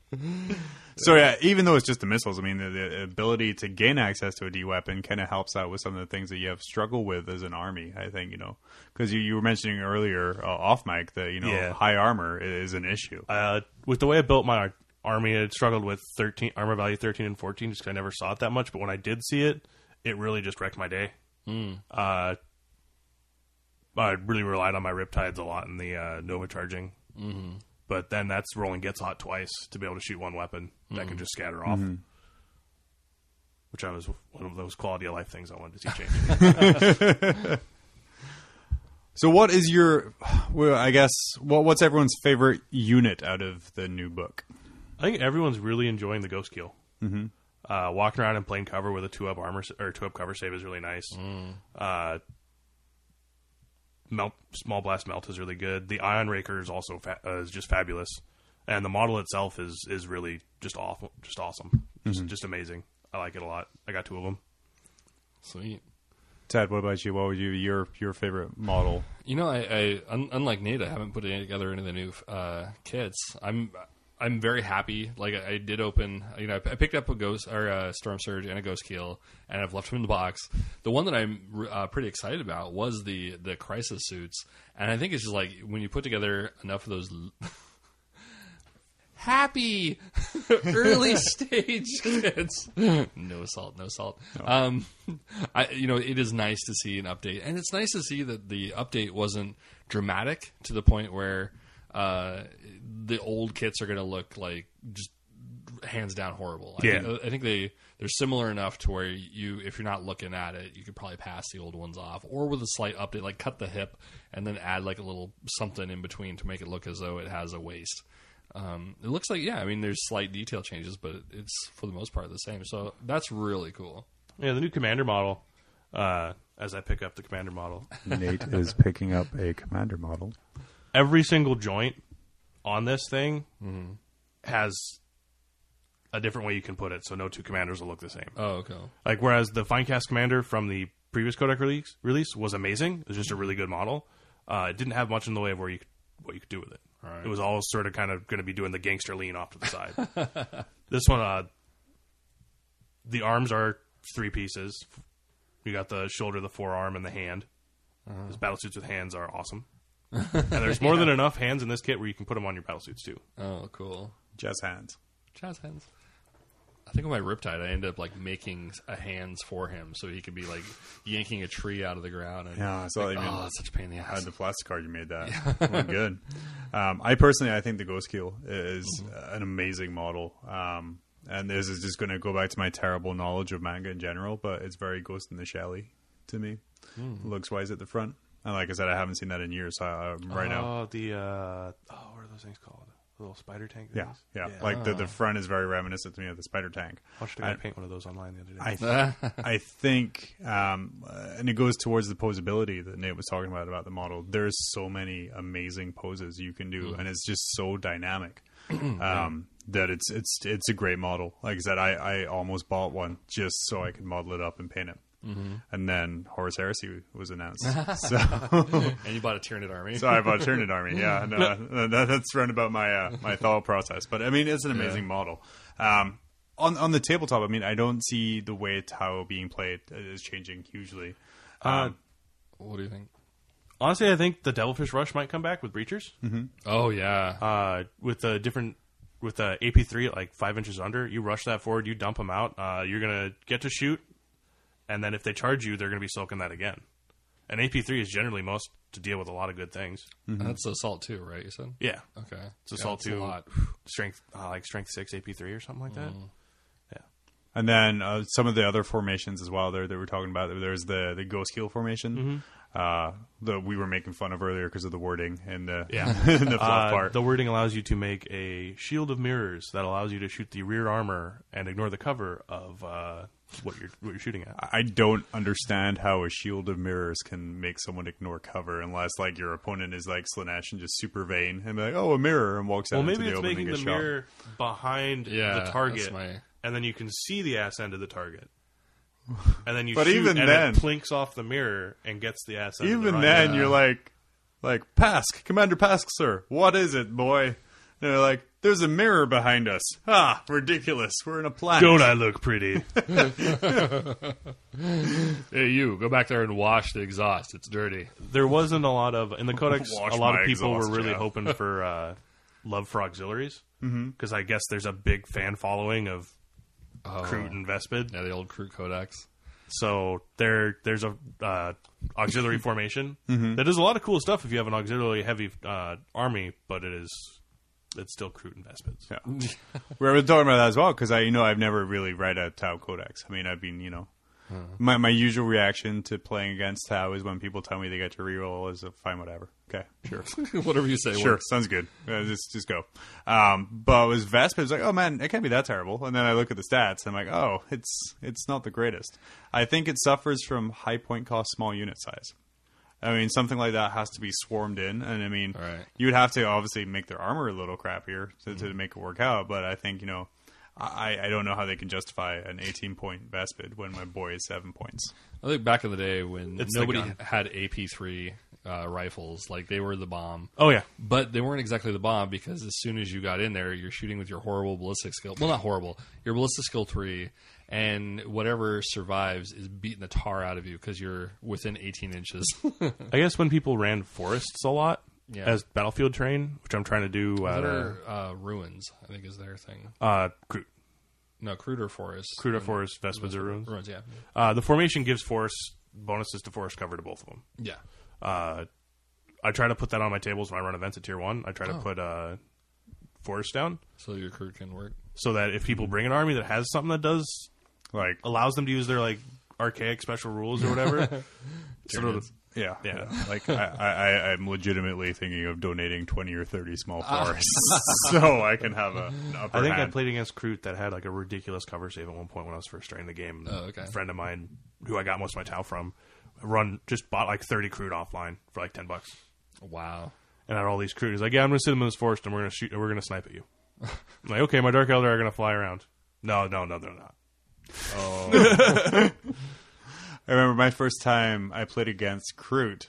Speaker 1: So yeah, even though it's just the missiles, I mean, the, the ability to gain access to a D weapon kind of helps out with some of the things that you have struggled with as an army. I think you know because you, you were mentioning earlier uh, off mic that you know
Speaker 3: Yeah.
Speaker 1: high armor i- is an issue.
Speaker 3: uh, with the way I built my army, I struggled with thirteen armor value thirteen and fourteen just 'cause I never saw it that much. But when I did see it, it really just wrecked my day. Uh, I really relied on my riptides a lot in the uh, Nova charging. Mm-hmm. But then that's rolling gets hot twice to be able to shoot one weapon that can just scatter off. Which I was one of those quality of life things I wanted to see change.
Speaker 1: So what is your? Well, I guess what what's everyone's favorite unit out of the new book?
Speaker 3: I think everyone's really enjoying the ghost kill. Mm-hmm. Uh, walking around in plain cover with a two up armor s- or two up cover save is really nice. Uh, melt small blast melt is really good. The ion raker is also fa- uh, is just fabulous, and the model itself is is really just awful, just awesome, just, just amazing. I like it a lot. I got two of them.
Speaker 2: Sweet.
Speaker 1: Ted, what about you? What would you your your favorite model?
Speaker 2: You know, I, I un, unlike Nate, I haven't put any together any of the new uh, kits. I'm I'm very happy. Like I, I did open, you know, I, I picked up a ghost or a storm surge and a ghost keel, and I've left them in the box. The one that I'm uh, pretty excited about was the the crisis suits, and I think it's just like when you put together enough of those. l- Happy early stage kids. No salt, no salt. Um, I, you know, it is nice to see an update, and it's nice to see that the update wasn't dramatic to the point where uh, the old kits are going to look like just hands down horrible. I,
Speaker 3: Yeah.
Speaker 2: think, I think they they're similar enough to where you, if you're not looking at it, you could probably pass the old ones off, or with a slight update, like cut the hip and then add like a little something in between to make it look as though it has a waist. Um, it looks like yeah, I mean, there's slight detail changes, but it's for the most part the same. So that's really cool.
Speaker 3: Yeah, the new commander model. Uh, as I pick up the commander model,
Speaker 1: Nate is picking up a commander model.
Speaker 3: every single joint on this thing has a different way you can put it, so no two commanders will look the same.
Speaker 2: Oh, okay.
Speaker 3: Like whereas the Finecast Commander from the previous codec release release was amazing, it was just a really good model. Uh, it didn't have much in the way of where you could, what you could do with it. It was all sort of kind of going to be doing the gangster lean off to the side. this one, uh, the arms are three pieces. You got the shoulder, the forearm, and the hand. Those battle suits with hands are awesome. and there's more than enough hands in this kit where you can put them on your battle suits too.
Speaker 2: Oh, cool.
Speaker 1: Jazz hands.
Speaker 2: Jazz hands. I think on my Riptide, I ended up like making a hands for him, so he could be like yanking a tree out of the ground. And,
Speaker 1: Yeah, I saw that you
Speaker 2: oh,
Speaker 1: made-
Speaker 2: it's such a pain in the
Speaker 1: Had
Speaker 2: ass.
Speaker 1: the plastic card you made that Well, good. Um, I personally, I think the Ghost Keel is an amazing model, um, and this is just going to go back to my terrible knowledge of manga in general. But it's very Ghost in the Shelly to me, looks wise at the front. And like I said, I haven't seen that in years. So I, um, right now,
Speaker 3: Oh, the uh, oh, what are those things called? Little spider tank.
Speaker 1: yeah, yeah, like the the front is very reminiscent to me of the Spider Tank.
Speaker 3: watched a guy paint one of those online the other day.
Speaker 1: I th- I think, um, uh, and it goes towards the posability that Nate was talking about about the model. There's so many amazing poses you can do, and it's just so dynamic um, that it's it's it's a great model. Like I said, I, I almost bought one just so I could model it up and paint it. And then Horus Heresy was announced, so,
Speaker 2: and you bought a Tyranid army.
Speaker 1: so I bought Turnit Army. Yeah, no, that- that- that's round about my uh, my thought process. But I mean, it's an amazing model. Um, on on the tabletop, I mean, I don't see the way Tau being played is changing hugely.
Speaker 2: what do you think?
Speaker 3: Honestly, I think the Devilfish Rush might come back with breachers.
Speaker 2: Oh yeah,
Speaker 3: Uh, with a different, with a AP three like five inches under, you rush that forward, you dump them out. Uh, you're gonna get to shoot, and then if they charge you, they're gonna be soaking that again. And AP three is generally most to deal with a lot of good things.
Speaker 9: Mm-hmm.
Speaker 2: that's assault too, right? You said
Speaker 3: Yeah,
Speaker 2: okay.
Speaker 3: it's assault
Speaker 2: yeah, that's
Speaker 3: two,
Speaker 2: A lot.
Speaker 3: strength uh, like strength six AP three or something like that.
Speaker 1: And then uh, some of the other formations as well. There that we're talking about. There's the the Ghost Heel formation
Speaker 3: Mm-hmm.
Speaker 1: uh, that we were making fun of earlier because of the wording and the
Speaker 3: Yeah.
Speaker 1: and the fluff
Speaker 3: Uh,
Speaker 1: part.
Speaker 3: The wording allows you to make a shield of mirrors that allows you to shoot the rear armor and ignore the cover of uh, what you're what you're shooting at.
Speaker 1: I don't understand how a shield of mirrors can make someone ignore cover unless like your opponent is like Slanesh and just super vain and be like, oh, a mirror and walks out
Speaker 3: Well,
Speaker 1: into the
Speaker 3: maybe it's
Speaker 1: open and
Speaker 3: making the
Speaker 1: gets shot.
Speaker 3: mirror behind
Speaker 2: Yeah,
Speaker 3: the
Speaker 2: that's
Speaker 3: target,
Speaker 2: my-
Speaker 3: and then you can see the ass end of the target. And then you
Speaker 1: But
Speaker 3: shoot,
Speaker 1: even
Speaker 3: and
Speaker 1: then-
Speaker 3: it plinks off the mirror and gets the ass. End of the
Speaker 1: Even
Speaker 3: right
Speaker 1: then,
Speaker 3: end.
Speaker 1: you're like, like, Pask, Commander Pask, sir, what is it, boy? And they're like, there's a mirror behind us. Ah, ridiculous. We're in a planet.
Speaker 3: Don't I look pretty?
Speaker 9: Hey, you, go back there and wash the exhaust. It's dirty.
Speaker 3: there wasn't a lot of in the codex.
Speaker 9: Wash
Speaker 3: a lot of
Speaker 9: my
Speaker 3: people
Speaker 9: exhaust,
Speaker 3: were really
Speaker 9: yeah.
Speaker 3: hoping for uh, love for auxiliaries because
Speaker 1: Mm-hmm.
Speaker 3: I guess there's a big fan following of Crute and Vespid.
Speaker 9: Yeah, the old crew codex.
Speaker 3: So there, there's a uh, auxiliary formation that does a lot of cool stuff if you have an auxiliary heavy uh, army, but it is it's still Crute and Vespids.
Speaker 1: Yeah. we were talking about that as well because I, you know, I've never really read a Tau Codex. I mean, I've been, you know, my my usual reaction to playing against Tau is when people tell me they get to reroll is uh, fine, whatever. Okay, sure,
Speaker 9: Whatever you say
Speaker 1: sure,
Speaker 9: works.
Speaker 1: sounds good. Uh, just just go. Um, but it was Vespa. It was like, oh man, it can't be that terrible. And then I look at the stats. And I'm like, oh, it's it's not the greatest. I think it suffers from high point cost, small unit size. I mean, something like that has to be swarmed in, and I mean,
Speaker 9: Right. Mm-hmm.
Speaker 1: you would have to obviously make their armor a little crappier to, to make it work out. But I think you know, I, I don't know how they can justify an 18 point Vespid when my boy is seven points.
Speaker 9: I think back in the day when
Speaker 3: It's the
Speaker 9: nobody
Speaker 3: gun.
Speaker 9: had AP3 uh, rifles, like they were the bomb.
Speaker 3: Oh yeah,
Speaker 9: But they weren't exactly the bomb because as soon as you got in there, you're shooting with your horrible ballistic skill. Well, not horrible. Your ballistic skill three, and whatever survives is beating the tar out of you because you're within 18 inches.
Speaker 3: I guess when people ran forests a lot
Speaker 9: Yeah.
Speaker 3: as battlefield terrain, which I'm trying to do at uh,
Speaker 9: Or, uh, ruins, I think, is their thing.
Speaker 3: uh, Crute,
Speaker 9: No, cruder forest.
Speaker 3: Crute are forest, Vespids are ruins.
Speaker 9: Ruins, yeah,
Speaker 3: Uh, the formation gives force bonuses to force cover to both of them.
Speaker 9: yeah.
Speaker 3: Uh, I try to put that on my tables when I run events at tier one. I try to put uh, force down
Speaker 9: So your crew can work.
Speaker 3: so that if people bring an army that has something that does
Speaker 1: Like,
Speaker 3: allows them to use their like archaic special rules or whatever, sort of
Speaker 1: yeah,
Speaker 3: Yeah.
Speaker 1: Like, I, I, I- I'm legitimately thinking of donating 20 or 30 small forests so I can have a. An upper
Speaker 3: I think I
Speaker 1: hand.
Speaker 3: played against Crute that had like a ridiculous cover save at one point when I was first starting the game.
Speaker 9: Oh, okay.
Speaker 3: A friend of mine who I got most of my tau from run just bought like thirty Crute offline for like ten bucks.
Speaker 9: Wow.
Speaker 3: And I had all these Crute. He's like, Yeah, I'm gonna sit them in this forest and we're gonna shoot we're gonna snipe at you. I'm like, okay, my Dark Elder are gonna fly around. No, no, no, they're not.
Speaker 1: I remember my first time I played against Crute.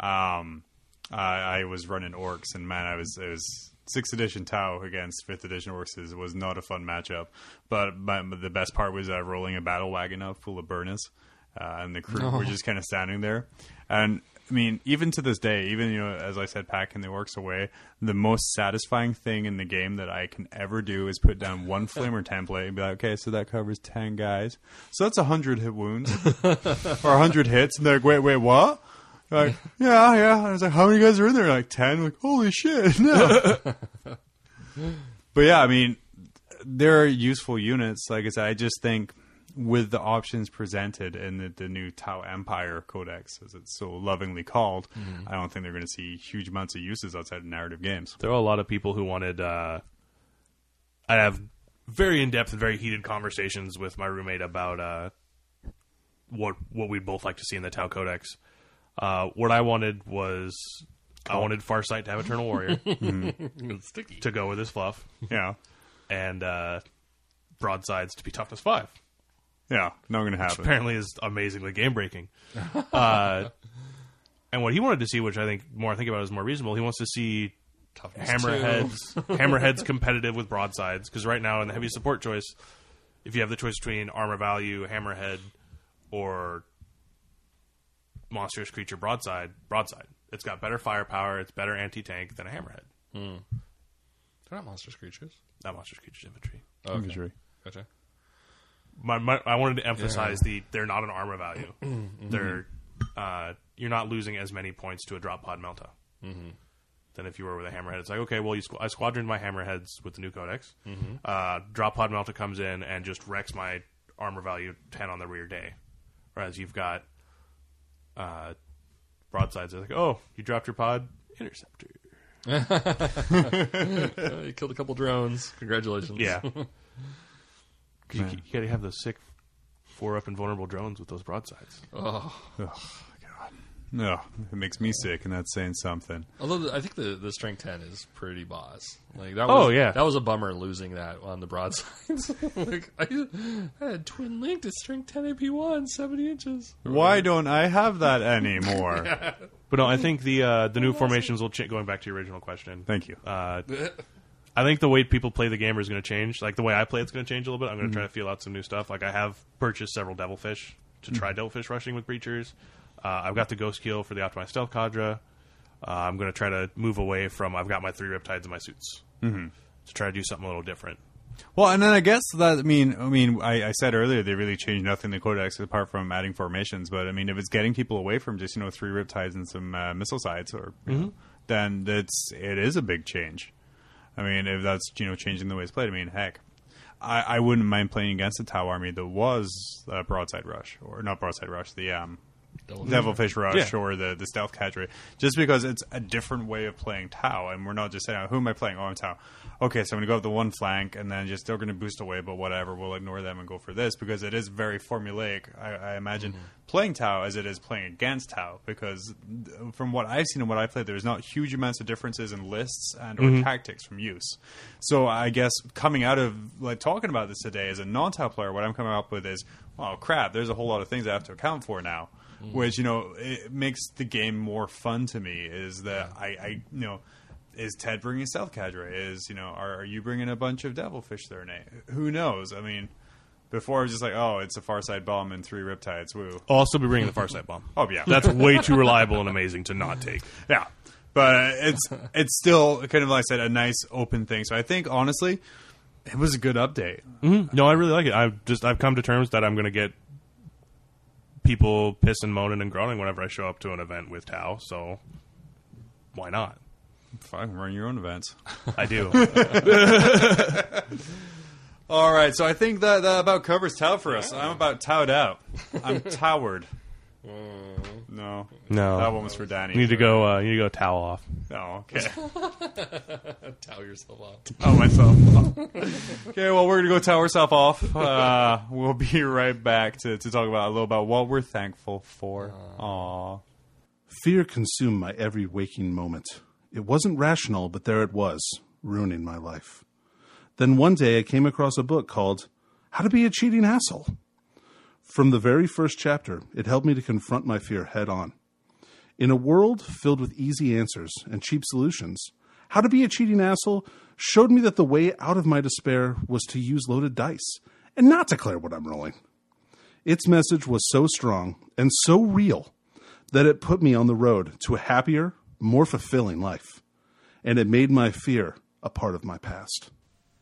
Speaker 1: Um, I, I was running orcs, and man, I was it was sixth edition Tau against fifth edition orcs is, was not a fun matchup. But my, the best part was uh, rolling a battle wagon up full of burners, uh, and the crew were just kind of standing there. And I mean, even to this day, even you know, as I said, packing the orcs away, the most satisfying thing in the game that I can ever do is put down one flamer template and be like, okay, so that covers ten guys, so that's hundred hit wounds or 100 hits, and they're like, wait, wait, what? They're like, yeah, yeah. And I was like, how many guys are in there? Like 10. Like, holy shit, no. but yeah, I mean, they're useful units. Like I said, I just think with the options presented in the, the new Tau Empire Codex, as it's so lovingly called, I don't think they're going to see huge amounts of uses outside of narrative games.
Speaker 3: There were a lot of people who wanted uh I have very in depth and very heated conversations with my roommate about uh what what we both like to see in the Tau Codex. Uh what I wanted was I wanted Farsight to have Eternal Warrior
Speaker 9: It's sticky.
Speaker 3: to go with his fluff
Speaker 1: Yeah.
Speaker 3: and uh broadsides to be toughness five.
Speaker 1: Yeah. Not going to happen.
Speaker 3: apparently is amazingly game breaking. uh, and what he wanted to see, which I think more I think about is more reasonable. He wants to see hammerheads, hammerheads competitive with broadsides because right now in the heavy support choice, if you have the choice between armor value, hammerhead, or monstrous creature broadside, broadside, it's got better firepower, it's better anti tank than a hammerhead.
Speaker 9: They're not monstrous creatures.
Speaker 3: Not monstrous creatures infantry.
Speaker 9: Oh, okay. Gotcha.
Speaker 3: my, my I wanted to emphasize the they're not an armor value. They're uh, you're not losing as many points to a drop pod melta than if you were with a hammerhead. It's like okay, well you squ- I squadroned my hammerheads with the new codex. Uh, drop pod melta comes in and just wrecks my armor value ten on the rear day, whereas you've got uh, broadsides. It's like oh you dropped your pod interceptor.
Speaker 9: Uh, you killed a couple drones. Congratulations.
Speaker 3: Yeah. 'Cause you, you gotta have those sick four up and vulnerable drones with those broadsides.
Speaker 9: Oh.
Speaker 1: No. It makes me sick, and that's saying something.
Speaker 9: Although the, I think the, the strength ten is pretty boss. Like that. Was,
Speaker 3: Oh, yeah.
Speaker 9: That was a bummer losing that on the broadsides. like I, I had twin linked at strength ten AP one, 70 inches.
Speaker 1: Why don't I have that anymore?
Speaker 3: But no, I think the uh, the new formations will change. Going back to your original question,
Speaker 1: Thank you.
Speaker 3: uh, I think the way people play the game is going to change. Like the way I play, it's going to change a little bit. I'm going to
Speaker 1: Mm-hmm.
Speaker 3: try to feel out some new stuff. Like I have purchased several Devilfish to
Speaker 1: Mm-hmm.
Speaker 3: try Devilfish rushing with breachers. Uh, I've got the Ghost Kill for the Optimized Stealth Cadre. Uh, I'm going to try to move away from. I've got my three Riptides in my suits
Speaker 1: Mm-hmm.
Speaker 3: to try to do something a little different.
Speaker 1: Well, and then I guess that I mean, I mean, I, I said earlier they really changed nothing in the codex apart from adding formations. But I mean, if it's getting people away from just you know three riptides and some uh, missile sides, or you know, then that's it is a big change. I mean, if that's you know changing the way it's played, I mean, heck, I, I wouldn't mind playing against a Tau army that was uh, broadside rush or not broadside rush, the um, Devilfish Rush
Speaker 3: Yeah.
Speaker 1: or uh, the, the Stealth Cadre, just because it's a different way of playing Tau, and we're not just saying, "Who am I playing? Oh, I'm Tau." Okay, so I'm going to go up the one flank, and then just they're going to boost away, but whatever, we'll ignore them and go for this because it is very formulaic. I, I imagine playing Tau as it is playing against Tau, because th- from what I've seen and what I played, there's not huge amounts of differences in lists and or tactics from use. So I guess coming out of like talking about this today as a non-Tau player, what I'm coming up with is, oh crap, there's a whole lot of things I have to account for now which you know it makes the game more fun to me is that I, I you know is Ted bringing stealth cadre is you know are, are you bringing a bunch of devilfish there Nate who knows I mean before I was just like oh it's a far side bomb and three riptides woo
Speaker 3: I'll also be bringing the Farsight Bomb.
Speaker 1: oh yeah
Speaker 3: That's way too reliable and amazing to not take.
Speaker 1: yeah but it's it's still kind of like I said a nice open thing so I think honestly it was a good update
Speaker 3: No, I really like it. I've just I've come to terms that I'm going to get people pissing, moaning, and groaning whenever I show up to an event with Tao. So why not?
Speaker 1: fuck run your own events
Speaker 3: I do.
Speaker 1: all right so I think that, that about covers Tau for us I'm about Towed out I'm towered Mm. no That
Speaker 9: Oh.
Speaker 3: no,
Speaker 1: one was for Danny.
Speaker 3: you need to go. Uh, you need to go towel off.
Speaker 1: Oh, okay.
Speaker 9: Towel yourself up.
Speaker 1: oh, myself. okay, well, we're going to go towel ourselves off. Uh, we'll be right back to, to talk about a little about what we're thankful for.
Speaker 9: Uh.
Speaker 1: Aw.
Speaker 5: Fear consumed my every waking moment. It wasn't rational, but there it was, ruining my life. Then one day I came across a book called How to Be a Cheating Asshole. From the very first chapter, it helped me to confront my fear head on. In a world filled with easy answers and cheap solutions, How to Be a Cheating Asshole showed me that the way out of my despair was to use loaded dice and not declare what I'm rolling. Its message was so strong and so real that it put me on the road to a happier, more fulfilling life. And it made my fear a part of my past.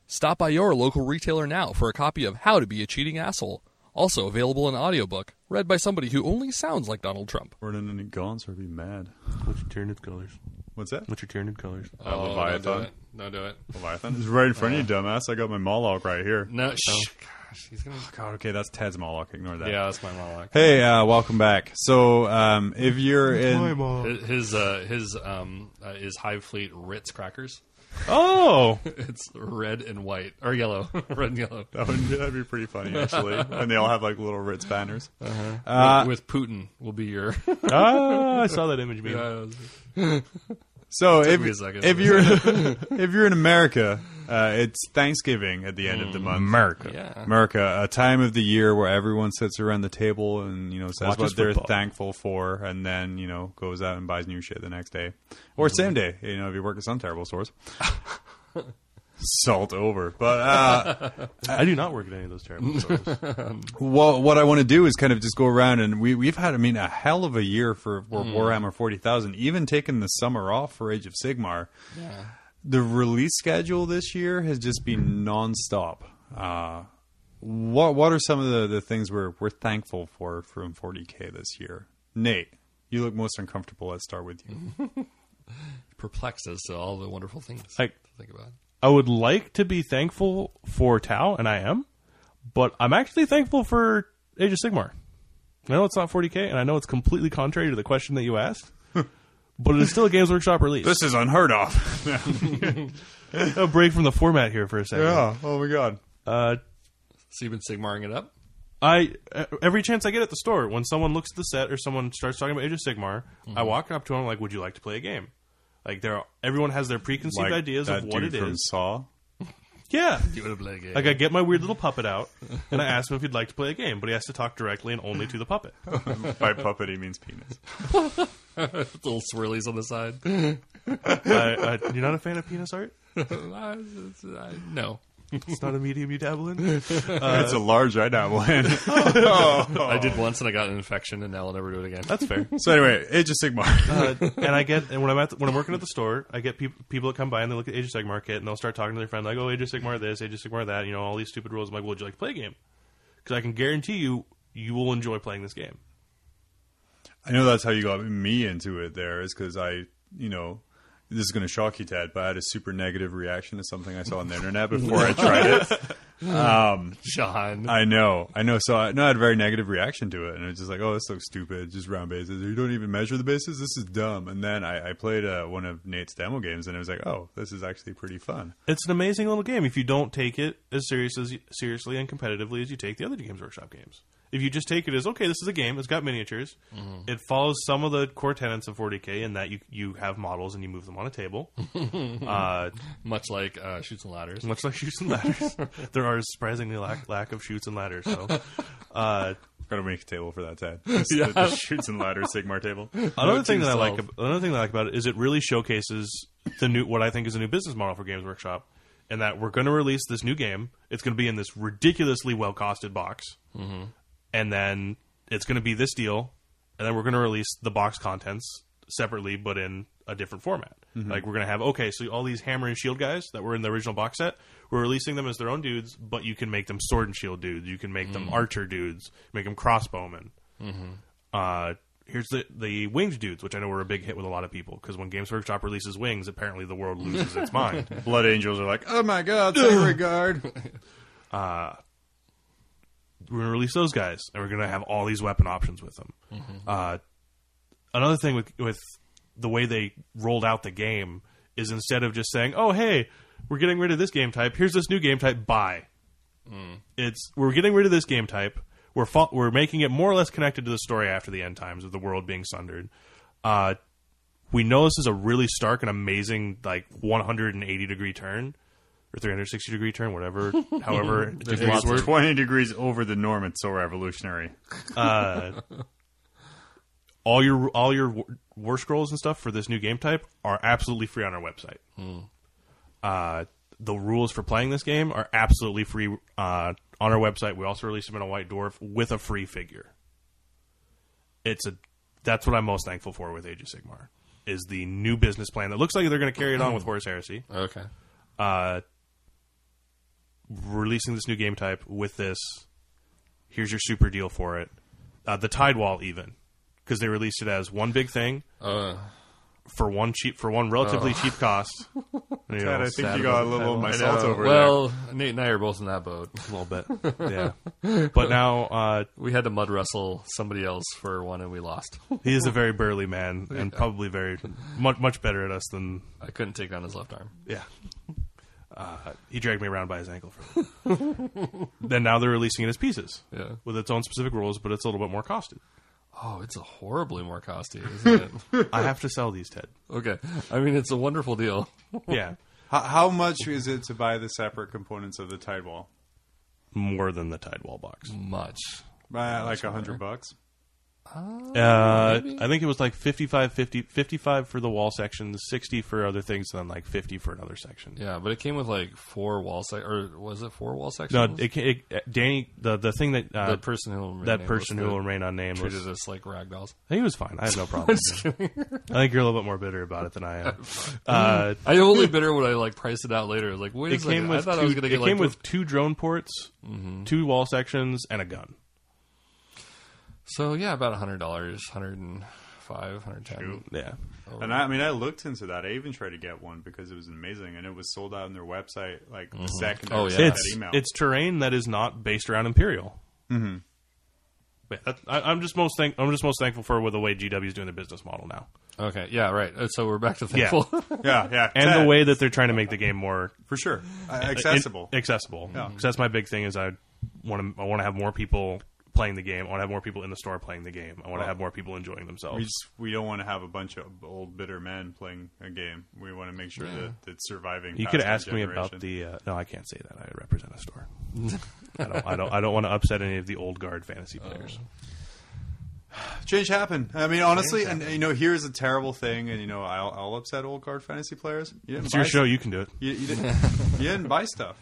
Speaker 9: Stop by your local retailer now for a copy of How to Be a Cheating Asshole, also available in audiobook, read by somebody who only sounds like Donald Trump.
Speaker 1: We're in any guns or be mad.
Speaker 3: What's your Tyranid colors?
Speaker 1: What's that?
Speaker 3: What's your Tyranid colors?
Speaker 9: Oh,
Speaker 1: Uh, Leviathan.
Speaker 9: Don't do it. Don't do it.
Speaker 1: Leviathan? It's right in front of you, dumbass. I got my Moloch right here.
Speaker 9: No, shh. Gosh, he's gonna.
Speaker 1: God, okay, that's Ted's Moloch. Ignore that.
Speaker 9: Yeah, that's my Moloch.
Speaker 1: Hey, uh, welcome back. So, um, if you're in.
Speaker 9: His uh, his um uh, his Hive Fleet Ritz crackers.
Speaker 3: Oh,
Speaker 9: It's red and white or yellow, red and yellow
Speaker 1: That would, that'd be pretty funny, actually. and they all have, like, little Ritz banners. Uh,
Speaker 3: Uh,
Speaker 9: with Putin will be your.
Speaker 3: ah, I saw that image. Meme.
Speaker 1: So if,
Speaker 9: me a second.
Speaker 1: if you're if you're in America, uh, it's Thanksgiving at the end of the month. America,
Speaker 9: Yeah.
Speaker 1: America, a time of the year where everyone sits around the table and you know says
Speaker 3: Watches
Speaker 1: what they're
Speaker 3: football.
Speaker 1: thankful for, and then you know goes out and buys new shit the next day or same day. You know if you work at some terrible stores. Salt over, but uh,
Speaker 3: I do not work at any of those terrible stores.
Speaker 1: well, what I want to do is kind of just go around and we we've had I mean a hell of a year for, for
Speaker 3: Mm.
Speaker 1: Warhammer forty thousand. Even taking the summer off for Age of Sigmar, the release schedule this year has just been nonstop. Uh, what what are some of the, the things we're we're thankful for from forty k this year? Nate, you look most uncomfortable. Let's start with
Speaker 3: Mm-hmm.
Speaker 1: you.
Speaker 9: perplexed as to all the wonderful things
Speaker 3: Like-
Speaker 9: to think about.
Speaker 3: I would like to be thankful for Tau, and I am, but I'm actually thankful for Age of Sigmar. I know it's not 40k, and I know it's completely contrary to the question that you asked, but it is still a Games Workshop release.
Speaker 1: This is unheard of.
Speaker 3: a break from the format here for a second.
Speaker 1: Oh my god.
Speaker 3: Uh,
Speaker 9: So you've been sigmaring it up.
Speaker 3: I uh, every chance I get at the store, when someone looks at the set or someone starts talking about Age of Sigmar, I walk up to them like, "Would you like to play a game?" Like there, everyone has their preconceived
Speaker 1: Like
Speaker 3: ideas
Speaker 1: that
Speaker 3: of what
Speaker 1: dude
Speaker 3: it
Speaker 1: from
Speaker 3: is.
Speaker 1: Saw.
Speaker 3: Yeah.
Speaker 9: You want to play a game?
Speaker 3: Like I get my weird little puppet out, and I ask him if he'd like to play a game, but he has to talk directly and only to the puppet.
Speaker 1: By puppet, he means penis.
Speaker 9: little swirlies on the side.
Speaker 3: I, I, you're not a fan of penis art?
Speaker 9: I- it's- I- no,
Speaker 3: It's not a medium you dabble in. Uh,
Speaker 1: it's a large I now land.
Speaker 9: I did once and I got an infection, and now I'll never do it again.
Speaker 3: That's fair.
Speaker 1: So anyway, Age of Sigmar.
Speaker 3: Uh, and I get and when I'm at the, when I'm working at the store, I get peop people that come by and they look at Age of Sigmar kit and they'll start talking to their friend like, "Oh, Age of Sigmar this, Age of Sigmar that," you know, all these stupid rules. I'm like, "Well, would you like to play a game?" Because I can guarantee you, you will enjoy playing this game.
Speaker 1: I know that's how you got me into it. There is because I, you know, this is going to shock you, Ted, but I had a super negative reaction to something I saw on the internet before I tried it.
Speaker 9: John.
Speaker 1: I know, I know. So I, no, I had a very negative reaction to it, and it was just like, oh, this looks stupid. Just round bases. You don't even measure the bases. This is dumb. And then I, I played uh, one of Nate's demo games, and it was like, oh, this is actually pretty fun.
Speaker 3: It's an amazing little game if you don't take it as serious as seriously and competitively as you take the other Games Workshop games. If you just take it as okay, this is a game. It's got miniatures. It follows some of the core tenets of 40k in that you you have models and you move them on a table, uh,
Speaker 9: much like uh, shoots and ladders.
Speaker 3: much like shoots and ladders. there are surprisingly lack lack of shoots and ladders. So, uh,
Speaker 1: Got to make a table for that, Ted. yeah. the, the shoots and ladders Sigmar table. Uh,
Speaker 3: another
Speaker 9: Note
Speaker 3: thing
Speaker 9: to
Speaker 3: that I
Speaker 9: self.
Speaker 3: like ab- another thing that I like about it is it really showcases the new what I think is a new business model for Games Workshop, and that we're going to release this new game. It's going to be in this ridiculously well costed box, and then it's going to be this deal, and then we're going to release the box contents separately, but in a different format. Like we're going to have okay, so all these hammer and shield guys that were in the original box set, we're releasing them as their own dudes, but you can make them sword and shield dudes, you can make them archer dudes, make them crossbowmen uh, here's the the winged dudes, which I know were a big hit with a lot of people because when Games Workshop releases wings, apparently the world loses its mind.
Speaker 1: Blood Angels are like, oh my god, Sacred Guard.
Speaker 3: We're gonna release those guys, and we're gonna have all these weapon options with them. Uh, another thing with with the way they rolled out the game is instead of just saying, "Oh, hey, we're getting rid of this game type. Here's this new game type. Buy." It's we're getting rid of this game type. We're fo- we're making it more or less connected to the story after the end times of the world being sundered. Uh, we know this is a really stark and amazing like 180 degree turn or 360 degree turn, whatever. However,
Speaker 9: There's
Speaker 3: degrees
Speaker 9: lots of-
Speaker 3: work.
Speaker 1: 20 degrees over the norm, it's so revolutionary.
Speaker 3: all your all your war- war scrolls and stuff for this new game type are absolutely free on our website. Uh, the rules for playing this game are absolutely free uh, on our website. We also released them in a white dwarf with a free figure. It's a that's what I'm most thankful for with Age of Sigmar is the new business plan that looks like they're going to carry it on with Horus Heresy
Speaker 9: Okay.
Speaker 3: uh, releasing this new game type with this. Here's your super deal for it. Uh, the Tidewall, even because they released it as one big thing
Speaker 9: Uh,
Speaker 3: for one cheap for one relatively cheap cost. You know,
Speaker 1: Ted, I
Speaker 3: Oh. sad
Speaker 1: think you got a
Speaker 3: about
Speaker 1: little of my
Speaker 3: Tidewall.
Speaker 1: salt over
Speaker 9: well, Nate and I are both in that boat.
Speaker 3: I know, a little bit, yeah. But now uh,
Speaker 9: We had to mud wrestle somebody else for one, and we lost.
Speaker 3: he is a very burly man and probably very much much better at us than
Speaker 9: I couldn't take down his left arm.
Speaker 3: Yeah. Uh, he dragged me around by his ankle for Then now they're releasing it as pieces.
Speaker 9: Yeah.
Speaker 3: With its own specific rules, but it's a little bit more costed.
Speaker 9: Oh, it's a horribly more costly, isn't it?
Speaker 3: I have to sell these, Ted.
Speaker 9: okay. I mean, it's a wonderful deal.
Speaker 3: Yeah.
Speaker 1: How, how much is it to buy the separate components of the tide wall?
Speaker 3: More than the Tidewall box.
Speaker 9: Much.
Speaker 1: By Uh, like a hundred bucks.
Speaker 9: Oh,
Speaker 3: Uh, I think it was like 55, 50, 55 for the wall section, 60 for other things, and then like 50 for another section.
Speaker 9: Yeah, but it came with like four wall sec or was it four wall
Speaker 3: No,
Speaker 9: sections?
Speaker 3: it, ca- it, uh, Danny, the, the thing that uh,
Speaker 9: the person who remained
Speaker 3: that
Speaker 9: nameless
Speaker 3: person who
Speaker 9: that
Speaker 3: will remain unnamed was,
Speaker 9: treated us like rag dolls.
Speaker 3: he was fine. I have no problem. I think you're a little bit more bitter about it than I am. uh,
Speaker 9: I only bitter when I like priced it out later. I was like, wait a
Speaker 3: it
Speaker 9: second,
Speaker 3: came
Speaker 9: I
Speaker 3: with
Speaker 9: thought
Speaker 3: two,
Speaker 9: I was gonna
Speaker 3: it
Speaker 9: get
Speaker 3: came
Speaker 9: like Mm-hmm.
Speaker 3: with two drone ports, two wall sections, and a gun.
Speaker 9: so yeah, about hundred dollars, hundred and five, hundred ten.
Speaker 3: Yeah,
Speaker 1: And I, I mean, I looked into that. I even tried to get one because it was amazing, and it was sold out on their website like the second. I
Speaker 9: Oh,
Speaker 1: received
Speaker 9: yeah.
Speaker 3: Mm-hmm. it's
Speaker 1: that email.
Speaker 3: it's terrain that is not based around Imperial. Mm-hmm. Yeah, that, I, I'm just most thank, I'm just most thankful for the way GW is doing their business model now,
Speaker 9: Okay, yeah, right. Uh, So we're back to thankful.
Speaker 1: yeah, yeah,
Speaker 3: and
Speaker 1: Ted,
Speaker 3: the way that they're trying to make the game more
Speaker 1: for sure Uh, accessible.
Speaker 3: in- accessible. Because that's my big thing is I want to I want to have more people playing the game. I want to have more people in the store playing the game. I want to have more people enjoying
Speaker 1: We
Speaker 3: themselves.
Speaker 1: just we don't want to have a bunch of old bitter men playing a game. We want to make sure that that it's surviving.
Speaker 3: You
Speaker 1: past
Speaker 3: could
Speaker 1: our
Speaker 3: ask me about
Speaker 1: generation.
Speaker 3: the. Uh, no, I can't say that. I represent a store. I don't. I don't. I don't want to upset any of the old guard fantasy
Speaker 1: Oh.
Speaker 3: players.
Speaker 1: change happened. I mean, honestly, and you know, here's a terrible thing, and you know, I'll, I'll upset old guard fantasy players. You didn't
Speaker 3: it's
Speaker 1: buy
Speaker 3: your
Speaker 1: s-
Speaker 3: show. You can do it.
Speaker 1: You, you didn't, you didn't buy stuff.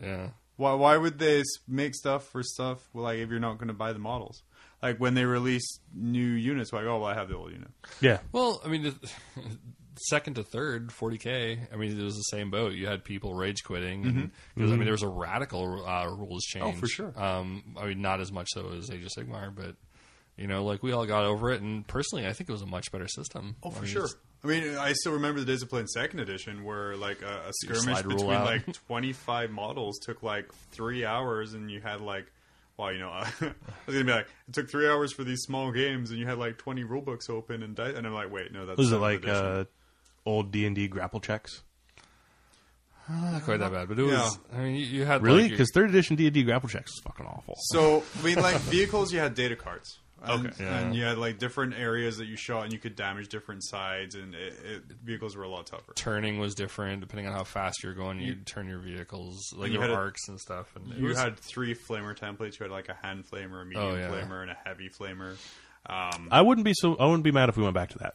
Speaker 9: Yeah.
Speaker 1: Why? Why would they s- make stuff for stuff? Well, like if you're not going to buy the models, like when they release new units, like oh, well, I have the old unit.
Speaker 3: Yeah.
Speaker 9: Well, I mean, the- second to third, 40k. I mean, it was the same boat. You had people rage quitting because I mean, there was a radical uh, rules change.
Speaker 1: Mm-hmm. Oh, for sure.
Speaker 9: Um, I mean, not as much so as Age of Sigmar, but you know, like we all got over it. And personally, I think it was a much better system.
Speaker 1: Oh,
Speaker 9: I
Speaker 1: for
Speaker 9: mean,
Speaker 1: sure.
Speaker 9: it's-
Speaker 1: I mean, I still remember the days of playing Second Edition, where like a, a skirmish
Speaker 9: slide rule
Speaker 1: between
Speaker 9: out.
Speaker 1: like twenty-five models took like three hours, and you had like, well, you know, I was gonna be like, it took three hours for these small games, and you had like twenty rule books open, and di- and I'm like, wait, no, that's
Speaker 3: Was it
Speaker 1: Seventh
Speaker 3: like
Speaker 1: Edition.
Speaker 3: uh, old D and D grapple checks?
Speaker 9: not quite
Speaker 1: Uh,
Speaker 9: that bad, but it was. I mean, you, you had
Speaker 3: Really?
Speaker 9: like, your-
Speaker 3: Because third edition D and D grapple checks is fucking awful.
Speaker 1: So I mean, like vehicles, you had data cards. And,
Speaker 3: Okay.
Speaker 9: Yeah.
Speaker 1: and you had like different areas that you shot, and you could damage different sides, and it, it, vehicles were a lot tougher.
Speaker 9: turning was different depending on how fast you're going. You would turn your vehicles, like
Speaker 1: you
Speaker 9: your
Speaker 1: had a-
Speaker 9: arcs and stuff. And it
Speaker 1: You
Speaker 9: was-
Speaker 1: had three flamer templates. You had like a hand flamer, a medium
Speaker 9: Oh, yeah.
Speaker 1: flamer, and a heavy flamer. Um,
Speaker 3: I wouldn't be so. I wouldn't be mad if we went back to that.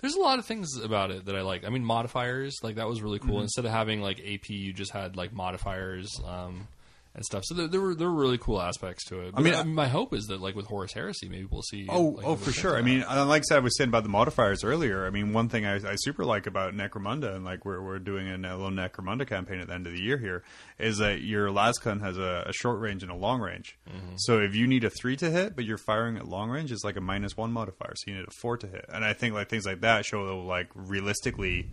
Speaker 9: There's a lot of things about it that I like. I mean, modifiers like that was really cool. Instead of having like AP, you just had like modifiers um, and stuff. So there, there were there were really cool aspects to it. But I mean,
Speaker 1: mean, I-
Speaker 9: my hope is that like with Horus Heresy, maybe we'll see.
Speaker 1: Oh,
Speaker 9: like,
Speaker 1: oh,
Speaker 9: other
Speaker 1: for
Speaker 9: things
Speaker 1: sure. I
Speaker 9: like
Speaker 1: mean, and like I was saying about the modifiers earlier. I mean, one thing I, I super like about Necromunda, and like we're we're doing a little Necromunda campaign at the end of the year here, is that your Lascun has a, a short range and a long range. So if you need a three to hit, but you're firing at long range, it's like a minus one modifier. So you need a four to hit, and I think like things like that show like realistically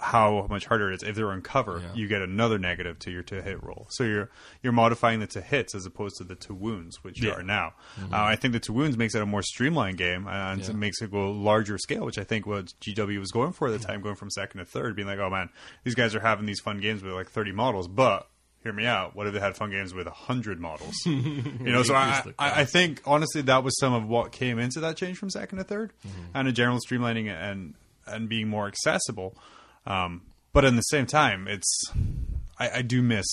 Speaker 1: how much harder it is if they're on cover you get another negative to your to hit roll so you're you're modifying the to hits as opposed to the to wounds which you are now uh, i think the to wounds makes it a more streamlined game uh, and it makes it go larger scale which i think what gw was going for at the time going from second to third being like oh man these guys are having these fun games with like 30 models but hear me out what if they had fun games with 100 models you know so I, I, I think honestly that was some of what came into that change from second to 3rd
Speaker 9: Mm-hmm.
Speaker 1: and a general streamlining and and being more accessible um, but in the same time, it's I, I do miss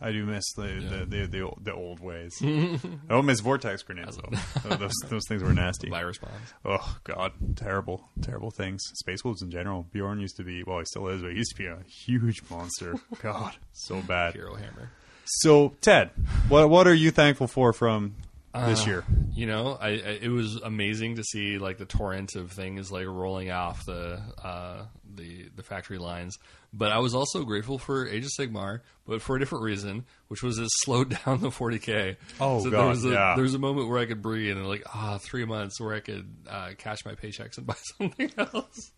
Speaker 1: I do miss the the, the, the, old, the old ways. I don't miss vortex grenades though. Oh, those those things were nasty.
Speaker 9: Virus bombs.
Speaker 1: Oh god, terrible, terrible things. Space wolves in general. Bjorn used to be well, he still is, but he used to be a huge monster. God, so bad.
Speaker 9: Hero Hammer.
Speaker 1: So Ted, what what are you thankful for from this year?
Speaker 9: you know I, I it was amazing to see like the torrent of things like rolling off the uh the the factory lines but i was also grateful for age of sigmar but for a different reason which was it slowed down the 40k
Speaker 1: Oh,
Speaker 9: so there
Speaker 1: God,
Speaker 9: was a
Speaker 1: yeah.
Speaker 9: there was a moment where i could breathe and like ah three months where i could uh cash my paychecks and buy something else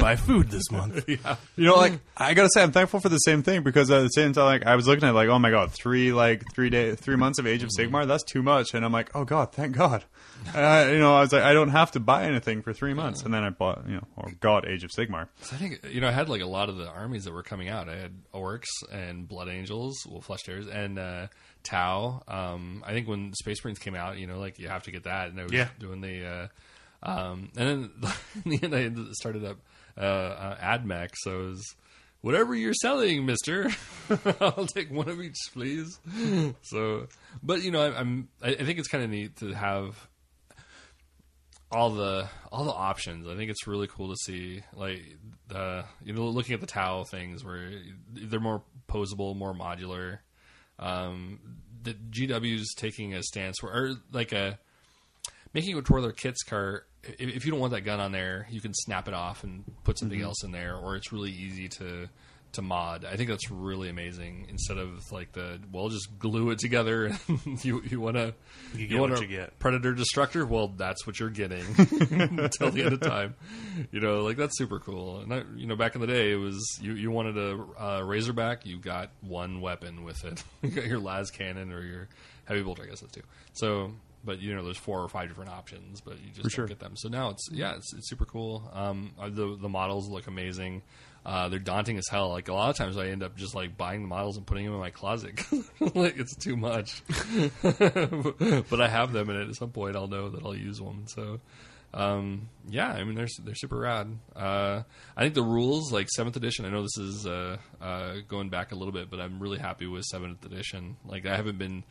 Speaker 3: buy food this month.
Speaker 1: You know, like I gotta say, I'm thankful for the same thing because at the same time, like I was looking at, it, like, oh my god, three like three day, three months of Age of Sigmar, that's too much, and I'm like, oh god, thank God, and I, you know, I was like, I don't have to buy anything for three months, and then I bought, you know, or got Age of Sigmar.
Speaker 9: So I think you know I had like a lot of the armies that were coming out. I had orcs and blood angels, well, flesh tears, and uh, Tau. Um, I think when Space Marines came out, you know, like you have to get that, and I was
Speaker 3: Yeah.
Speaker 9: doing the. Uh, um, and then in the end, I ended- started up uh, uh, AdMech, so it was whatever you're selling, Mister. I'll take one of each, please. So, but you know, I, I'm. I I think it's kind of neat to have all the all the options. I think it's really cool to see, like uh, you know, looking at the towel things where they're more posable, more modular. Um, the GW's taking a stance where, or like a making it to where their kits car. If, if you don't want that gun on there, you can snap it off and put something
Speaker 3: Mm-hmm.
Speaker 9: else in there, or it's really easy to to mod. I think that's really amazing. Instead of like the well, just glue it together. And you you want to
Speaker 3: You get
Speaker 9: want
Speaker 3: what
Speaker 9: a
Speaker 3: you get.
Speaker 9: Predator Destructor. Well, that's what you're getting until the end of time. You know, like that's super cool. And I, you know, back in the day, it was you you wanted a uh, Razorback, you got one weapon with it. you got your las cannon or your heavy bolter. I guess that's two. So But you know, there's four or five different options, but you just don't
Speaker 10: sure.
Speaker 9: get them. So now it's yeah, it's, it's super cool. Um, uh, the the models look amazing. Uh, they're daunting as hell. Like a lot of times, I end up just like buying the models and putting them in my closet. like it's too much, but I have them, and at some point, I'll know that I'll use one. So um, yeah, I mean they're they're super rad. Uh, I think the rules like seventh edition. I know this is uh, uh, going back a little bit, but I'm really happy with seventh edition. Like I haven't been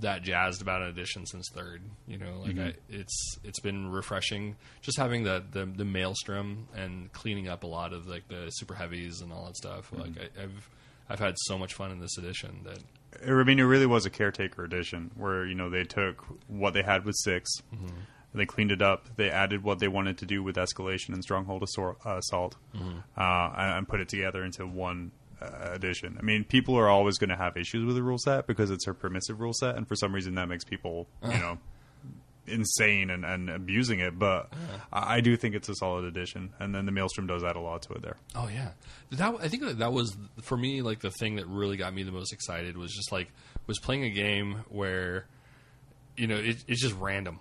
Speaker 9: that jazzed about an edition since third. You know, like I, it's it's been refreshing just having the, the the maelstrom and cleaning up a lot of like the super heavies and all that stuff. Like I, I've I've had so much fun in this edition that
Speaker 1: I mean, it really was a caretaker edition where you know they took what they had with 6
Speaker 9: Mm-hmm.
Speaker 1: and they cleaned it up. They added what they wanted to do with escalation and stronghold assor- uh, assault,
Speaker 9: Mm-hmm.
Speaker 1: uh, and, and put it together into one uh, edition. I mean, people are always going to have issues with the rule set because it's a permissive rule set, and for some reason that makes people you know insane and, and abusing it. But I, I do think it's a solid edition, and then the maelstrom does add a lot to it there.
Speaker 9: Oh yeah, that I think that, that was for me like the thing that really got me the most excited was just like was playing a game where you know it, it's just random.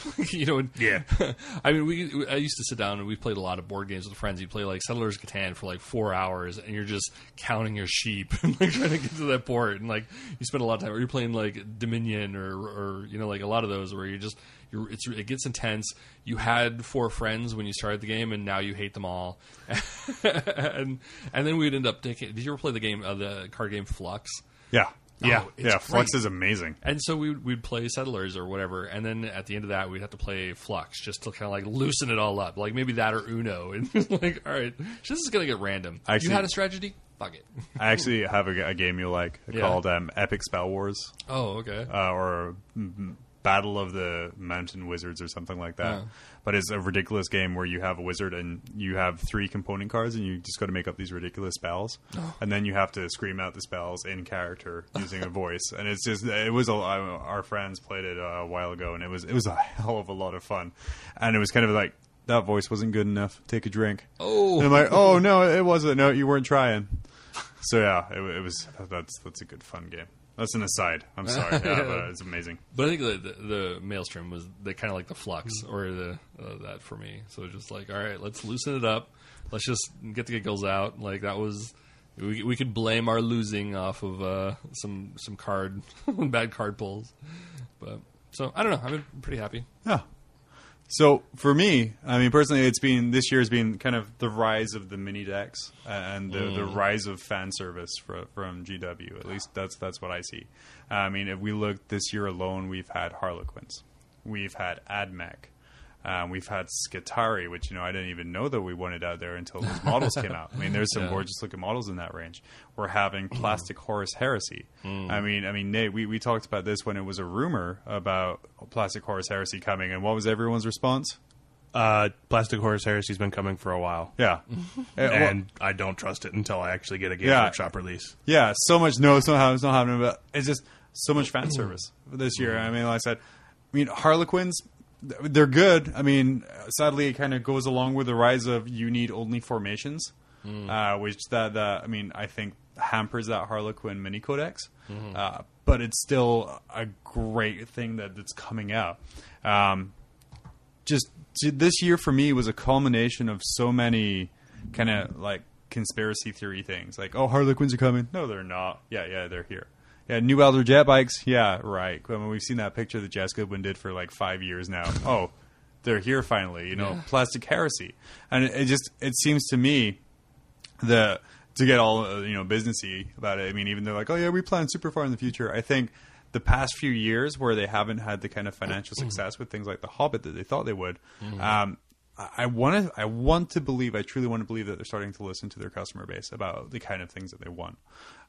Speaker 9: you know, and-
Speaker 3: Yeah.
Speaker 9: I mean, we, we- I used to sit down and we played a lot of board games with friends. You play like Settlers of Catan for like four hours, and you're just counting your sheep and like trying to get to that port, and like you spend a lot of time. Or you're playing like Dominion or or you know like a lot of those where you just you're, it's it gets intense. You had four friends when you started the game, and now you hate them all. and and then we'd end up taking. Did you ever play the game uh, the card game Flux?
Speaker 1: Yeah, yeah,
Speaker 9: Oh, it's
Speaker 1: yeah. Flux
Speaker 9: great.
Speaker 1: is amazing.
Speaker 9: And so we we'd play Settlers or whatever, and then at the end of that we'd have to play Flux just to kind of like loosen it all up, like maybe that or Uno, and like all right, this is gonna get random.
Speaker 1: Actually-
Speaker 9: you had a strategy, fuck it.
Speaker 1: I actually have a, g- a game you like
Speaker 9: Yeah.
Speaker 1: called um, Epic Spell Wars
Speaker 9: Oh okay,
Speaker 1: uh, or mm, Battle of the Mountain Wizards or something like that.
Speaker 9: Yeah.
Speaker 1: But it's a ridiculous game where you have a wizard and you have three component cards and you just got to make up these ridiculous spells,
Speaker 9: Oh.
Speaker 1: and then you have to scream out the spells in character using a voice. And it's just it was a, our friends played it uh, a while ago and it was it was a hell of a lot of fun, and it was kind of like. That voice wasn't good enough. Take a drink.
Speaker 9: Oh.
Speaker 1: and I'm like, oh no, it wasn't. No, you weren't trying. So yeah, it, it was. That's that's a good fun game. That's an aside. I'm sorry, yeah, but it's amazing.
Speaker 9: but I think the the, the Maelstrom was the kind of like the Flux or the uh, that for me. So just like all right, let's loosen it up, let's just get the giggles out. Like that was. We, we could blame our losing off of uh, some some card bad card pulls, but so I don't know. I've been pretty happy.
Speaker 1: Yeah. So for me, I mean personally, it's been this year has been kind of the rise of the mini decks and the, the rise of fan service fro- from GW. At least that's that's what I see. I mean, if we look this year alone, we've had Harlequins, we've had Admech, um, we've had Skitari, which you know I didn't even know that we wanted out there until those models came out. I mean, there's some gorgeous looking models in that range. We're having Plastic Horse Heresy. I mean, I mean, Nate, we, we talked about this when it was a rumor about Plastic Horse Heresy coming, and what was everyone's response?
Speaker 3: Uh, Plastic Horse Heresy's been coming for a while,
Speaker 1: Yeah, Eh, well,
Speaker 3: and I don't trust it until I actually get a Games
Speaker 1: Yeah.
Speaker 3: Workshop release.
Speaker 1: yeah, so much. No, it's not happening. It's not happening. But it's just so much fan service this year. I mean, like I said, I mean Harlequins, th- they're good. I mean, sadly, it kind of goes along with the rise of you need only formations, uh, which that that I mean, I think hampers that Harlequin mini codex. Uh, but it's still a great thing that that's coming out. Um, just t- this year for me was a culmination of so many kind of like conspiracy theory things. Like, oh, Harlequins are coming. No, they're not. Yeah, yeah, they're here. Yeah, new Elder jet bikes. Yeah, right. I mean, we've seen that picture that Jess Goodwin did for like five years now. oh, they're here finally. You know, plastic heresy, and it, it just it seems to me the to get all uh, you know businessy about it. I mean, even though like, oh yeah, we plan super far in the future. I think the past few years where they haven't had the kind of financial success with things like The Hobbit that they thought they would. Um, I- I want to. I want to believe. I truly want to believe that they're starting to listen to their customer base about the kind of things that they want.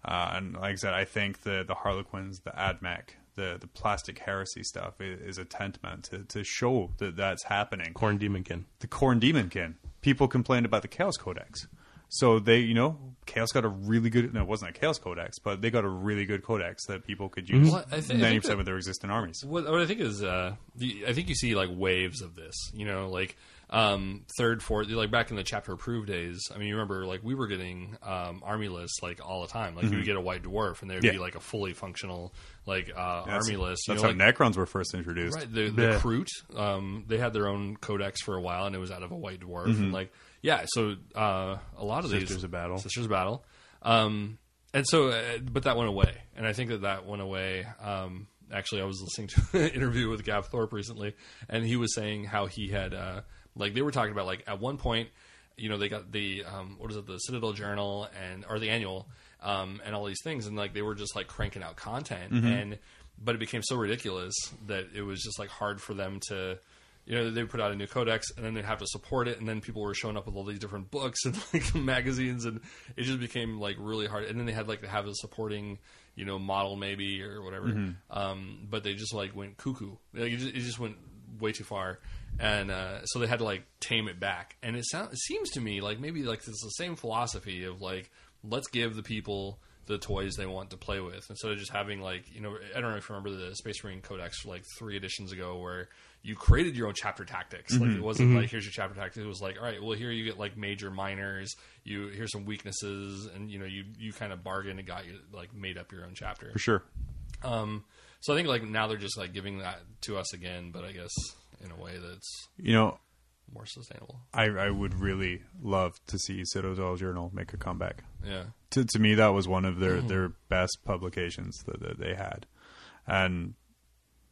Speaker 1: Uh, and like I said, I think the the Harlequins, the AdMac, the the plastic heresy stuff i- is, a tentament to, to show that that's happening
Speaker 3: Corn Demonkin.
Speaker 1: the Corn Demonkin. People complained about the Chaos Codex. So they, you know, Chaos got a really good. No, it wasn't a Chaos Codex, but they got a really good codex that people could use
Speaker 9: Mm-hmm. Well, I thi- I think
Speaker 1: ninety percent
Speaker 9: that-
Speaker 1: of their existing armies.
Speaker 9: What, what I think is, uh, the, I think you see like waves of this. You know, like um, third, fourth, like back in the chapter approved days. I mean, you remember like we were getting um, army lists like all the time. Like you
Speaker 1: Mm-hmm.
Speaker 9: would get a white dwarf, and there would be
Speaker 3: Yeah.
Speaker 9: like a fully functional like uh,
Speaker 1: That's-
Speaker 9: army list. you
Speaker 1: That's
Speaker 9: know,
Speaker 1: how
Speaker 9: like-
Speaker 1: Necrons were first introduced.
Speaker 9: Right, the, the Crute, um, they had their own codex for a while, and it was out of a white dwarf.
Speaker 1: Mm-hmm.
Speaker 9: And like, yeah, so uh, a lot of these
Speaker 3: Sisters of Battle.
Speaker 9: Sisters of Battle, um, and so, uh, but that went away, and I think that that went away. Um, actually, I was listening to an interview with Gav Thorpe recently, and he was saying how he had uh, like they were talking about like at one point, you know, they got the um, what is it, the Citadel Journal and or the annual. Um, and all these things, and like they were just like cranking out content,
Speaker 3: Mm-hmm.
Speaker 9: and but it became so ridiculous that it was just like hard for them to you know they put out a new codex and then they'd have to support it and then people were showing up with all these different books and like magazines and it just became like really hard and then they had like to have a supporting you know model maybe or whatever um, but they just like went cuckoo like, it, just, it just went way too far and uh, so they had to like tame it back and it sounds it seems to me like maybe like it's the same philosophy of like let's give the people the toys they want to play with instead of just having like you know I don't know if you remember the Space Marine Codex like three editions ago where you created your own chapter tactics like
Speaker 1: Mm-hmm.
Speaker 9: it wasn't like here's your chapter tactics it was like all right well here you get like major minors you here's some weaknesses and you know you you kind of bargained and got you like made up your own chapter
Speaker 1: For sure.
Speaker 9: um so I think like now they're just like giving that to us again but I guess in a way that's
Speaker 1: You know,
Speaker 9: more sustainable
Speaker 1: I, I would really love to see Citadel Journal make a comeback.
Speaker 9: yeah
Speaker 1: to, to me that was one of
Speaker 9: Mm-hmm.
Speaker 1: their, their best publications that, that they had and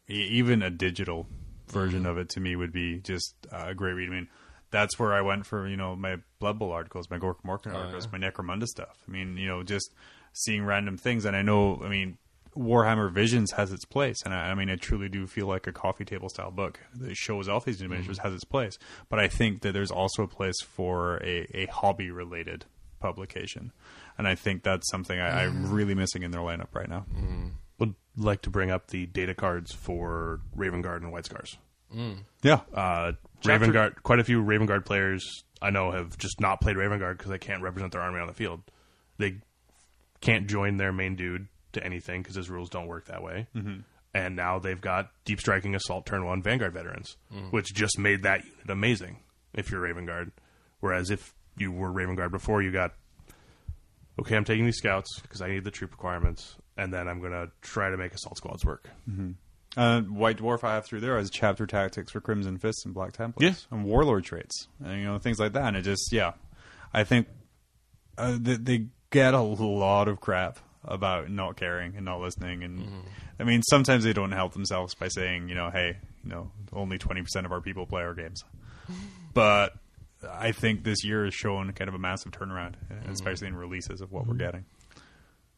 Speaker 1: e- even a digital version of it to me would be just uh, a great read i mean that's where i went for you know my blood bowl articles my gork morkin articles my necromunda stuff i mean you know just seeing random things and i know i mean warhammer visions has its place and i, I mean i truly do feel like a coffee table style book that shows off these dimensions has its place but i think that there's also a place for a, a hobby related publication. And I think that's something I, I'm really missing in their lineup right now.
Speaker 3: Would like to bring up the data cards for Raven Guard and White Scars.
Speaker 1: Yeah.
Speaker 3: Uh, Raven Guard, quite a few Raven Guard players I know have just not played Raven Guard because they can't represent their army on the field. They can't join their main dude to anything because his rules don't work that way. Mm-hmm. And now they've got deep striking assault turn one Vanguard veterans, which just made that unit amazing if you're Raven Guard. Whereas if you were Raven Guard before, you got okay, I'm taking these scouts because I need the troop requirements, and then I'm going to try to make assault squads work.
Speaker 1: Uh, White Dwarf I have through there as chapter tactics for Crimson Fists and Black Templars
Speaker 3: Yeah.
Speaker 1: and Warlord traits and you know things like that. And it just yeah, I think uh, they, they get a lot of crap about not caring and not listening. And I mean sometimes they don't help themselves by saying you know hey you know only twenty percent of our people play our games, but. I think this year has shown kind of a massive turnaround, especially in releases of what we're getting.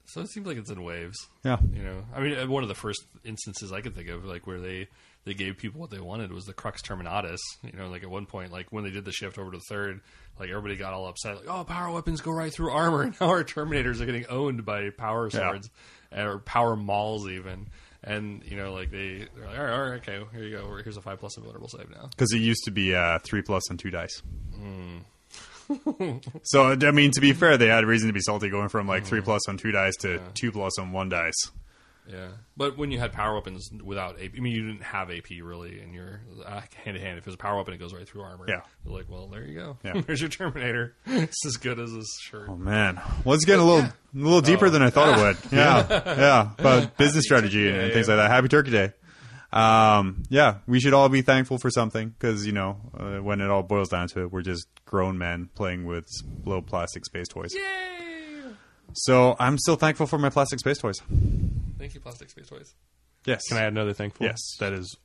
Speaker 9: so it seems like it's in waves
Speaker 1: Yeah.
Speaker 9: you know i mean uh, one of the first instances i could think of like where they they gave people what they wanted was the crux terminatus you know like at one point like when they did the shift over to third like everybody got all upset like oh power weapons go right through armor and now our terminators are getting owned by power swords and or power mauls even and you know like they they're like all right, all right okay here you go here's a five plus invulnerable save now
Speaker 1: because it used to be uh, three plus and two dice. so I mean, to be fair, they had reason to be salty, going from like three plus on two dice to two plus on one dice.
Speaker 9: Yeah, but when you had power weapons without AP, I mean, you didn't have AP really in your uh, hand to hand. If it was a power weapon, it goes right through armor.
Speaker 1: Yeah.
Speaker 9: You're like, well, there you go.
Speaker 1: Yeah.
Speaker 9: There's your Terminator. It's as good as this shirt.
Speaker 1: Oh man, well, it's getting a little a little deeper than I thought it would. Yeah, yeah, about business strategy and things like that. Happy Turkey Day. Um, yeah, we should all be thankful for something because you know uh, when it all boils down to it, we're just grown men playing with little plastic space toys. So I'm still thankful for my plastic space toys.
Speaker 9: Thank you, plastic space toys.
Speaker 1: Yes.
Speaker 3: Can I add another thankful?
Speaker 1: Yes.
Speaker 3: That is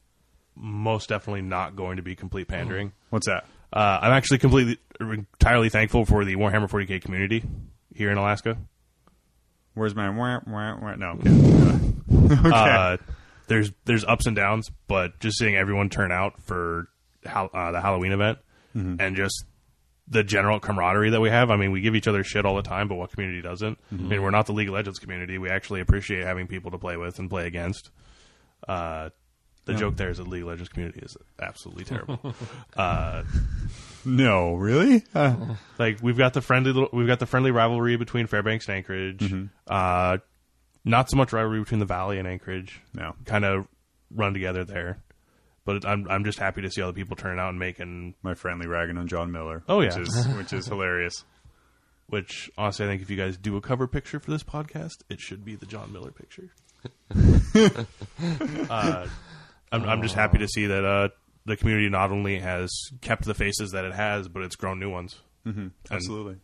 Speaker 3: most definitely not going to be complete pandering.
Speaker 1: What's that?
Speaker 3: Uh, I'm actually completely entirely thankful for the Warhammer 40k community here in Alaska.
Speaker 1: Where's my wah, wah, wah? no? okay. Okay.
Speaker 3: Uh, there's there's ups and downs, but just seeing everyone turn out for hal- uh, the Halloween event and just the general camaraderie that we have. I mean, we give each other shit all the time, but what community doesn't? I mean, we're not the League of Legends community. We actually appreciate having people to play with and play against. Uh, The joke there is that League of Legends community is absolutely terrible.
Speaker 1: No, really? Uh,
Speaker 3: like we've got the friendly little, we've got the friendly rivalry between Fairbanks and Anchorage. Uh, not so much rivalry between the Valley and Anchorage.
Speaker 1: No.
Speaker 3: kind of run together there. But I'm I'm just happy to see all the people turning out and making.
Speaker 1: my friendly ragging on John Miller.
Speaker 3: Oh,
Speaker 1: which
Speaker 3: yeah.
Speaker 1: is, which is hilarious.
Speaker 3: Which honestly, I think if you guys do a cover picture for this podcast, it should be the John Miller picture. uh, I'm I'm just happy to see that uh, the community not only has kept the faces that it has, but it's grown new ones. Mm-hmm.
Speaker 1: Absolutely.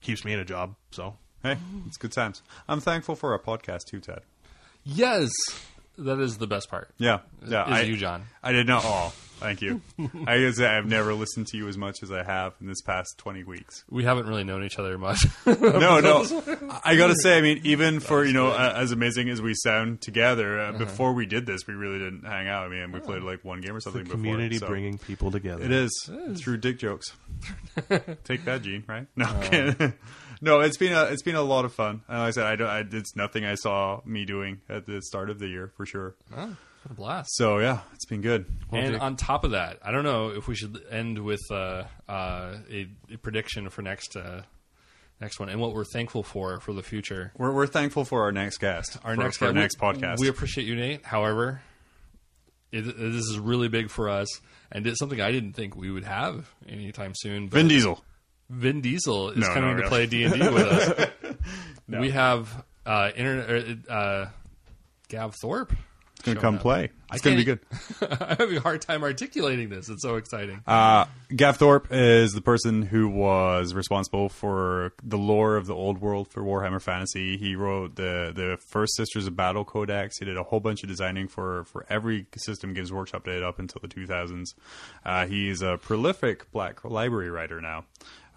Speaker 3: keeps me in a job. So
Speaker 1: Hey, it's good times. I'm thankful for our podcast too, Ted.
Speaker 9: Yes, that is the best part.
Speaker 1: Yeah, yeah.
Speaker 9: Is
Speaker 1: I,
Speaker 9: you, John.
Speaker 1: I did not. Oh, thank you. I guess I've never listened to you as much as I have in this past twenty weeks.
Speaker 9: We haven't really known each other much.
Speaker 1: No, no. I gotta say, I mean, even for you know, uh, as amazing as we sound together, uh, before we did this, we really didn't hang out. I mean, we played like one game or something. before,
Speaker 3: community
Speaker 1: so.
Speaker 3: bringing people together.
Speaker 1: It is through dick jokes. Take that, Gene. Right? No,
Speaker 9: Uh.
Speaker 1: I'm kidding. no. It's been a it's been a lot of fun. And like I said, I don't. I, it's nothing I saw me doing at the start of the year for sure.
Speaker 9: What a blast.
Speaker 1: So yeah, it's been good.
Speaker 9: and on top of that, I don't know if we should end with uh, uh, a, a prediction for next uh, next one and what we're thankful for for the future.
Speaker 1: We're, we're thankful for our next guest.
Speaker 9: Our
Speaker 1: for,
Speaker 9: next
Speaker 1: for our
Speaker 9: guy- we-
Speaker 1: next podcast.
Speaker 9: We appreciate you, Nate. However, it, it- this is really big for us, and it's something I didn't think we would have anytime soon. But
Speaker 1: Vin Diesel.
Speaker 9: Vin Diesel is
Speaker 1: No,
Speaker 9: coming
Speaker 1: not
Speaker 9: to
Speaker 1: really.
Speaker 9: play D and D with us. We have uh, internet uh, uh, Gav Thorpe.
Speaker 1: It's gonna come play. It's
Speaker 9: I
Speaker 1: gonna be good.
Speaker 9: can't- I'm having a hard time articulating this. It's so exciting.
Speaker 1: Uh, Gav Thorpe is the person who was responsible for the lore of the old world for Warhammer Fantasy. He wrote the the first Sisters of Battle Codex. He did a whole bunch of designing for for every system Games Workshop did up until the 2000s. Uh, he's a prolific Black Library writer now.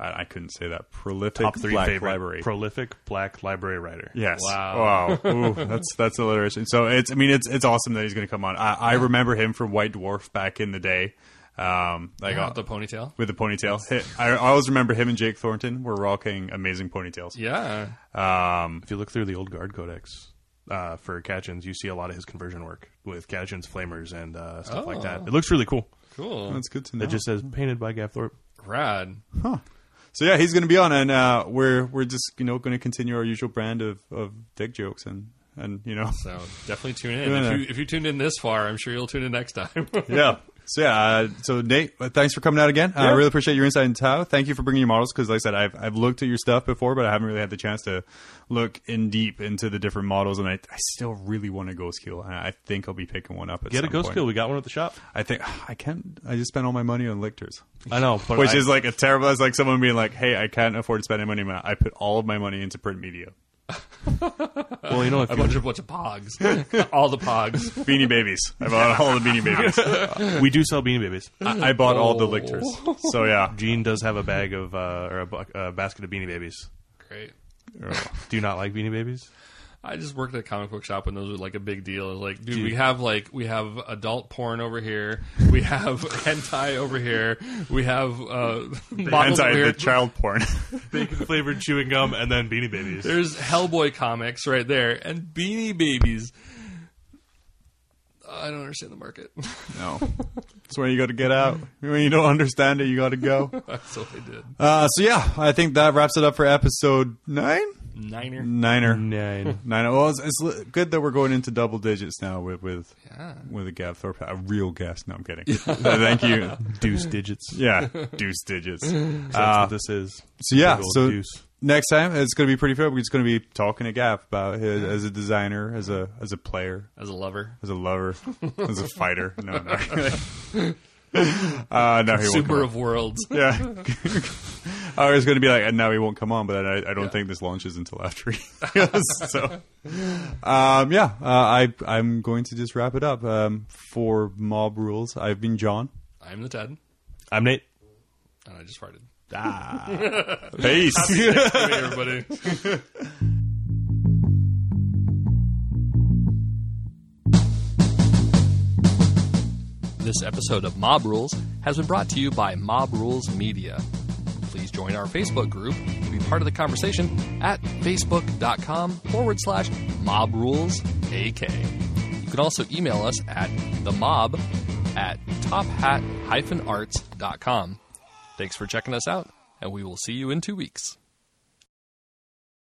Speaker 1: I, I couldn't say that prolific
Speaker 3: top three
Speaker 1: Black
Speaker 3: favorite
Speaker 1: Library.
Speaker 3: prolific black library writer.
Speaker 1: Yes.
Speaker 9: Wow.
Speaker 1: Wow. Ooh, that's that's alliteration. So it's. I mean, it's it's awesome that he's going to come on. I, I remember him from White Dwarf back in the day. Um, like
Speaker 9: Got
Speaker 1: uh,
Speaker 9: the ponytail.
Speaker 1: with the ponytail. I, I always remember him and Jake Thornton were rocking amazing ponytails.
Speaker 9: Yeah.
Speaker 1: Um,
Speaker 3: If you look through the old guard codex uh, for Catchins, you see a lot of his conversion work with Catchins, flamers, and uh, stuff like that. It looks really cool.
Speaker 9: Cool.
Speaker 1: that's good to know.
Speaker 3: It just says painted by Gav Thorpe.
Speaker 9: Rad.
Speaker 1: so yeah, he's going to be on, and uh, we're we're just you know going to continue our usual brand of of dick jokes and and you know
Speaker 9: So definitely tune in.
Speaker 1: Yeah.
Speaker 9: If you, if you tuned in this far, I'm sure you'll tune in next time.
Speaker 1: yeah. So yeah, uh, so Nate, uh, thanks for coming out again. I really appreciate your insight into Tao. Thank you for bringing your models because, like I said, I've I've looked at your stuff before, but I haven't really had the chance to look in deep into the different models, and I, I still really want a ghost kill, and I think I'll be picking one up. At
Speaker 3: Get a
Speaker 1: some
Speaker 3: ghost
Speaker 1: point.
Speaker 3: kill. We got one at the shop.
Speaker 1: I think I can't. I just spent all my money on lictors.
Speaker 3: I know, but
Speaker 1: Which
Speaker 3: I-
Speaker 1: is like a terrible. It's like someone being like, "Hey, I can't afford to spend any money. man. I put all of my money into print media.
Speaker 3: well, you know, if
Speaker 9: a bunch of bunch of pogs, all the pogs.
Speaker 1: Beanie Babies. I bought all the Beanie Babies.
Speaker 3: you- we do sell beanie babies.
Speaker 1: I, I bought all
Speaker 3: Oh.
Speaker 1: the lictors. So yeah,
Speaker 3: Gene does have a bag of uh, or a, bu- a basket of beanie babies.
Speaker 9: Great.
Speaker 3: Do you not like beanie babies?
Speaker 9: I just worked at a comic book shop, and those were like a big deal. It was Like, dude, we have like we have adult porn over here, we have hentai over here, we have uh, models over
Speaker 1: anti
Speaker 9: here.
Speaker 1: the child porn.
Speaker 3: Bacon flavored chewing gum and then beanie babies.
Speaker 9: There's Hellboy comics right there, and Beanie Babies. I don't understand the market.
Speaker 1: no, that's where you got to get out. When you don't understand it, you got to go.
Speaker 9: That's what they did.
Speaker 1: Uh, so yeah, I think that wraps it up for episode nine.
Speaker 9: Niner.
Speaker 3: Mm.
Speaker 1: Niner.
Speaker 3: Nine.
Speaker 1: Nine. Well, it's, it's li- good that we're going into double digits now with with
Speaker 9: Yeah.
Speaker 1: with a Gav Thorpe, a real guest. No, I'm kidding. Thank you.
Speaker 3: Deuce digits.
Speaker 1: Yeah, deuce digits.
Speaker 3: That's what this is.
Speaker 1: Uh, So yeah,
Speaker 3: Big old
Speaker 1: so
Speaker 3: deuce.
Speaker 1: next time it's going to be pretty fair. We're just going to be talking to Gav about his as a designer, as a as a player,
Speaker 9: As a lover.
Speaker 1: as a lover, as a fighter. No, no, uh, no, he won't.
Speaker 9: Super
Speaker 1: Come on.
Speaker 9: of worlds.
Speaker 1: Yeah, I was going to be like, and now he won't come on, but then I, I don't think this launches until after. He so, um, yeah, uh, I I'm going to just wrap it up. Um, for mob rules, I've been John.
Speaker 9: I'm the Ted,
Speaker 3: I'm Nate.
Speaker 9: and I just farted.
Speaker 1: Peace.
Speaker 9: Hey, Ah. everybody. This episode of Mob Rules has been brought to you by Mob Rules Media. Please join our Facebook group to be part of the conversation at facebook.com forward slash mob rules AK. You can
Speaker 2: can also email us at themob at tophat-arts.com. Thanks for checking us out, and we will see you in two weeks.